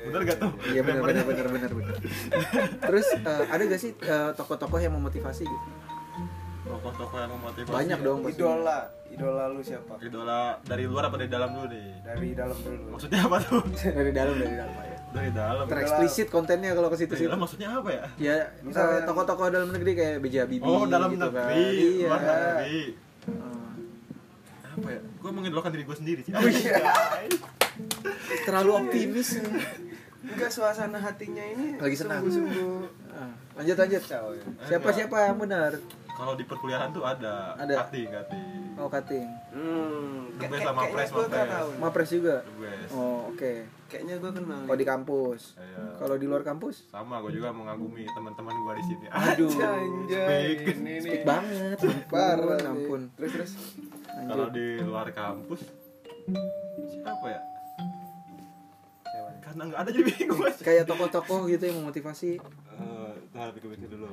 [SPEAKER 3] bener gak tuh
[SPEAKER 1] Iya benar
[SPEAKER 3] Membernya.
[SPEAKER 1] benar benar benar benar. Terus eh, ada gak sih eh, tokoh-tokoh yang memotivasi gitu?
[SPEAKER 3] tokoh-tokoh yang memotivasi ya.
[SPEAKER 1] Banyak dong pasti.
[SPEAKER 2] Iya. Idola. Idola lu siapa?
[SPEAKER 3] idola dari luar apa dari dalam dulu nih
[SPEAKER 2] Dari dalam dulu.
[SPEAKER 3] maksudnya apa tuh
[SPEAKER 1] Dari dalam dari dalam ya.
[SPEAKER 3] dari dalam
[SPEAKER 1] Tereksplisit kontennya kalau ke
[SPEAKER 3] dari
[SPEAKER 1] situ-situ.
[SPEAKER 3] dalam maksudnya apa ya
[SPEAKER 1] Ya eh,
[SPEAKER 2] Misalnya-
[SPEAKER 1] tokoh-tokoh dalam negeri kayak B.J. Habibie
[SPEAKER 3] oh dalam
[SPEAKER 1] gitu kan.
[SPEAKER 3] negeri
[SPEAKER 1] Iya.
[SPEAKER 3] luar negeri
[SPEAKER 1] Eh,
[SPEAKER 3] apa ya gua mengidolakan diri gua sendiri
[SPEAKER 1] Oh,
[SPEAKER 3] sih Anjay.
[SPEAKER 1] iya. Eh, Terlalu optimis.
[SPEAKER 3] Iya,
[SPEAKER 1] ya.
[SPEAKER 2] Enggak suasana hatinya ini
[SPEAKER 1] Lagi senang.
[SPEAKER 2] sungguh-sungguh.
[SPEAKER 1] Eh, lanjut lanjut.
[SPEAKER 2] Kacau ya.
[SPEAKER 1] Siapa siapa yang benar?
[SPEAKER 3] kalau di perkuliahan tuh ada
[SPEAKER 1] Ada.
[SPEAKER 3] kati kati
[SPEAKER 1] Oh Kating.
[SPEAKER 2] Hmm,
[SPEAKER 3] Dubes
[SPEAKER 2] kayak-
[SPEAKER 3] sama
[SPEAKER 2] kayaknya
[SPEAKER 3] Pres,
[SPEAKER 2] gua
[SPEAKER 3] sama Pres.
[SPEAKER 2] tahu.
[SPEAKER 1] Mapres juga.
[SPEAKER 3] the best
[SPEAKER 1] Oh oke.
[SPEAKER 2] Kayaknya gue kenal.
[SPEAKER 1] Kalau di kampus.
[SPEAKER 3] Iya.
[SPEAKER 1] Kalau di luar kampus?
[SPEAKER 3] sama gua juga mengagumi teman-teman gua di sini
[SPEAKER 1] Aduh.
[SPEAKER 2] Anjay,
[SPEAKER 3] Speak.
[SPEAKER 2] ini nih.
[SPEAKER 1] Speak banget.
[SPEAKER 2] Parah
[SPEAKER 1] Ampun,
[SPEAKER 2] nih.
[SPEAKER 1] ampun.
[SPEAKER 2] Terus terus.
[SPEAKER 3] Kalau
[SPEAKER 1] Lanjut.
[SPEAKER 3] di luar kampus siapa ya? Karena nggak ada jadi bingung aja.
[SPEAKER 1] Kayak tokoh-tokoh gitu yang memotivasi.
[SPEAKER 3] Eh, Ntar pikir-pikir dulu.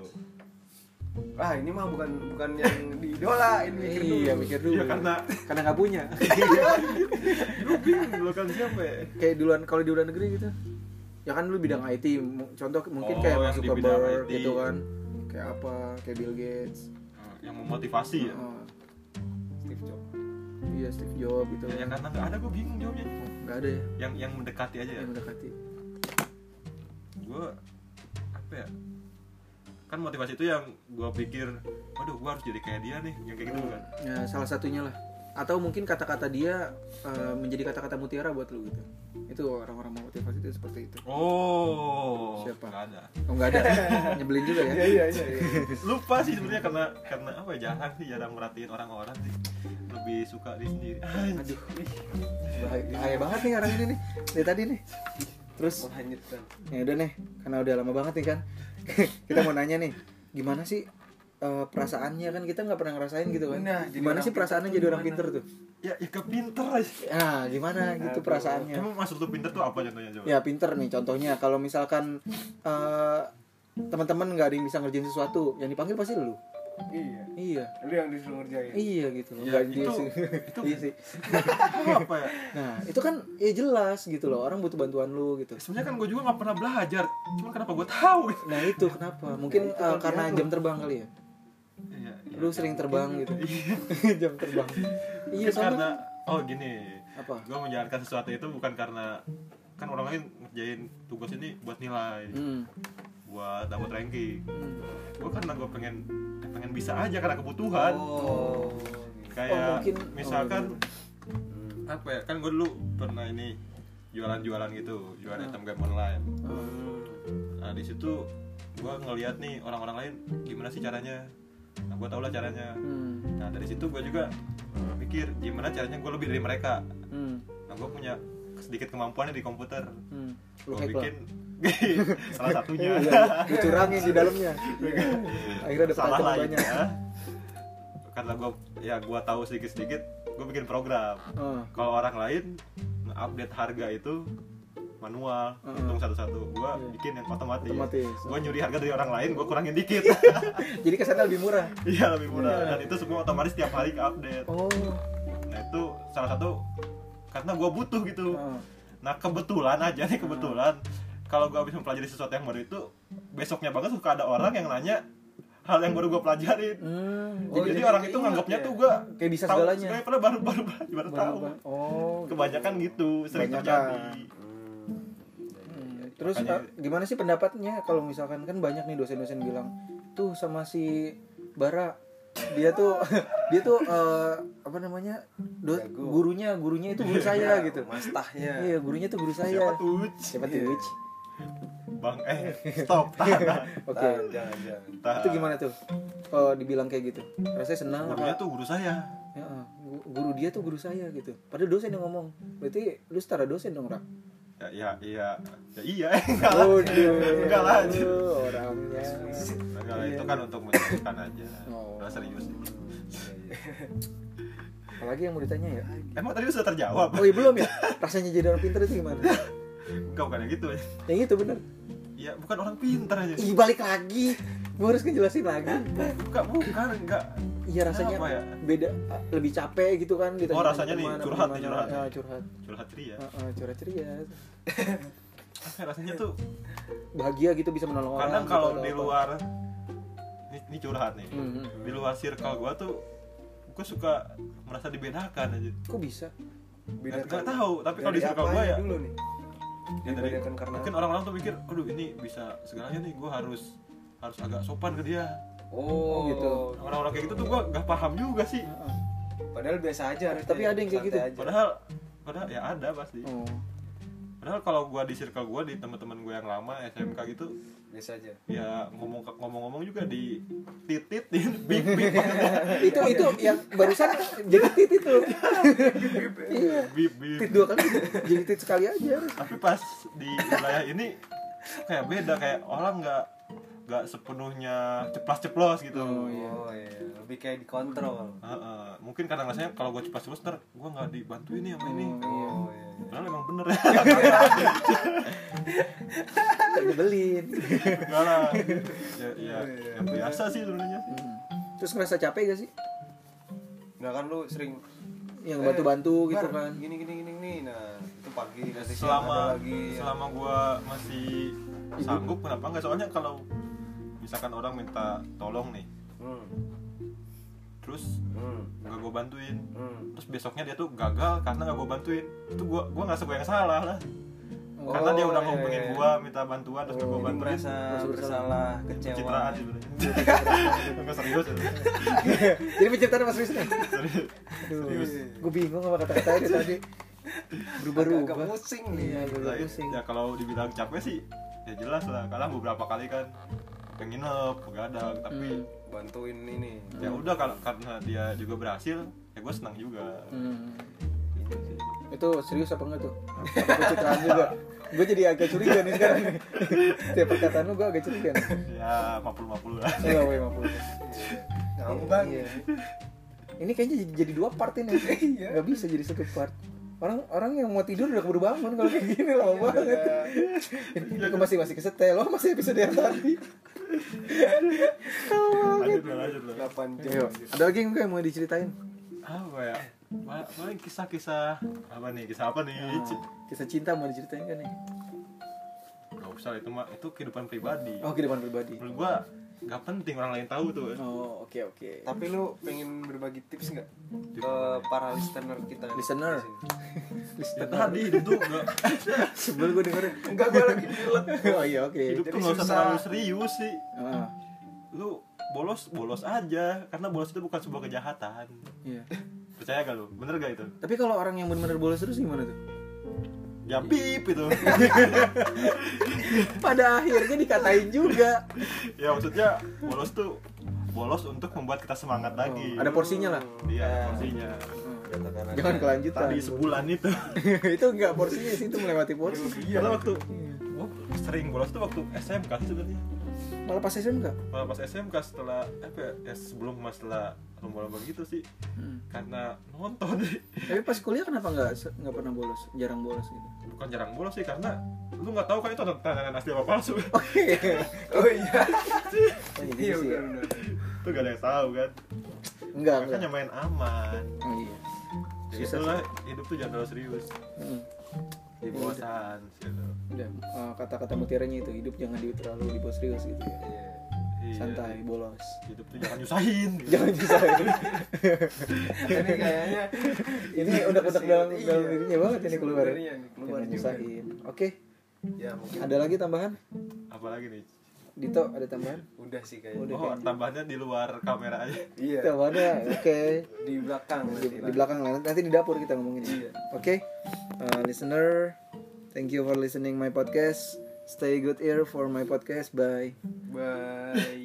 [SPEAKER 2] Ah, ini mah bukan bukan yang diidolain mikir dulu.
[SPEAKER 1] Iya, mikir dulu.
[SPEAKER 3] Iya, karena-
[SPEAKER 1] karena nggak punya. (laughs)
[SPEAKER 3] Lu bingung dulu kan siapa ya?
[SPEAKER 1] kayak duluan kalau di luar negeri gitu. Ya kan lu bidang IT, mu- contoh mungkin
[SPEAKER 3] Oh,
[SPEAKER 1] kayak
[SPEAKER 3] yang
[SPEAKER 1] Mark
[SPEAKER 3] di bidang
[SPEAKER 1] Zuckerberg
[SPEAKER 3] IT.
[SPEAKER 1] gitu kan. Kayak apa? Kayak Bill Gates.
[SPEAKER 3] Eh, Yang memotivasi ya.
[SPEAKER 1] Oh,
[SPEAKER 2] Steve Jobs.
[SPEAKER 1] iya Steve Jobs gitu.
[SPEAKER 3] Ya, ya karena nggak ada gue bingung jawabnya.
[SPEAKER 1] Nggak ada ya
[SPEAKER 3] Yang yang mendekati aja ya.
[SPEAKER 1] yang mendekati.
[SPEAKER 3] Gue apa ya? Kan motivasi itu yang gua pikir, waduh gua harus jadi kayak dia nih, yang kayak gitu kan.
[SPEAKER 1] Ya, salah satunya lah. Atau mungkin kata-kata dia eh, menjadi kata-kata mutiara buat lu gitu. Itu orang-orang memotivasi itu seperti itu.
[SPEAKER 3] Oh,
[SPEAKER 1] Siapa?
[SPEAKER 3] nggak ada.
[SPEAKER 1] Oh nggak
[SPEAKER 2] (laughs)
[SPEAKER 1] ada, nyebelin juga ya.
[SPEAKER 2] Iya iya iya. iya.
[SPEAKER 3] Lupa sih sebenarnya karena karena apa ya jarang sih jarang merhatiin orang-orang sih. Lebih lebih suka diri sendiri Ah, aduh
[SPEAKER 1] bahaya, bahaya banget nih orang ini nih dari tadi nih terus
[SPEAKER 2] menghanyutkan
[SPEAKER 1] ya udah nih karena udah lama banget nih kan (laughs) kita mau nanya nih gimana sih eh, perasaannya kan kita nggak pernah ngerasain gitu kan
[SPEAKER 2] Nah, jadi
[SPEAKER 1] gimana
[SPEAKER 2] orang
[SPEAKER 1] sih perasaannya
[SPEAKER 2] pinter
[SPEAKER 1] jadi orang
[SPEAKER 2] gimana?
[SPEAKER 1] pinter tuh
[SPEAKER 3] ya ya kepinter aja
[SPEAKER 1] ah gimana gitu
[SPEAKER 2] Aduh.
[SPEAKER 1] perasaannya
[SPEAKER 3] emang maksud lu pinter tuh apa contohnya coba
[SPEAKER 1] ya pinter nih contohnya kalau misalkan eh, teman-teman nggak ada yang bisa ngerjain sesuatu yang dipanggil pasti lu
[SPEAKER 2] iya
[SPEAKER 1] iya
[SPEAKER 2] lu yang disuruh ngerjain
[SPEAKER 1] iya gitu loh
[SPEAKER 3] Ya,
[SPEAKER 1] Nggak
[SPEAKER 3] itu-
[SPEAKER 1] di-
[SPEAKER 3] itu-
[SPEAKER 1] iya sih
[SPEAKER 3] Lu apa ya
[SPEAKER 1] nah itu kan ya jelas gitu loh orang butuh bantuan lu gitu
[SPEAKER 3] sebenarnya kan gue juga nggak pernah belajar cuman kenapa gue tahu
[SPEAKER 1] nah itu kenapa mungkin
[SPEAKER 2] Nah, itu kan
[SPEAKER 1] eh, karena
[SPEAKER 2] dia tuh.
[SPEAKER 1] jam terbang kali ya
[SPEAKER 3] Iya, iya.
[SPEAKER 1] lu sering terbang gitu
[SPEAKER 3] Iya.
[SPEAKER 1] (laughs) jam terbang iya
[SPEAKER 3] Mungkin karena
[SPEAKER 1] soalnya
[SPEAKER 3] oh gini
[SPEAKER 1] Apa?
[SPEAKER 3] gue menjalankan sesuatu itu bukan karena kan orang lain ngerjain tugas ini buat nilai
[SPEAKER 1] Hmm,
[SPEAKER 3] buat dapat ranking
[SPEAKER 1] hmm.
[SPEAKER 3] gue karena gue pengen pengen bisa aja karena kebutuhan
[SPEAKER 1] Oh,
[SPEAKER 2] oh
[SPEAKER 3] kayak
[SPEAKER 1] mungkin-
[SPEAKER 3] misalkan apa ya kan gue dulu pernah ini jualan-jualan gitu jualan item game online nah di situ gue ngelihat nih orang-orang lain gimana sih caranya nah gue tau lah caranya
[SPEAKER 1] Hmm,
[SPEAKER 3] nah dari situ gue juga mikir gimana caranya gue lebih dari mereka
[SPEAKER 1] hmm,
[SPEAKER 3] nah gue punya sedikit kemampuannya di komputer
[SPEAKER 1] hmm. Lu hack
[SPEAKER 3] gue
[SPEAKER 1] lah.
[SPEAKER 3] Oh, bikin (laughs) salah satunya
[SPEAKER 1] Iya, dicurangin di
[SPEAKER 3] (laughs)
[SPEAKER 1] dalamnya. Iya. Akhirnya ada
[SPEAKER 3] salah
[SPEAKER 1] pertanyaan
[SPEAKER 3] lainnya (laughs)
[SPEAKER 1] banyak.
[SPEAKER 3] karena gue ya gue tahu sedikit sedikit gue bikin program
[SPEAKER 1] Oh,
[SPEAKER 3] kalau orang lain update harga itu manual
[SPEAKER 1] Heeh.
[SPEAKER 3] hitung satu-satu gue
[SPEAKER 1] Iya.
[SPEAKER 3] bikin yang otomatis,
[SPEAKER 1] Otomatis.
[SPEAKER 3] gue nyuri harga dari orang lain gue kurangin dikit
[SPEAKER 1] jadi kesannya lebih murah.
[SPEAKER 3] (laughs) iya lebih murah
[SPEAKER 1] Iya.
[SPEAKER 3] dan itu semua otomatis tiap hari ke update
[SPEAKER 1] Oh,
[SPEAKER 3] nah itu salah satu karena gue butuh gitu
[SPEAKER 1] Heeh.
[SPEAKER 3] nah kebetulan aja nih kebetulan kalau gue habis mempelajari sesuatu yang baru itu besoknya banget suka ada orang yang nanya hal yang baru gue pelajarin
[SPEAKER 1] Hmm,
[SPEAKER 2] Oh,
[SPEAKER 1] jadi
[SPEAKER 3] jadi,
[SPEAKER 2] jadi
[SPEAKER 3] orang
[SPEAKER 2] kayak
[SPEAKER 3] itu
[SPEAKER 2] ingat
[SPEAKER 3] nganggapnya
[SPEAKER 2] ya?
[SPEAKER 3] tuh gue
[SPEAKER 1] iya. Kayak bisa segalanya.
[SPEAKER 3] pernah baru baru baru, baru tahu
[SPEAKER 1] Bang- Oh, gitu.
[SPEAKER 3] kebanyakan gitu sering
[SPEAKER 1] Kebanyakan.
[SPEAKER 3] terjadi
[SPEAKER 1] Hmm, Terus
[SPEAKER 3] Makanya-
[SPEAKER 1] Pak, gimana sih pendapatnya kalau misalkan kan banyak nih dosen-dosen bilang tuh sama si Bara dia tuh (laughs) dia tuh eh, apa namanya do-
[SPEAKER 2] Jago.
[SPEAKER 1] gurunya gurunya itu
[SPEAKER 3] Iya,
[SPEAKER 1] guru saya gitu
[SPEAKER 2] mastahnya
[SPEAKER 1] iya gurunya tuh guru
[SPEAKER 3] siapa
[SPEAKER 1] saya
[SPEAKER 3] tuh Iya.
[SPEAKER 1] siapa tuh Wich?
[SPEAKER 3] bang eh stop tahan
[SPEAKER 1] oke
[SPEAKER 2] Ah, jangan jangan
[SPEAKER 3] tahan
[SPEAKER 1] itu gimana tuh kalau dibilang kayak gitu rasanya senang
[SPEAKER 3] gurunya
[SPEAKER 1] apa
[SPEAKER 3] tuh guru saya
[SPEAKER 1] Ya, eh, gu- guru dia tuh guru saya gitu padahal dosen yang ngomong berarti lu setara dosen dong rak
[SPEAKER 3] ya iya iya ya, iya (laughs) enggak lah enggak lah anjir.
[SPEAKER 1] aduh, orangnya
[SPEAKER 3] Enggak lah, itu kan untuk menunjukkan aja
[SPEAKER 1] Oh.
[SPEAKER 3] Nggak serius
[SPEAKER 1] apalagi yang mau ditanya ya
[SPEAKER 3] emang tadi lu sudah terjawab
[SPEAKER 1] Oh iya belum ya? Rasanya jadi orang pinter itu gimana?
[SPEAKER 3] enggak bukan yang gitu ya
[SPEAKER 1] Yang itu bener
[SPEAKER 3] ya bukan orang pintar aja
[SPEAKER 1] Ih balik lagi Gue harus ngejelasin lagi
[SPEAKER 3] bukan bukan enggak
[SPEAKER 1] Iya rasanya
[SPEAKER 3] Kenapa ya?
[SPEAKER 1] beda Lebih capek gitu kan ditanya
[SPEAKER 3] Oh, rasanya nih,
[SPEAKER 1] kemana,
[SPEAKER 3] curhat
[SPEAKER 1] kemana.
[SPEAKER 3] nih, curhat. Ya.
[SPEAKER 1] Ah, curhat
[SPEAKER 3] curhat ria
[SPEAKER 1] Ah, ah, Curhat ceria
[SPEAKER 3] (laughs) rasanya tuh
[SPEAKER 1] Bahagia gitu bisa menolong
[SPEAKER 3] kadang
[SPEAKER 1] orang gitu
[SPEAKER 3] kalau
[SPEAKER 1] atau
[SPEAKER 3] di
[SPEAKER 1] apa.
[SPEAKER 3] luar ini, ini curhat nih
[SPEAKER 1] Mhm.
[SPEAKER 3] di luar circle gua tuh gue suka merasa dibedakan aja
[SPEAKER 1] Kok bisa?
[SPEAKER 3] Nggak tahu, tapi kalau di
[SPEAKER 2] Dari
[SPEAKER 3] circle gua
[SPEAKER 2] apanya
[SPEAKER 3] ya-
[SPEAKER 2] dulu nih
[SPEAKER 3] Ya, dari-
[SPEAKER 2] Dibedakan karena
[SPEAKER 3] mungkin orang-orang tuh mikir aduh ini bisa segalanya nih gue harus harus agak sopan ke dia
[SPEAKER 1] Oh,
[SPEAKER 2] oh
[SPEAKER 1] gitu.
[SPEAKER 2] gitu
[SPEAKER 3] orang-orang kayak gitu tuh gue gak paham juga sih
[SPEAKER 1] Ah, ah.
[SPEAKER 2] padahal biasa aja harusnya.
[SPEAKER 1] Tapi ada yang kayak
[SPEAKER 2] Santai aja.
[SPEAKER 3] padahal padahal ya ada pasti
[SPEAKER 1] Oh
[SPEAKER 3] padahal kalau gue di circle gue di teman-teman gue yang lama SMK gitu
[SPEAKER 2] biasa aja
[SPEAKER 3] ya ngomong ngomong-ngomong juga di titit di (laughs) big big maksudnya.
[SPEAKER 1] Eh, itu itu yang barusan jadi tit itu iya
[SPEAKER 3] bip bip
[SPEAKER 1] tit dua kali jadi tit sekali aja
[SPEAKER 3] tapi pas di wilayah ini kayak beda kayak orang nggak nggak sepenuhnya ceplas ceplos gitu
[SPEAKER 1] Oh, iya.
[SPEAKER 2] oh iya lebih kayak dikontrol
[SPEAKER 3] Heeh. mungkin karena rasanya kalau gue ceplas ceplos ntar gue nggak dibantuin nih sama ini
[SPEAKER 2] oh iya
[SPEAKER 3] padahal emang bener ya
[SPEAKER 1] nyebelin
[SPEAKER 3] enggak lah ya, ya,
[SPEAKER 2] Oh, iya.
[SPEAKER 3] ya biasa sih sebenarnya sih.
[SPEAKER 1] Hmm. terus ngerasa capek gak sih
[SPEAKER 2] nah kan lu sering
[SPEAKER 1] yang
[SPEAKER 2] eh,
[SPEAKER 1] bantu-bantu gitu
[SPEAKER 2] Bar,
[SPEAKER 1] kan
[SPEAKER 2] gini gini gini nih nah itu pagi nanti siang ada
[SPEAKER 3] selama
[SPEAKER 2] lagi ya.
[SPEAKER 3] selama gue masih sanggup kenapa nggak soalnya kalau misalkan orang minta tolong nih
[SPEAKER 2] hmm,
[SPEAKER 3] terus
[SPEAKER 2] hmm,
[SPEAKER 3] nggak gue bantuin
[SPEAKER 2] hmm.
[SPEAKER 3] terus besoknya dia tuh gagal karena nggak gue bantuin itu gue gue nggak gue yang salah lah
[SPEAKER 1] Oh,
[SPEAKER 3] karena dia udah
[SPEAKER 2] iya,
[SPEAKER 3] ngomongin
[SPEAKER 2] iya. Oh,
[SPEAKER 3] gue minta bantuan terus nggak
[SPEAKER 2] Jadi
[SPEAKER 3] gue bantuin
[SPEAKER 2] merasa
[SPEAKER 1] Merasa
[SPEAKER 2] bersalah kecewa
[SPEAKER 3] pencitraan sih sebenarnya (laughs) nggak serius ya.
[SPEAKER 1] kan. (laughs) jadi penciptaan Mas Wisnu
[SPEAKER 3] serius
[SPEAKER 1] Aduh, gue bingung sama kata-kata itu tadi
[SPEAKER 2] agak
[SPEAKER 1] berubah-ubah
[SPEAKER 2] pusing nih
[SPEAKER 1] iya
[SPEAKER 3] Nah,
[SPEAKER 1] agak pusing
[SPEAKER 3] ya kalau dibilang capek sih ya jelas lah karena beberapa kali kan penginep begadang tapi
[SPEAKER 1] Hmm.
[SPEAKER 2] bantuin ini
[SPEAKER 3] ya udah kalau karena dia juga berhasil ya gue gue senang juga
[SPEAKER 1] Hmm.
[SPEAKER 3] Gitu sih.
[SPEAKER 1] Itu serius apa enggak tuh? Apa Pencitraan juga. Gue jadi agak curiga nih sekarang nih. Setiap perkataan lu gue agak curiga nih.
[SPEAKER 3] ya
[SPEAKER 1] (laughs)
[SPEAKER 3] 50-50 lah
[SPEAKER 1] Enggak, woi, maaf. maaf.
[SPEAKER 2] Ngau bang.
[SPEAKER 1] Iya. Ini kayaknya jadi, jadi dua part ini.
[SPEAKER 2] (laughs) Iya.
[SPEAKER 1] Gak bisa jadi satu part. Orang orang yang mau tidur udah keburu bangun kalau kayak gini lama
[SPEAKER 2] Iya.
[SPEAKER 1] banget. Ini gua masih masih kesetel loh masih episode yang tadi.
[SPEAKER 3] lanjut lah lanjut lah
[SPEAKER 2] 8 jam.
[SPEAKER 1] Ayo, ada lagi nggak yang mau diceritain?
[SPEAKER 3] apa ya Ma- paling kisah-kisah apa nih kisah apa nih
[SPEAKER 1] Oh. Kisah cinta mau diceritain kan nih?
[SPEAKER 3] nggak usah itu mah itu kehidupan pribadi
[SPEAKER 1] Oh, kehidupan pribadi.
[SPEAKER 3] menurut gua nggak penting orang lain tahu tuh
[SPEAKER 1] Oh, oke oke.
[SPEAKER 2] Tapi lu pengen berbagi tips nggak
[SPEAKER 3] Tips
[SPEAKER 2] ke para listener kita?
[SPEAKER 1] Listener.
[SPEAKER 3] ya,
[SPEAKER 1] Listener.
[SPEAKER 3] tadi itu nggak
[SPEAKER 1] Sebelum gue
[SPEAKER 3] (laughs)
[SPEAKER 1] dengerin.
[SPEAKER 2] Enggak gua lagi pilek.
[SPEAKER 1] Oh iya (laughs) oke.
[SPEAKER 3] hidup
[SPEAKER 2] Jadi
[SPEAKER 3] tuh nggak usah
[SPEAKER 2] susah.
[SPEAKER 3] terlalu serius sih
[SPEAKER 1] Ah,
[SPEAKER 3] lu bolos bolos aja karena bolos itu bukan sebuah kejahatan
[SPEAKER 1] iya.
[SPEAKER 3] percaya gak lu bener gak itu
[SPEAKER 1] Tapi kalau orang yang benar-benar bolos terus gimana tuh? Iya.
[SPEAKER 3] ya pip
[SPEAKER 1] (laughs)
[SPEAKER 3] itu
[SPEAKER 1] Pada akhirnya dikatain juga.
[SPEAKER 3] ya maksudnya bolos tuh bolos untuk membuat kita semangat lagi
[SPEAKER 1] Oh, ada (laughs) Eh, porsinya lah.
[SPEAKER 3] iya ada porsinya
[SPEAKER 2] Katakan aja.
[SPEAKER 1] Jangan kelanjutan.
[SPEAKER 3] tadi sebulan itu
[SPEAKER 1] (laughs) itu enggak porsinya sih itu melewati porsi.
[SPEAKER 3] karena waktu
[SPEAKER 1] Iya.
[SPEAKER 3] gua sering bolos tuh waktu SMK sih sebenarnya
[SPEAKER 1] Malah pas SMK.
[SPEAKER 3] Malah pas SMK setelah apa ya, ya sebelum mas setelah lomba-lomba gitu sih
[SPEAKER 1] Hmm.
[SPEAKER 3] karena nonton (laughs)
[SPEAKER 1] Tapi pas kuliah kenapa enggak se- enggak pernah bolos? Jarang bolos gitu.
[SPEAKER 3] (laughs) bukan jarang bolos sih karena lu nggak tahu kan itu tantangan asli apa palsu (laughs)
[SPEAKER 1] Oke.
[SPEAKER 2] Oh iya.
[SPEAKER 1] Oh, iya
[SPEAKER 2] Iya
[SPEAKER 1] gitu sih ya.
[SPEAKER 2] benar benar.
[SPEAKER 3] itu gak ada yang tahu kan
[SPEAKER 1] Enggak, enggak.
[SPEAKER 3] makanya Gitu main aman
[SPEAKER 1] Oh, iya.
[SPEAKER 3] Jadi
[SPEAKER 1] Susah
[SPEAKER 3] itulah hidup tuh jangan terlalu serius
[SPEAKER 1] Hmm.
[SPEAKER 3] di bosan gitu
[SPEAKER 1] Udah, eh, kata-kata mutiaranya itu hidup jangan di terlalu dibawa serius gitu ya.
[SPEAKER 3] Iya.
[SPEAKER 1] Santai, bolos. (laughs)
[SPEAKER 3] hidup tuh jangan nyusahin gitu.
[SPEAKER 1] Jangan
[SPEAKER 2] (laughs)
[SPEAKER 1] disahin.
[SPEAKER 2] Ini kayaknya
[SPEAKER 1] ini udah-udah dalam
[SPEAKER 2] Iya.
[SPEAKER 1] dalam dirinya banget ini keluar. ya.
[SPEAKER 2] Sebenarnya nih, keluar
[SPEAKER 1] Jangan
[SPEAKER 2] juga.
[SPEAKER 1] disahin. Oke,
[SPEAKER 2] ya mungkin
[SPEAKER 1] ada lagi tambahan?
[SPEAKER 3] apalagi nih
[SPEAKER 1] Dito, ada tambahan?
[SPEAKER 2] udah sih kayaknya.
[SPEAKER 1] Udah
[SPEAKER 3] oh
[SPEAKER 1] kayaknya.
[SPEAKER 3] tambahannya di luar kamera aja
[SPEAKER 2] Iya.
[SPEAKER 1] Tambahannya, oke.
[SPEAKER 2] Di belakang
[SPEAKER 1] Di,
[SPEAKER 2] nanti
[SPEAKER 1] di
[SPEAKER 2] lah.
[SPEAKER 1] belakang lah, nanti di dapur kita ngomongin.
[SPEAKER 2] Iya.
[SPEAKER 1] Oke, Uh, listener, thank you for listening my podcast. Stay good ear for my podcast. Bye.
[SPEAKER 2] Bye.
[SPEAKER 1] (laughs)